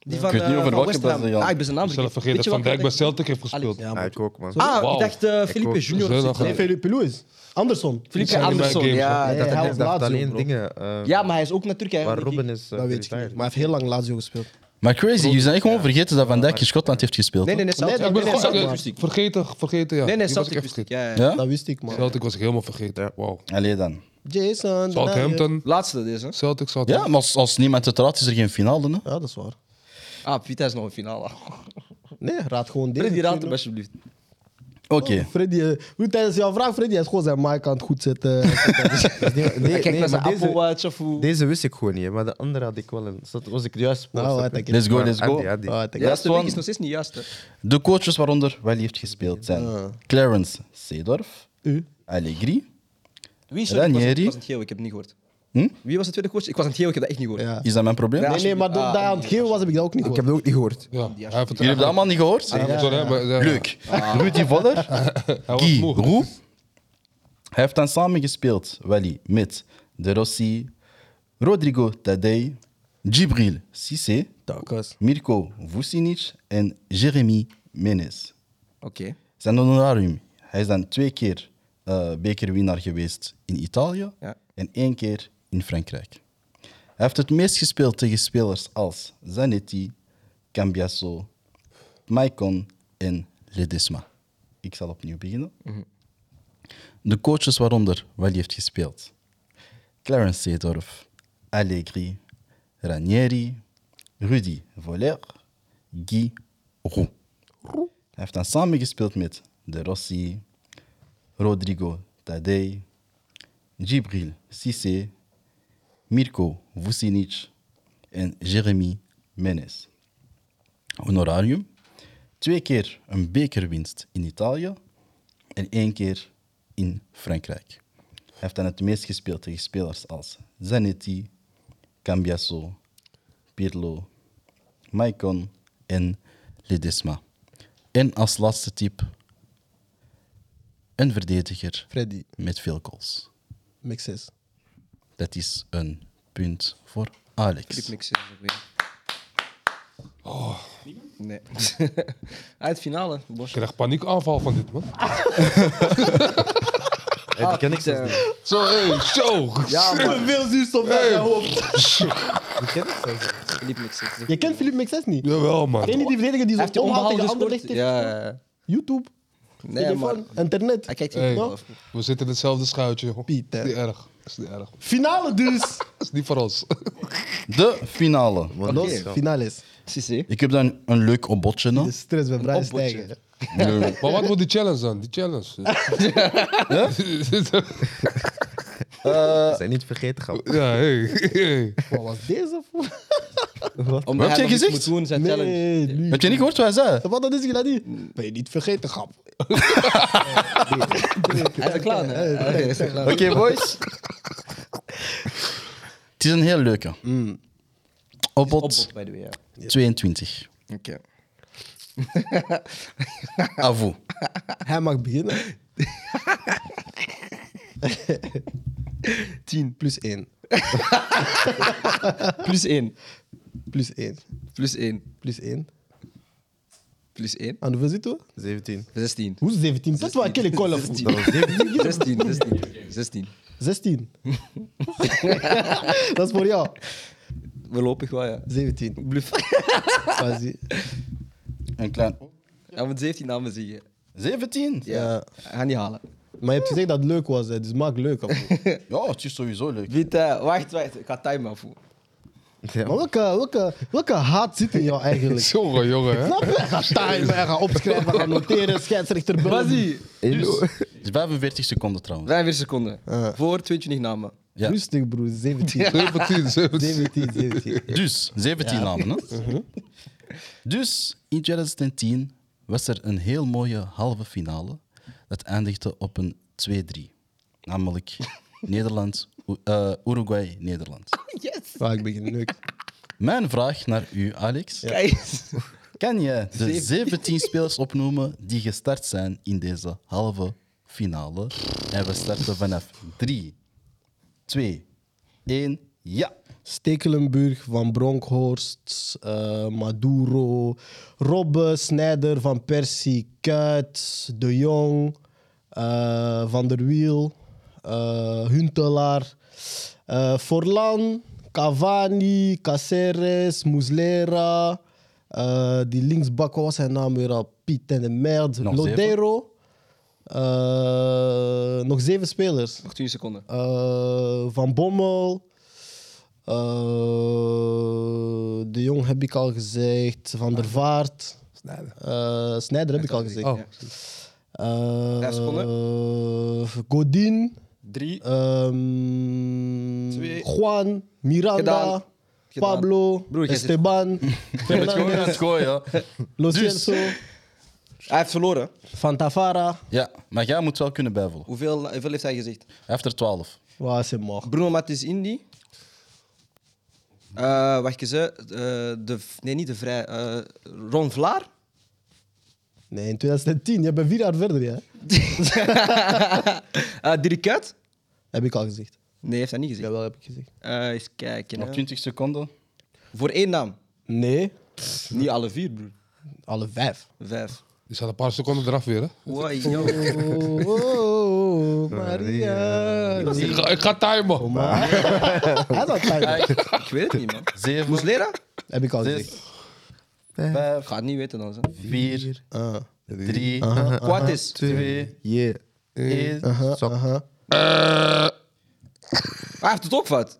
A: Die van,
D: weet niet
A: eh,
D: over
A: van
D: welke
A: West Ham.
D: Braziliaan.
A: Ah, ik ben zijn naam
C: Ik heb zelf
A: vergeten.
C: vergeten
A: Weet
C: dat
A: je
C: Van
A: wat
C: Dijk bij
A: ik dacht?
C: Celtic heeft gespeeld.
A: Alex.
G: Ja, ik ook, man.
A: Ah,
C: Wauw.
A: ik dacht eh,
G: ook.
A: Felipe Junior.
C: Zo
A: of
C: nog
A: zoiets.
C: een-
B: Nee, Felipe Louis. Anderson.
C: Ik
A: Felipe
C: zag niet bij
A: Anderson,
C: games,
A: ja.
G: dat
A: ja,
G: dat-
B: hij
A: ja.
B: was
G: dat- dat
B: Lazio,
G: alleen
B: bro.
G: dingen. eh,
A: Ja, maar hij is ook natuurlijk
G: Waar
A: eigenlijk.
G: Robin is. eh,
B: Dat weet ik niet.
G: retired.
B: Maar hij heeft heel lang Lazio gespeeld.
D: Maar crazy, jullie zijn echt gewoon vergeten dat Van Dijk in Schotland heeft gespeeld.
A: Nee, nee, nee, Celtic.
B: Nee,
C: Ik ben
B: Nee,
C: gewoon
B: Celtic
C: eh,
B: was ik.
C: vergeten, vergeten, ja.
A: Nee, nee,
C: Die was
A: Celtic
C: ik echt
A: wist ik.
C: vergeten.
A: Ja, ja.
D: Ja?
B: Dat wist ik, man.
C: Celtic was ik helemaal vergeten. Wauw.
D: Allee dan.
B: Jason. Denier.
C: Southampton,
A: Laatste deze.
C: Celtic,
D: Ja,
C: Southampton.
D: maar als, als niemand het raadt, is er geen finale. Hè?
B: Ja, dat is waar.
A: Ah, Pieter is nog een finale.
B: Nee, raad gewoon deze.
A: Freddy, raad
B: twee,
A: hem alsjeblieft.
D: Oké.
B: man.
A: Oh.
B: Freddy, eh, hoe tijdens jouw vraag, Freddy, hij is gewoon zijn mic aan het goed zetten. eh, dus-
G: Nee,
A: Hij kijkt
G: nee,
A: naar
G: maar
A: zijn Apple
G: deze,
A: Watch of hoe.
G: deze wist ik gewoon niet, hè, maar de andere had ik wel. Een, dat was ik juist.
B: Nou,
G: snap
B: wat
G: je?
B: ik-
D: Let's go,
G: Maar
D: let's
G: Andy,
D: go.
G: Andy.
B: Ah, ik-
A: De
D: Last
A: eerste week is
D: one.
A: nog steeds niet juist. hè.
D: De coaches waaronder wel heeft gespeeld zijn Clarence Seedorf,
B: U.
D: Allegri.
A: Wie is er? Ik was-
D: Ranieri.
A: Ik was aan het geel, ik heb het niet gehoord.
D: Hm?
A: Wie was de tweede coach? Ik was aan het geel, ik heb dat echt niet gehoord.
B: Ja.
D: Is dat mijn probleem?
A: Ja.
B: Nee, nee, maar doordat hij aan het geven was, heb ik dat ook niet
G: ah, Ik
B: gehoord.
G: heb dat ook niet gehoord.
C: Ja, hij heeft het
D: Jullie hebben dat allemaal niet gehoord?
C: hij heeft het door, hè, maar, ja.
D: Leuk. Rudy Voller,
C: Hij was
D: Guy
C: moe.
D: Roux. Hij heeft dan samen gespeeld, Wally, met De Rossi, Rodrigo Tadei, Djibril Cissé,
B: Takas.
D: Mirko Vucinic en Jeremy Menes.
A: Oké.
D: Zijn honorarium. Hij is dan twee keer eh, bekerwinnaar geweest in Italië
A: Ja.
D: en één keer in Frankrijk. Hij heeft het meest gespeeld tegen spelers als Zanetti, Cambiasso, Maicon en Ledesma. Ik zal opnieuw beginnen. De coaches waaronder Wally heeft gespeeld. Clarence Seedorf, Allegri, Ranieri, Rudy Voller, Guy Roux. Hij heeft dan samengespeeld met De Rossi, Rodrigo Tadei, Djibril Cissé, Mirko Vucinic en Jeremy Menes. Honorarium. Twee keer een bekerwinst in Italië en één keer in Frankrijk. Hij heeft dan het meest gespeeld tegen spelers als Zanetti, Cambiasso, Pirlo, Maicon en Ledesma. En als laatste tip, een verdediger
B: Freddy,
D: met veel goals.
B: mix 6.
D: Dat is een punt voor Alex.
A: Flip mixen. Oh. Nee. Uit het finale, Bosch.
C: Ik krijg paniekaanval van dit, man.
G: Hey, die ken ik zelfs
A: Pieter.
G: niet.
C: Zo, hé, zo.
A: Ja, man.
B: Veel zuurstof bij zijn hoofd.
G: Die ken ik zelfs niet.
A: Flip mixen.
B: Je kent Philippe mix 6 niet?
C: Jawel,
B: De
C: man.
B: enige die verdediger die
A: Heeft
B: zo'n
A: hij
B: omhaal
A: onbehouden
B: tegen
A: gescoord?
B: Anderlecht heeft.
A: Ja, ja, ja.
B: YouTube,
A: Nee, maar Ah,
B: telefoon, internet. Nou,
A: hij kijkt
C: Hey.
A: niet af.
C: We zitten in hetzelfde schuitje, joh.
B: Pieter.
C: Is niet erg. Is niet erg.
B: Finale dus.
C: Is niet voor ons.
D: De finale.
B: Los, finales.
A: Cissé.
D: Ik heb dan een leuk opbodje.
B: De
D: nog.
B: stress bij Brian stijgen. Mm.
C: Maar wat wordt die challenge dan? Die challenge.
G: Ze zijn niet vergeten gaan.
C: Ja, hé. Hey.
B: Wat was deze voor?
A: Omdat
D: Wat
A: hij nog
D: heb jij
A: iets
D: gezegd?
A: moet doen, zijn challenge.
B: Nee, nu.
D: Heb je niet gehoord wat hij zei?
B: Wat dat is dat niet? Ben je niet vergeten, grap.
A: Hij is er klaar, hè? Hij is er klaar.
D: Oké, boys. Het is een heel leuke. Opbod
A: Mm. Opbod, by the way, ja.
D: 22.
A: Oké.
D: A vous.
B: Hij mag beginnen. 10 plus 1.
A: Plus 1.
B: Plus 1.
A: Plus 1.
B: Plus 1.
A: Plus 1.
B: Aan hoeveel zitten we?
G: 17.
A: 16.
B: Hoe 17? Dat was een kolle voet.
A: 16. 16. 16.
B: 16. Dat is voor jou.
A: Voorlopig wel, ja.
B: 17.
A: Bluff.
B: Quasi.
D: Een klein...
A: Hij moet 17 namen zeggen.
D: 17?
A: Ja. Ga niet halen.
B: Maar je hebt gezegd dat het leuk was, hè, dus maak leuk. af.
D: Ja, het is sowieso leuk.
A: Vita, wacht, wacht. Ik ga timen afvoeren.
G: Ja.
B: Maar welke, welke, welke haat zit in jou eigenlijk?
C: Jongen, jongen, hè?
B: Snap je? Hij gaat timen, hij gaat opschrijven, hij gaat noteren, scheidsrechter bellen.
D: Dus, het is 45 seconden trouwens.
A: 45 seconden. Voor 22 namen.
D: Ja.
B: Rustig, broer. 17.
C: 17, 17.
B: 17, 17.
D: Dus, 17 namen. Hè? Dus, in 2010 was er een heel mooie halve finale. Dat eindigde op een 2-3. Namelijk Nederland, Oe- eh, Uruguay, Nederland.
B: Ah, ik begin leuk.
D: Mijn vraag naar u, Alex.
A: Kijk.
D: Kan je de 17 spelers opnoemen die gestart zijn in deze halve finale? En we starten vanaf 3, 2, 1, ja.
B: Stekelenburg, Van Bronkhorst, eh, Maduro, Robbe, Snijder, Van Persie, Kuit, De Jong, eh, Van der Wiel, eh, Huntelaar, eh, Forlan, Cavani, Caceres, Muslera, eh, die linksbak, wat was zijn naam weer al? Piet en de Merd,
D: Nog zeven.
B: Lodero. Eh, nog zeven spelers.
A: 20 seconden.
B: Eh, Van Bommel. Eh, de Jong heb ik al gezegd. Van der Vaart.
C: Snijder.
B: Eh, Snijder heb ik al gezegd.
C: Oh,
B: Eh,
A: Vijf
B: Godin.
A: 3.
B: Eh. ehm,
A: Twee.
B: Juan. Miranda.
A: Gedaan. Gedaan.
B: Pablo.
A: Broer, jij zit-
B: Esteban. Fernandes,
D: het gooien.
B: Lo
D: Dus.
B: Celso.
A: Hij heeft verloren.
B: Fantafara.
D: Ja, maar jij moet wel kunnen bijvullen.
A: Hoeveel, eh, hoeveel heeft hij gezegd?
D: After 12.
B: Waar is hij mag?
A: Bruno Matis Indi. Eh wacht eens. hè. Eh, de, v- nee, niet de vrij. eh, Ron Vlaar.
B: Nee, in 2010. Je bent vier jaar verder, ja.
A: Eh Dirk Kuyt?
B: Heb ik al gezegd.
A: Nee, heeft hij niet gezegd.
B: Jawel, heb ik gezegd.
A: Eh eens kijken.
D: Nog
A: hè.
D: 20 seconden.
A: Voor één naam.
B: Nee,
A: Niet alle vier, broer.
B: alle vijf.
A: Vijf.
C: Die staat een paar seconden eraf weer, hè?
A: Wow, yo.
B: Oh, oh, oh, Maria.
C: Ik ga, ik ga
B: Oh,
C: timen.
B: Hij had tijd.
A: Ik weet het niet, man.
D: 7,
A: Muslera?
B: Heb ik al gezegd.
D: 6, 5,
A: Ga het niet weten dan.
D: 4,
B: Ah,
D: 3,
A: Kwart is.
D: 2,
G: Yeah.
D: 1.
G: Sok.
A: Ah, Hij heeft het ook fout.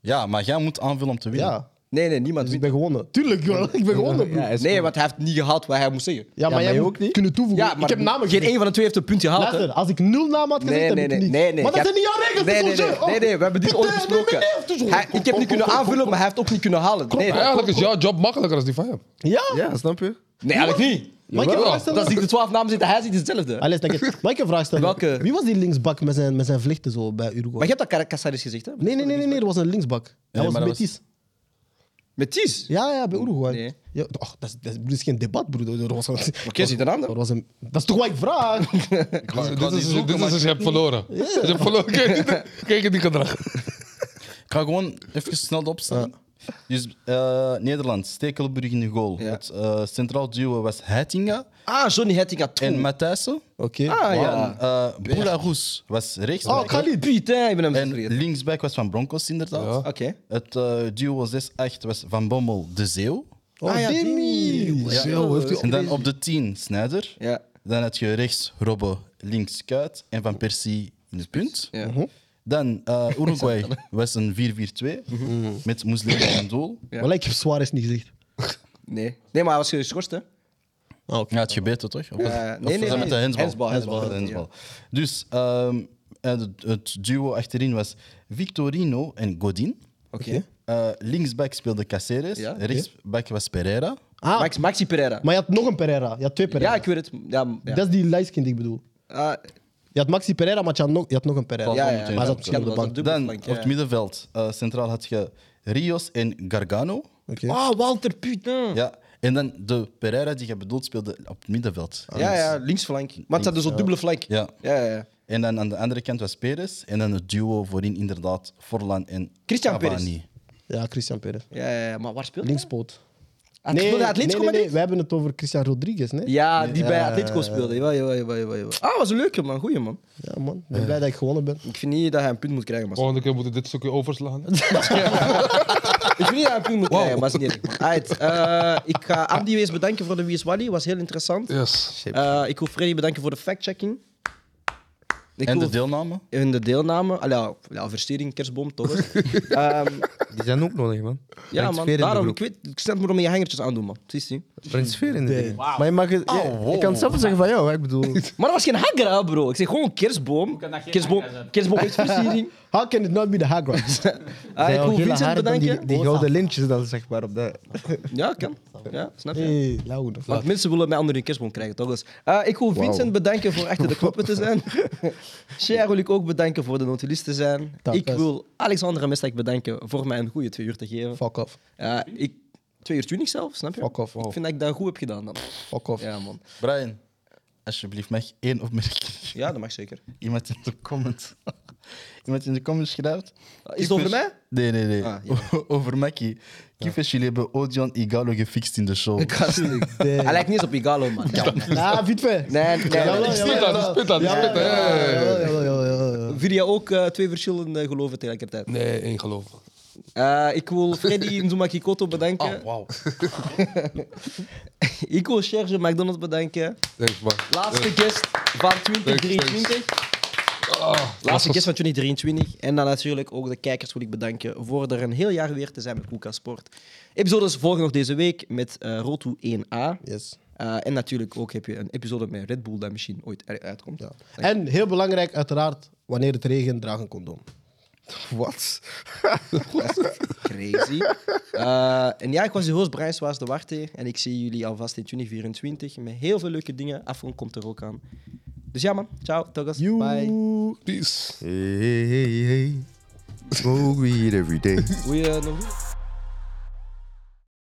D: Ja, maar jij moet aanvullen om te winnen.
B: ja,
A: Nee, nee, niemand
B: dus ik
A: wint.
B: ben gewonnen. Tuurlijk, joh, ik ben gewonnen, broer. Ja,
A: Nee, want hij heeft niet gehaald wat hij moest zeggen.
B: maar jij ook niet. kunnen toevoegen.
A: Ja, maar
B: ik heb namen
A: geen
B: gezegd.
A: één van de twee heeft een punt gehaald. hè.
B: Luister, als ik nul naam had gezegd,
A: Nee,
B: heb
A: nee,
B: ik
A: nee,
B: niet.
A: nee, nee.
B: Maar dat
A: Ja,
B: zijn niet jouw regels,
A: Nee, nee,
B: dus,
A: nee,
B: oh.
A: nee, nee, we hebben dit
B: Nee, nee, nee,
A: onbesproken.
B: nee, nee, dus,
A: Hij-
B: kom,
A: Ik heb
B: kom,
A: niet kunnen
B: kom, kom,
A: aanvullen, maar hij heeft ook niet kunnen halen. Nee, dat-
C: Eigenlijk is jouw job makkelijker dan die van hem.
B: Ja,
G: Ja, snap je?
A: nee eigenlijk niet.
B: maar ik heb een vraag
A: Dat als
B: stellen.
A: ik de twaalf namen zit, hij ziet hetzelfde. Maar
B: Allee, denk ik. Mag ik een vraag stellen?
A: Welke?
B: Wie was die linksbak met zijn, met zijn vlichten zo bij Uruguay?
A: je hebt dat Car- Casares gezegd, hè?
B: Nee, nee, nee, nee, nee, er was een linksbak. Hij was
D: maar dat was-
B: Betis.
A: Met Ties?
B: Ja, ja, bij Uruguay.
A: Hm, Nee.
B: Ja, ach, dat, is, dat, is, dat is geen debat, broer. Er was een-
A: Oké, zie je de naam
B: er
A: dan?
B: was een, dat is toch wat ik vraag?
C: Dit is, dit is als je hebt verloren. Je hebt verloren. Kijk, dit- kijk die gedrag.
D: Ik ga gewoon even snel de opstelling. Dus eh, Nederland, Stekelburg in de goal.
A: Ja.
D: Het eh, centraal duo was Heitinga
A: Ah, Johnny Hettinga
D: en
A: 2.
D: Matthijssen.
B: Oké.
A: Ah, ja.
D: En eh Boularoes was
B: Oh,
D: rechtsback.
B: Khalid.
A: Putain, ik ben hem
D: en
A: vergeten.
D: linksback was Van Broncos inderdaad.
A: Oké.
D: Het eh, duo 6-8 was Van Bommel, De Zeeuw.
B: Oh,
A: Ah, ja,
B: Demi.
A: Demi.
B: Zo, heeft hij-
D: En dan op de 10 Snijder.
A: Ja.
D: Dan had je rechts Robbe, links Kuit en Van Persie in het punt.
A: Ja.
D: Dan eh, Uruguay was een 4-4-2 met Moeslera en doel.
A: Ja.
B: Maar ik heb Suarez niet gezegd.
A: Nee. Nee, maar hij was geschorst, hè? Ah,
D: Ja, het gebeten toch? Of,
A: Eh,
D: of
A: nee, nee,
D: was
A: nee.
D: dat met de hensbal.
A: Hensbal, hensbal,
D: hensbal. Dus ehm, en het, het duo achterin was Victorino en Godin.
A: Oké.
D: Eh, linksback speelde Caceres.
A: Ja, oké.
D: Rechtsback was Pereira.
B: Ah,
A: Max- Maxi Pereira.
B: maar je had nog een Pereira. Je had twee Pereira.
A: Ja, ik weet het. Ja, m- ja.
B: Dat is die lijstkind die ik bedoel.
A: Ah,
B: Je had Maxi Pereira, maar je had nog, je had nog een Pereira.
A: ja,
D: meteen.
A: ja.
D: Maar
B: hij zat misschien op de bank.
D: Dan op het middenveld, eh, centraal had je Rios en Gargano.
B: Oké.
A: Ah, Walter, putain.
D: Ja. En dan de Pereira die je bedoeld speelde op het middenveld.
A: Ja, ja, linksflank. Maar het zat dus op dubbele flank.
D: Ja.
A: Ja, ja, ja.
D: En dan aan de andere kant was Perez. En dan het duo voorin inderdaad Forlan en
A: Christian Perez.
D: Cavani.
B: Ja, Christian Pereira.
A: Ja, ja, ja. Maar waar speelt hij?
B: Linkspoot.
A: Ah, speelde hij
B: nee,
A: Atletico
B: nee, nee,
A: Madrid?
B: we hebben het over Christian Rodriguez, nee?
A: Ja, die bij Atletico speelde. Jawel, jawel, jawel, jawel, jawel. Ah, was een leuke man. Goeie man.
B: Ja, man. Ik ben blij dat ik gewonnen ben.
A: Ik vind niet dat hij een punt moet krijgen, maar...
C: Volgende keer moeten we dit stukje overslaan.
A: Ik vind niet dat hij een punt moet krijgen, maar is niet erg, man. Alright, eh, ik ga Andy wees bedanken voor de Wie is Wally. Was heel interessant.
C: Yes.
A: Eh, ik wil Freddy bedanken voor de fact-checking. Ik
D: En de
A: wil-
D: deelname.
A: in de deelname. Allee, ja, ja, verstering, kerstboom, toch? Ehm,
G: Die zijn ook nodig, man.
A: Ja,
G: Brengt
A: man.
G: sfeer in de
A: Daarom, ik
G: groep.
A: weet, ik snap waarom je je hangertjes aandoet, man. Precies nu.
G: Brengt sfeer in de dingen.
E: Wauw.
B: Maar je mag het... je-
G: Oh,
B: je kan het zelf zeggen van jou, hè, ik bedoel...
A: Maar dat was geen hanger, hè, bro. Ik zeg gewoon kerstboom.
E: kan dat geen
A: Kerstboom,
E: hanger zijn?
A: kerstboom heeft versiering.
B: How can it not be the high ground?
A: Ah, ik
G: Zijn
A: wil
G: jouw gele
A: Vincent
G: haren dan
A: bedanken.
G: Die, die gouden lintjes dan, zeg maar. Op de...
A: Ja, kan. Ja, snap je.
B: hey, lauw, dat
A: Want mensen willen mij onder hun kerstboom krijgen, toch? Dus, eh, ik wil Vincent bedanken voor achter de knoppen te zijn. Cher wil ik ook bedanken voor de notulist te zijn.
B: Dat
A: ik
B: best.
A: wil Alexandra Mestek bedanken voor mij een goede twee uur te geven.
B: Fuck off,
A: Ja, ik, twee uur twintig zelf, snap je?
B: fuck off,
A: Ik vind dat ik dat goed heb gedaan dan.
B: fuck off.
A: Ja, man.
D: Brian, alsjeblieft, mag ik één opmerking?
A: Ja, dat mag zeker.
D: Iemand in de comments. Iemand in de comments schrijft.
A: Ah, Is het over
D: Kiepers-
A: mij?
D: Nee, nee, nee.
A: Ah, ja.
D: O- Over Mackie. Kiepers, jullie hebben Odion Igalo gefixt in de show.
A: Ik ga Hij lijkt niet eens op Igalo, man.
B: Ah, Viet Vee.
A: Nee, nee.
B: Jawel,
A: nee.
B: jawel,
C: Spit dat,
B: jawel.
C: spit dat,
B: Jawel,
C: spit dat.
B: jawel,
C: Hey.
B: jawel, jawel, jawel, jawel, jawel.
A: Vier jaar ook eh, twee verschillende geloven tegelijkertijd.
C: Nee, één geloof.
A: Eh, ik wil Freddy Nzumakikoto bedanken.
D: Oh, wauw.
A: Ik wil Serge McDonald bedanken.
C: Thanks, man.
A: Laatste guest van 2023. Laatste guest van 2023. En dan natuurlijk ook de kijkers wil ik bedanken voor er een heel jaar weer te zijn met Koeka Sport. Episodes volgen nog deze week met eh Roto 1A.
B: Yes.
A: Eh, en natuurlijk ook heb je een episode met Red Bull dat misschien ooit er- uitkomt.
B: Ja. En heel belangrijk, uiteraard, wanneer het regent, draag een condoom.
G: Wat?
A: Crazy. Eh, en ja, ik was de host Brian Swaas de Warte. En ik zie jullie alvast in 2024 met heel veel leuke dingen. Afron komt er ook aan. Dus ja, man. Ciao. Douglas. Bye.
C: Peace.
G: Hey, hey, hey, hey. Smoke weed every day.
A: Goeie nog.